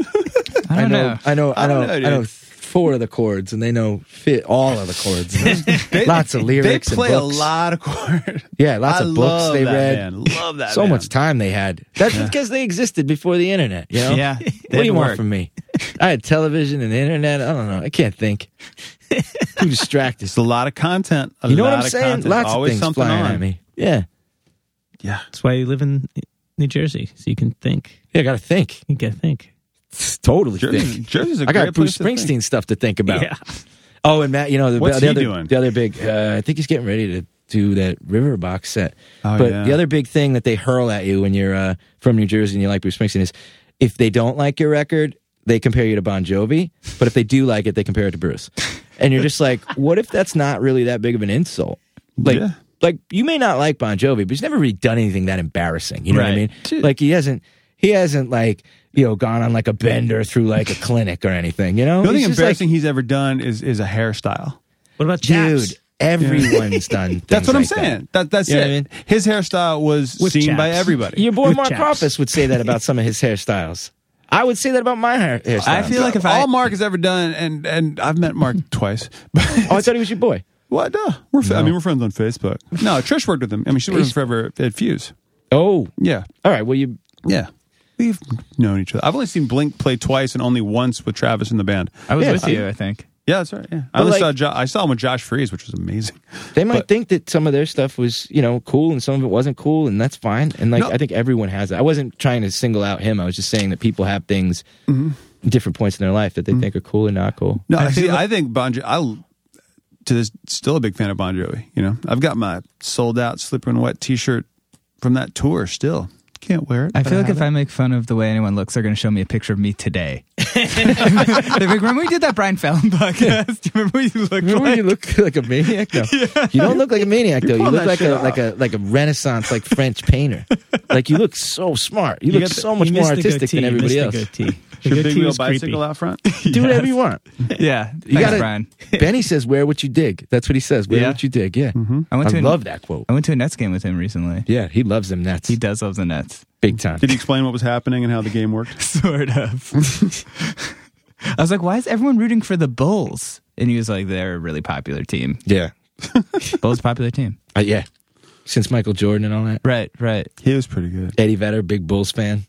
Speaker 1: I don't know.
Speaker 4: I know, I know, I know,
Speaker 3: dude.
Speaker 4: four of the chords, and they know fit all of the chords. And there's Lots of
Speaker 3: They
Speaker 4: lyrics.
Speaker 3: play
Speaker 4: and
Speaker 3: a
Speaker 4: books.
Speaker 3: lot of chord.
Speaker 4: Yeah, lots
Speaker 3: I
Speaker 4: of books
Speaker 3: love
Speaker 4: they
Speaker 3: that
Speaker 4: read.
Speaker 3: band. Love that.
Speaker 4: So
Speaker 3: band.
Speaker 4: much time they had. That's because they existed before the internet. You know?
Speaker 1: Yeah,
Speaker 4: What do
Speaker 1: they'd
Speaker 4: you
Speaker 1: work.
Speaker 4: want from me? I had television and internet. I don't know. I can't think. Too distracted.
Speaker 3: It's a lot of content. A
Speaker 4: You know
Speaker 3: lot
Speaker 4: what I'm
Speaker 3: of
Speaker 4: saying?
Speaker 3: Content.
Speaker 4: Lots of
Speaker 3: Always
Speaker 4: things
Speaker 3: something
Speaker 4: flying
Speaker 3: on.
Speaker 4: at me. Yeah.
Speaker 3: Yeah.
Speaker 2: That's why you live in New Jersey, so you can think.
Speaker 4: Yeah, I got to think.
Speaker 2: You gotta think.
Speaker 4: Totally
Speaker 3: Jersey,
Speaker 4: think.
Speaker 3: Jersey's a
Speaker 4: I
Speaker 3: great
Speaker 4: got Bruce
Speaker 3: place to think.
Speaker 4: Springsteen stuff to think about. Oh, and Matt, you know the,
Speaker 3: What's
Speaker 4: the
Speaker 3: he
Speaker 4: other
Speaker 3: doing?
Speaker 4: the other big. Uh, I think he's getting ready to do that River Box set.
Speaker 3: Oh,
Speaker 4: but
Speaker 3: yeah.
Speaker 4: the other big thing that they hurl at you when you're uh, from New Jersey and you like Bruce Springsteen is if they don't like your record, they compare you to Bon Jovi. But if they do like it, they compare it to Bruce. And you're just like, what if that's not really that big of an insult? Like.
Speaker 3: Yeah.
Speaker 4: Like you may not like Bon Jovi, but he's never really done anything that embarrassing. You know what I
Speaker 1: Right.
Speaker 4: mean?
Speaker 3: Dude.
Speaker 4: Like he hasn't, he hasn't like you know gone on like a bender through like a clinic or anything. You know,
Speaker 3: The only
Speaker 4: He's just, like,
Speaker 3: embarrassing he's ever done is is a hairstyle.
Speaker 2: What about chaps?
Speaker 4: dude. Everyone's done.
Speaker 3: That's
Speaker 4: things
Speaker 3: what I'm
Speaker 4: like that.
Speaker 3: saying. That. that's
Speaker 4: You know
Speaker 3: it.
Speaker 4: what I mean?
Speaker 3: His hairstyle was
Speaker 2: With
Speaker 3: seen by
Speaker 2: chaps.
Speaker 3: everybody.
Speaker 4: Your boy
Speaker 2: With
Speaker 4: Mark
Speaker 2: chaps.
Speaker 4: Hoppus would say that about some of his hairstyles. I would say that about my hair hairstyle.
Speaker 1: I feel like if
Speaker 3: all
Speaker 1: I
Speaker 3: Mark has ever done, and and I've met Mark twice.
Speaker 4: Oh, I thought he was your boy.
Speaker 3: what? No, we're fa- I mean we're friends on Facebook. No, Trish worked with him. I mean she worked with him forever at Fuse.
Speaker 4: Oh,
Speaker 3: Yeah,
Speaker 4: all right. Well, you.
Speaker 3: yeah. We've known each other. I've only seen Blink play twice and only once with Travis in the band.
Speaker 1: I was
Speaker 4: Yeah,
Speaker 1: with
Speaker 4: I-
Speaker 1: you. I think.
Speaker 3: Yeah, that's right. Yeah, I only
Speaker 4: like-
Speaker 3: saw jo- I saw him with Josh Freeze, which was amazing.
Speaker 4: They might
Speaker 3: But-
Speaker 4: think that some of their stuff was, you know, cool, and some of it wasn't cool, and that's fine. And like,
Speaker 3: No.
Speaker 4: I think everyone has that. I wasn't trying to single out him. I was just saying that people have things, different points in their life that they think are cool and not cool.
Speaker 3: No, I see. I think Bon Jovi. I to this still a big fan of Bon Jovi. You know, I've got my sold out slipper and wet T-shirt from that tour. Still can't wear it.
Speaker 1: I
Speaker 3: but
Speaker 1: feel like
Speaker 3: have
Speaker 1: if
Speaker 3: it.
Speaker 1: I make fun of the way anyone looks, they're going to show me a picture of me today. They're like, remember we did that Brian Fallon podcast? Do you remember what you looked
Speaker 4: Remember when
Speaker 1: like?
Speaker 4: you look like a maniac? No. You don't look like a maniac though. You
Speaker 3: pulling
Speaker 4: look
Speaker 3: that
Speaker 4: like
Speaker 3: shit
Speaker 4: a like a like a Renaissance like French painter. Like you look so smart. You,
Speaker 3: You
Speaker 4: look
Speaker 3: got the-
Speaker 4: so much
Speaker 2: He
Speaker 4: more
Speaker 2: missed the
Speaker 4: artistic
Speaker 2: goatee,
Speaker 4: than everybody
Speaker 2: missed
Speaker 4: else.
Speaker 2: The goatee. The
Speaker 3: Your big
Speaker 2: goatee
Speaker 3: wheel
Speaker 2: was creepy.
Speaker 3: bicycle out front.
Speaker 4: Do whatever you want.
Speaker 1: Yeah.
Speaker 4: You
Speaker 1: Thanks,
Speaker 4: gotta-
Speaker 1: Brian.
Speaker 4: Benny says, "Wear what you dig." That's what he says. Wear
Speaker 3: Yeah.
Speaker 4: what you dig. Yeah,
Speaker 1: I
Speaker 4: I,
Speaker 1: went to an-
Speaker 4: love that quote.
Speaker 1: I went to a Nets game with him recently.
Speaker 4: Yeah, he loves them Nets
Speaker 1: He does love the Nets.
Speaker 4: big time.
Speaker 3: Did he explain what was happening and how the game worked?
Speaker 1: Sort of. I was like, why is everyone rooting for the Bulls? And he was like, they're a really popular team.
Speaker 4: Yeah,
Speaker 1: Bulls popular team.
Speaker 4: Uh, yeah. Since Michael Jordan and all that,
Speaker 1: Right, right.
Speaker 3: He was pretty good.
Speaker 4: Eddie Vedder, big Bulls fan.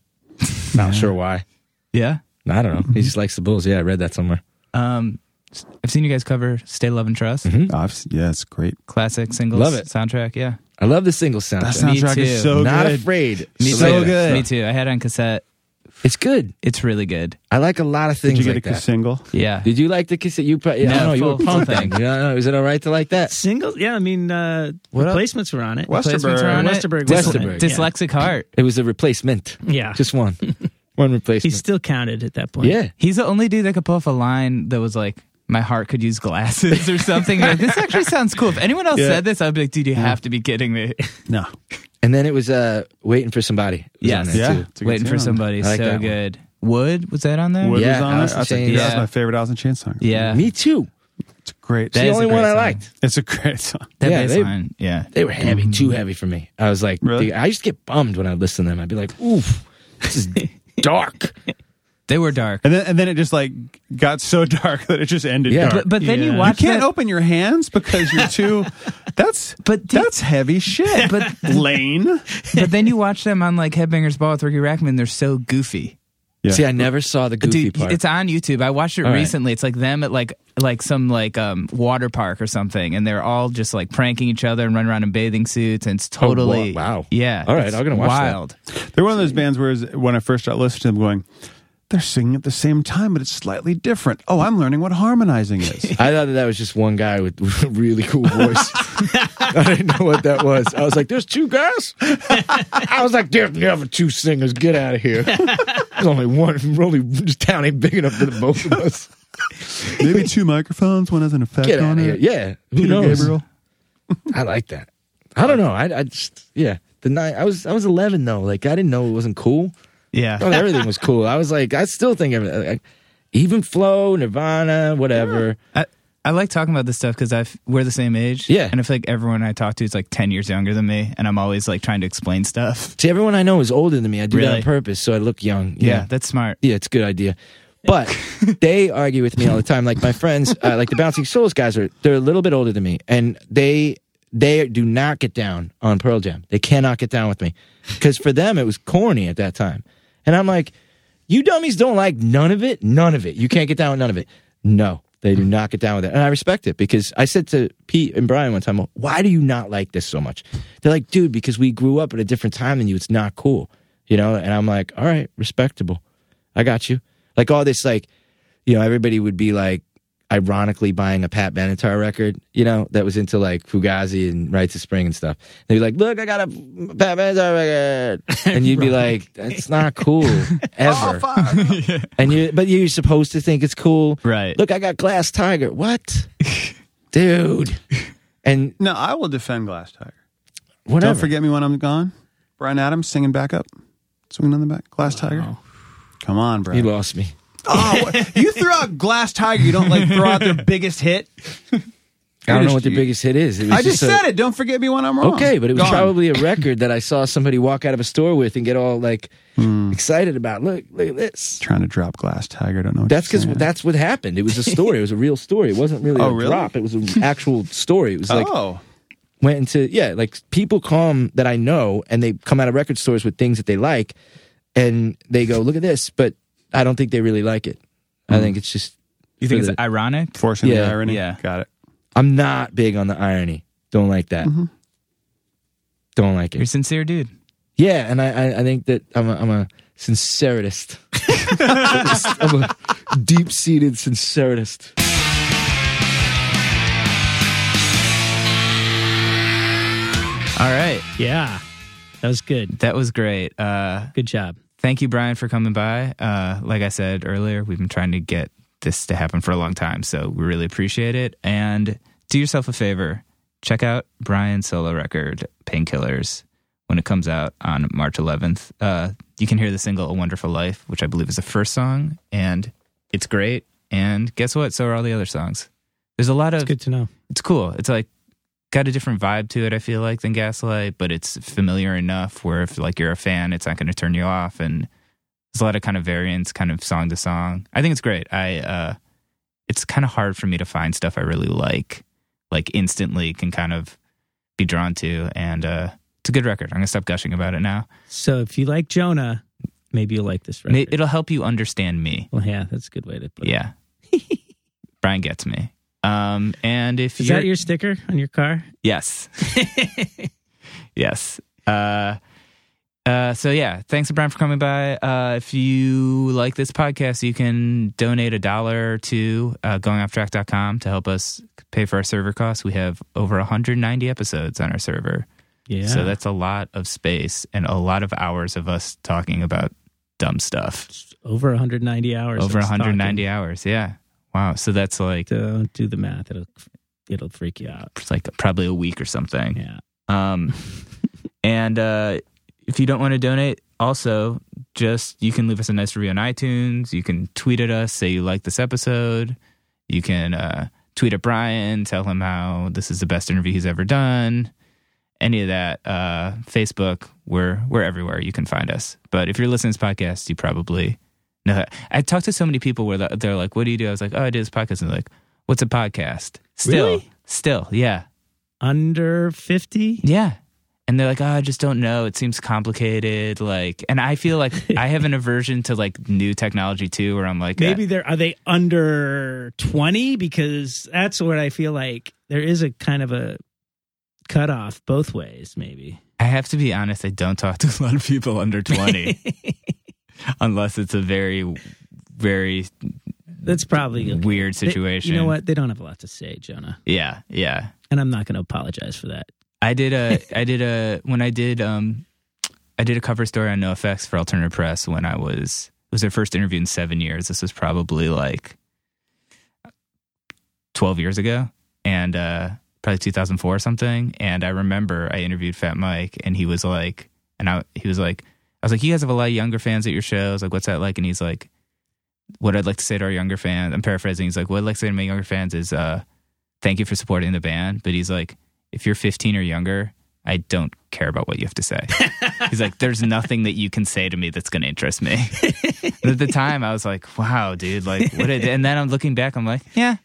Speaker 4: Not sure why.
Speaker 1: Yeah.
Speaker 4: I don't know. He just likes the Bulls. Yeah, I read that somewhere.
Speaker 1: Um, s- I've seen you guys cover Stay Love and Trust.
Speaker 3: I've, yeah, it's great.
Speaker 1: Classic singles
Speaker 4: Love it.
Speaker 1: soundtrack. Yeah.
Speaker 4: I love the single sound.
Speaker 3: That
Speaker 1: Me
Speaker 3: soundtrack is
Speaker 1: too.
Speaker 3: so
Speaker 4: Not
Speaker 3: good.
Speaker 4: afraid.
Speaker 1: Me
Speaker 4: Sorry.
Speaker 1: too. Me too. I had it on cassette.
Speaker 4: It's good.
Speaker 1: It's really good.
Speaker 4: I like a lot of things
Speaker 3: Did you get
Speaker 4: like
Speaker 3: a
Speaker 4: that.
Speaker 3: single?
Speaker 1: Yeah.
Speaker 4: Did you like the cassette? You probably, I
Speaker 1: No,
Speaker 4: don't know. You were
Speaker 1: full- full
Speaker 4: punk
Speaker 1: thing.
Speaker 4: then. You don't know. Is it all right to like that?
Speaker 2: Singles? Yeah, I mean, uh,
Speaker 4: What up?
Speaker 2: replacements were on it.
Speaker 1: Placements are
Speaker 3: Westerberg.
Speaker 1: on it.
Speaker 2: Westerberg.
Speaker 1: Dys-
Speaker 4: Westerberg,
Speaker 2: yeah.
Speaker 1: Dyslexic heart.
Speaker 4: It was a replacement.
Speaker 2: Yeah.
Speaker 4: Just one. one replacement.
Speaker 2: he still counted at that point.
Speaker 4: yeah.
Speaker 1: He's the only dude that could pull off a line that was like, my heart could use glasses or something. You're like, this actually sounds cool. If anyone else
Speaker 4: Yeah.
Speaker 1: said this, I'd be like, dude, you have to be kidding me.
Speaker 3: No.
Speaker 4: And then it was uh, waiting for somebody. was
Speaker 1: Yes.
Speaker 4: on there,
Speaker 3: Yeah.
Speaker 4: too.
Speaker 3: it's a good
Speaker 1: Waiting for
Speaker 3: tune.
Speaker 1: somebody.
Speaker 4: I like that
Speaker 1: so
Speaker 4: one.
Speaker 1: good. Wood, was that on there?
Speaker 3: Wood
Speaker 4: Yeah,
Speaker 3: was on
Speaker 4: Allison
Speaker 3: there. That's, a,
Speaker 4: Chains.
Speaker 3: that's
Speaker 1: Yeah.
Speaker 3: my favorite Allison Chain song.
Speaker 1: Yeah.
Speaker 4: Me too.
Speaker 3: It's great.
Speaker 1: That
Speaker 4: the
Speaker 1: is a
Speaker 4: only
Speaker 1: great
Speaker 4: one I
Speaker 1: song.
Speaker 4: liked.
Speaker 3: it's a great song.
Speaker 1: That
Speaker 4: Yeah,
Speaker 1: bass
Speaker 4: they-
Speaker 1: line. Yeah.
Speaker 4: They were heavy, too heavy for me. I was like,
Speaker 3: Mm. Really?
Speaker 4: dude, I used to get bummed when I listened to them. I'd be like, oof, this is dark.
Speaker 1: They were dark.
Speaker 3: And then and then it just like got so dark that it just ended
Speaker 4: Yeah.
Speaker 3: dark.
Speaker 1: But, but then you
Speaker 2: Yeah. You
Speaker 3: you
Speaker 1: watch
Speaker 3: can't
Speaker 1: that,
Speaker 3: open your hands because you're too. That's
Speaker 1: But do-
Speaker 3: that's heavy shit.
Speaker 1: But-
Speaker 3: Lane,
Speaker 1: but then you watch them on like Headbangers Ball with Ricky Rackman. They're so goofy.
Speaker 3: Yeah.
Speaker 4: See, I never saw the goofy
Speaker 1: Dude,
Speaker 4: part.
Speaker 1: it's on YouTube. I watched it
Speaker 4: All right.
Speaker 1: recently. It's like them at like like some like um water park or something, and they're all just like pranking each other and running around in bathing suits, and it's
Speaker 4: Oh, wa-
Speaker 1: totally
Speaker 4: wow.
Speaker 1: yeah.
Speaker 4: All right,
Speaker 1: it's
Speaker 4: I'm gonna watch that.
Speaker 1: wild.
Speaker 3: They're one of those bands where when I first started listening to them, going, they're singing at the same time, but it's slightly different. Oh, I'm learning what harmonizing is.
Speaker 4: I thought that that was just one guy with a really cool voice. I didn't know what that was. I was like, "There's two guys." I was like, "There's never two singers. Get out of here." There's only one. Really, this town ain't big enough for the both of us.
Speaker 3: Maybe two microphones, one has an effect
Speaker 4: Get out
Speaker 3: on
Speaker 4: of here.
Speaker 3: it.
Speaker 4: Yeah, who
Speaker 3: Peter
Speaker 4: knows?
Speaker 3: Gabriel.
Speaker 4: I like that. I don't know. I, I just yeah. The night I was I was 11 though. Like I didn't know it wasn't cool. I
Speaker 1: Yeah,
Speaker 4: thought everything was cool. I was like, I still think of it. Like, even flow, Nirvana, whatever.
Speaker 1: I, I like talking about this stuff because I we're the same age.
Speaker 4: Yeah.
Speaker 1: and I feel like everyone I talk to is like ten years younger than me, and I'm always like trying to explain stuff.
Speaker 4: See, everyone I know is older than me. I do that on
Speaker 1: Really?
Speaker 4: purpose so I look young.
Speaker 1: Yeah, that's smart.
Speaker 4: Yeah, it's a good idea. But they argue with me all the time. Like my friends, uh, like the Bouncing Souls guys are they're a little bit older than me, and they they do not get down on Pearl Jam. They cannot get down with me because for them it was corny at that time, and I'm like, you dummies don't like none of it, none of it. You can't get down with none of it. No, they do not get down with it, and I respect it because I said to Pete and Brian one time, why do you not like this so much? They're like, dude, because we grew up at a different time than you. It's not cool, you know. And I'm like, all right, respectable. I got you. Like all this, like, you know, everybody would be like ironically buying a Pat Benatar record, you know, that was into like Fugazi and Rites of Spring and stuff. They'd be like, look, I got a Pat Benatar record. And you'd be like, that's not cool
Speaker 3: Oh,
Speaker 4: ever. And you, but you're supposed to think it's cool.
Speaker 1: Right.
Speaker 4: Look, I got Glass Tiger. What? Dude. And
Speaker 3: No, I will defend Glass Tiger.
Speaker 4: whatever.
Speaker 3: Don't forget me when I'm gone. Brian Adams singing back up, swinging on the back. Glass Tiger. Come on,
Speaker 4: You
Speaker 3: Brian.
Speaker 4: lost me.
Speaker 3: oh, what- you threw out Glass Tiger. You don't like throw out their biggest hit.
Speaker 4: I don't know
Speaker 3: Just-
Speaker 4: what the biggest hit is. It was
Speaker 3: I just
Speaker 4: a-
Speaker 3: said it. Don't forget me when I'm wrong.
Speaker 4: Okay, but it was
Speaker 3: Gone.
Speaker 4: probably a record that I saw somebody walk out of a store with and get all like
Speaker 3: Hmm.
Speaker 4: excited about. Look, look at this.
Speaker 3: trying to drop Glass Tiger. Don't know. What
Speaker 4: That's
Speaker 3: you're
Speaker 4: because
Speaker 3: saying.
Speaker 4: that's what happened. It was a story. It was a real story. It wasn't really
Speaker 3: Oh,
Speaker 4: a
Speaker 3: really?
Speaker 4: drop. It was an actual story. It was like
Speaker 3: oh,
Speaker 4: went into yeah, like people come that I know and they come out of record stores with things that they like, and they go, "Look at this," but I don't think they really like it. I
Speaker 3: Hmm.
Speaker 4: think it's just
Speaker 1: You think
Speaker 4: For
Speaker 1: it's
Speaker 4: the-
Speaker 1: ironic?
Speaker 3: forcing
Speaker 4: Yeah,
Speaker 3: the irony.
Speaker 1: yeah.
Speaker 3: got it.
Speaker 4: I'm not big on the irony. Don't like that.
Speaker 3: Mm-hmm.
Speaker 4: Don't like
Speaker 1: You're a
Speaker 4: it.
Speaker 1: sincere, dude.
Speaker 4: Yeah, and I, I, I think that I'm a, I'm a sinceritist. I'm a deep seated sinceritist.
Speaker 1: All right,
Speaker 2: Yeah, that was good.
Speaker 1: that was great. Uh,
Speaker 2: Good job.
Speaker 1: thank you, Brian, for coming by. Uh, like I said earlier, we've been trying to get this to happen for a long time, so we really appreciate it. And do yourself a favor check out Brian's solo record, Painkillers, when it comes out on March 11th. Uh, you can hear the single A Wonderful Life, which I believe is the first song, and it's great. And guess what? So are all the other songs. There's a lot of
Speaker 2: It's good to know.
Speaker 1: it's cool. It's like got a different vibe to it. I feel like than Gaslight, but it's familiar enough where if like you're a fan, it's not going to turn you off. And there's a lot of kind of variants, kind of song to song. I think it's great. I uh, it's kind of hard for me to find stuff I really like, like instantly can kind of be drawn to. And uh, it's a good record. I'm gonna stop gushing about it now.
Speaker 2: So if you like Jonah, maybe you'll like this record.
Speaker 1: May- It'll help you understand me.
Speaker 2: well, yeah, that's a good way to put it.
Speaker 1: Yeah, Brian gets me. Um, and if
Speaker 2: Is
Speaker 1: you're,
Speaker 2: that your sticker on your car?
Speaker 1: Yes. yes. Uh, uh, so yeah, thanks Brian for coming by. Uh, if you like this podcast, you can donate a dollar to uh, goingofftrack.com to help us pay for our server costs. We have over 190 episodes on our server.
Speaker 2: Yeah.
Speaker 1: So that's a lot of space and a lot of hours of us talking about dumb stuff.
Speaker 2: over 190 hours.
Speaker 1: over
Speaker 2: of us
Speaker 1: 190 hours. Yeah. Wow. So that's like
Speaker 2: talking. Don't do the math. It'll it'll freak you out.
Speaker 1: it's like probably a week or something.
Speaker 2: Yeah.
Speaker 1: Um, and uh, if you don't want to donate, also just you can leave us a nice review on iTunes. You can tweet at us, say you like this episode. You can uh, tweet at Brian, tell him how this is the best interview he's ever done. Any of that, uh, Facebook, we're we're everywhere. You can find us. But if you're listening to this podcast, you probably know that. I talked to so many people where the- they're like, "What do you do?" I was like, "Oh, I do this podcast." And they're like, "What's a podcast?" Still,
Speaker 2: Really?
Speaker 1: still, yeah.
Speaker 2: Under 50?
Speaker 1: Yeah. and they're like, oh, I just don't know. It seems complicated. Like, and I feel like I have an aversion to like new technology too, where I'm like, eh,
Speaker 2: Maybe they're are they under twenty because that's what I feel like. There is a kind of a cutoff both ways. Maybe
Speaker 1: I have to be honest. I don't talk to a lot of people under 20 unless it's a very, very
Speaker 2: that's probably okay.
Speaker 1: weird
Speaker 2: They-
Speaker 1: situation.
Speaker 2: you know what? They don't have a lot to say, Jonah,
Speaker 1: Yeah. Yeah.
Speaker 2: and I'm not going to apologize for that.
Speaker 1: I did a I did a when I did um I did a cover story on NoFX for Alternative Press when I was it was their first interview in seven years. This was probably like twelve years ago, and uh, probably two thousand four or something. And I remember I interviewed Fat Mike, and he was like, and I he was like, I was like, you guys have a lot of younger fans at your shows. Like, what's that like? And he's like, what I'd like to say to our younger fans. I'm paraphrasing. He's like, what I'd like to say to my younger fans is, uh, thank you for supporting the band. But he's like, if you're 15 or younger, I don't care about what you have to say. He's like, there's nothing that you can say to me that's going to interest me. and at the time, I was like, wow, dude, like, what? Did, and then I'm looking back, I'm like, yeah,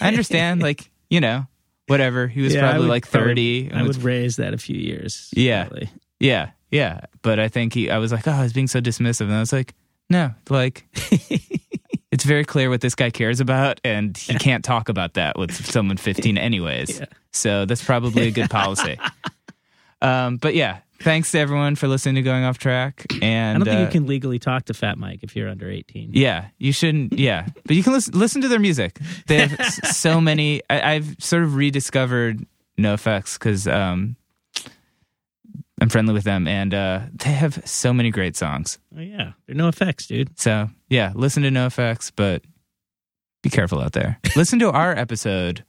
Speaker 1: I understand. Like, you know, whatever. He was
Speaker 2: Yeah, I
Speaker 1: probably
Speaker 2: would
Speaker 1: like
Speaker 2: probably-
Speaker 1: 30. and
Speaker 2: I
Speaker 1: was-
Speaker 2: would raise that a few years.
Speaker 1: Yeah.
Speaker 2: probably.
Speaker 1: yeah, yeah. But I think he, I was like, oh, I was being so dismissive. And I was like, no, like, it's very clear what this guy cares about. And he can't talk about that with someone 15, anyways.
Speaker 2: Yeah.
Speaker 1: So that's probably a good policy. um, but yeah, thanks to everyone for listening to Going Off Track.
Speaker 2: I
Speaker 1: And
Speaker 2: don't think
Speaker 1: uh,
Speaker 2: you can legally talk to Fat Mike if you're under 18.
Speaker 1: Yeah, you shouldn't. Yeah, but you can listen listen to their music. They have s- so many. I, I've sort of rediscovered NoFX because um, I'm friendly with them, and uh, they have so many great songs.
Speaker 2: Oh, yeah. There are no effects, dude.
Speaker 1: So yeah, listen to NoFX, but be careful out there. Listen to our episode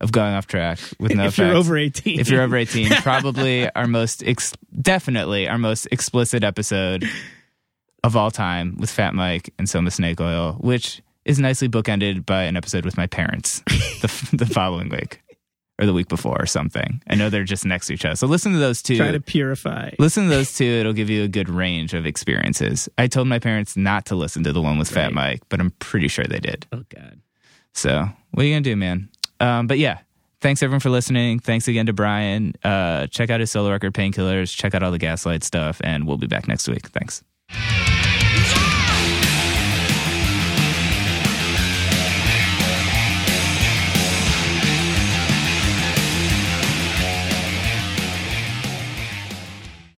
Speaker 1: of Going Off Track with NoFX.
Speaker 2: if you're over 18.
Speaker 1: if you're over 18, probably our most ex- definitely our most explicit episode of all time with Fat Mike and Soma Snake Oil, which is nicely bookended by an episode with my parents the, f- the following week or the week before or something. I know they're just next to each other. So listen to those two.
Speaker 2: try to purify.
Speaker 1: Listen to those two. It'll give you a good range of experiences. I told my parents not to listen to the one with Fat
Speaker 2: Right.
Speaker 1: Mike, but I'm pretty sure they did.
Speaker 2: Oh, God.
Speaker 1: So what are you gonna do, man? Um, but yeah, thanks everyone for listening. Thanks again to Brian. Uh, check out his solo record, Painkillers. Check out all the Gaslight stuff, and we'll be back next week. Thanks.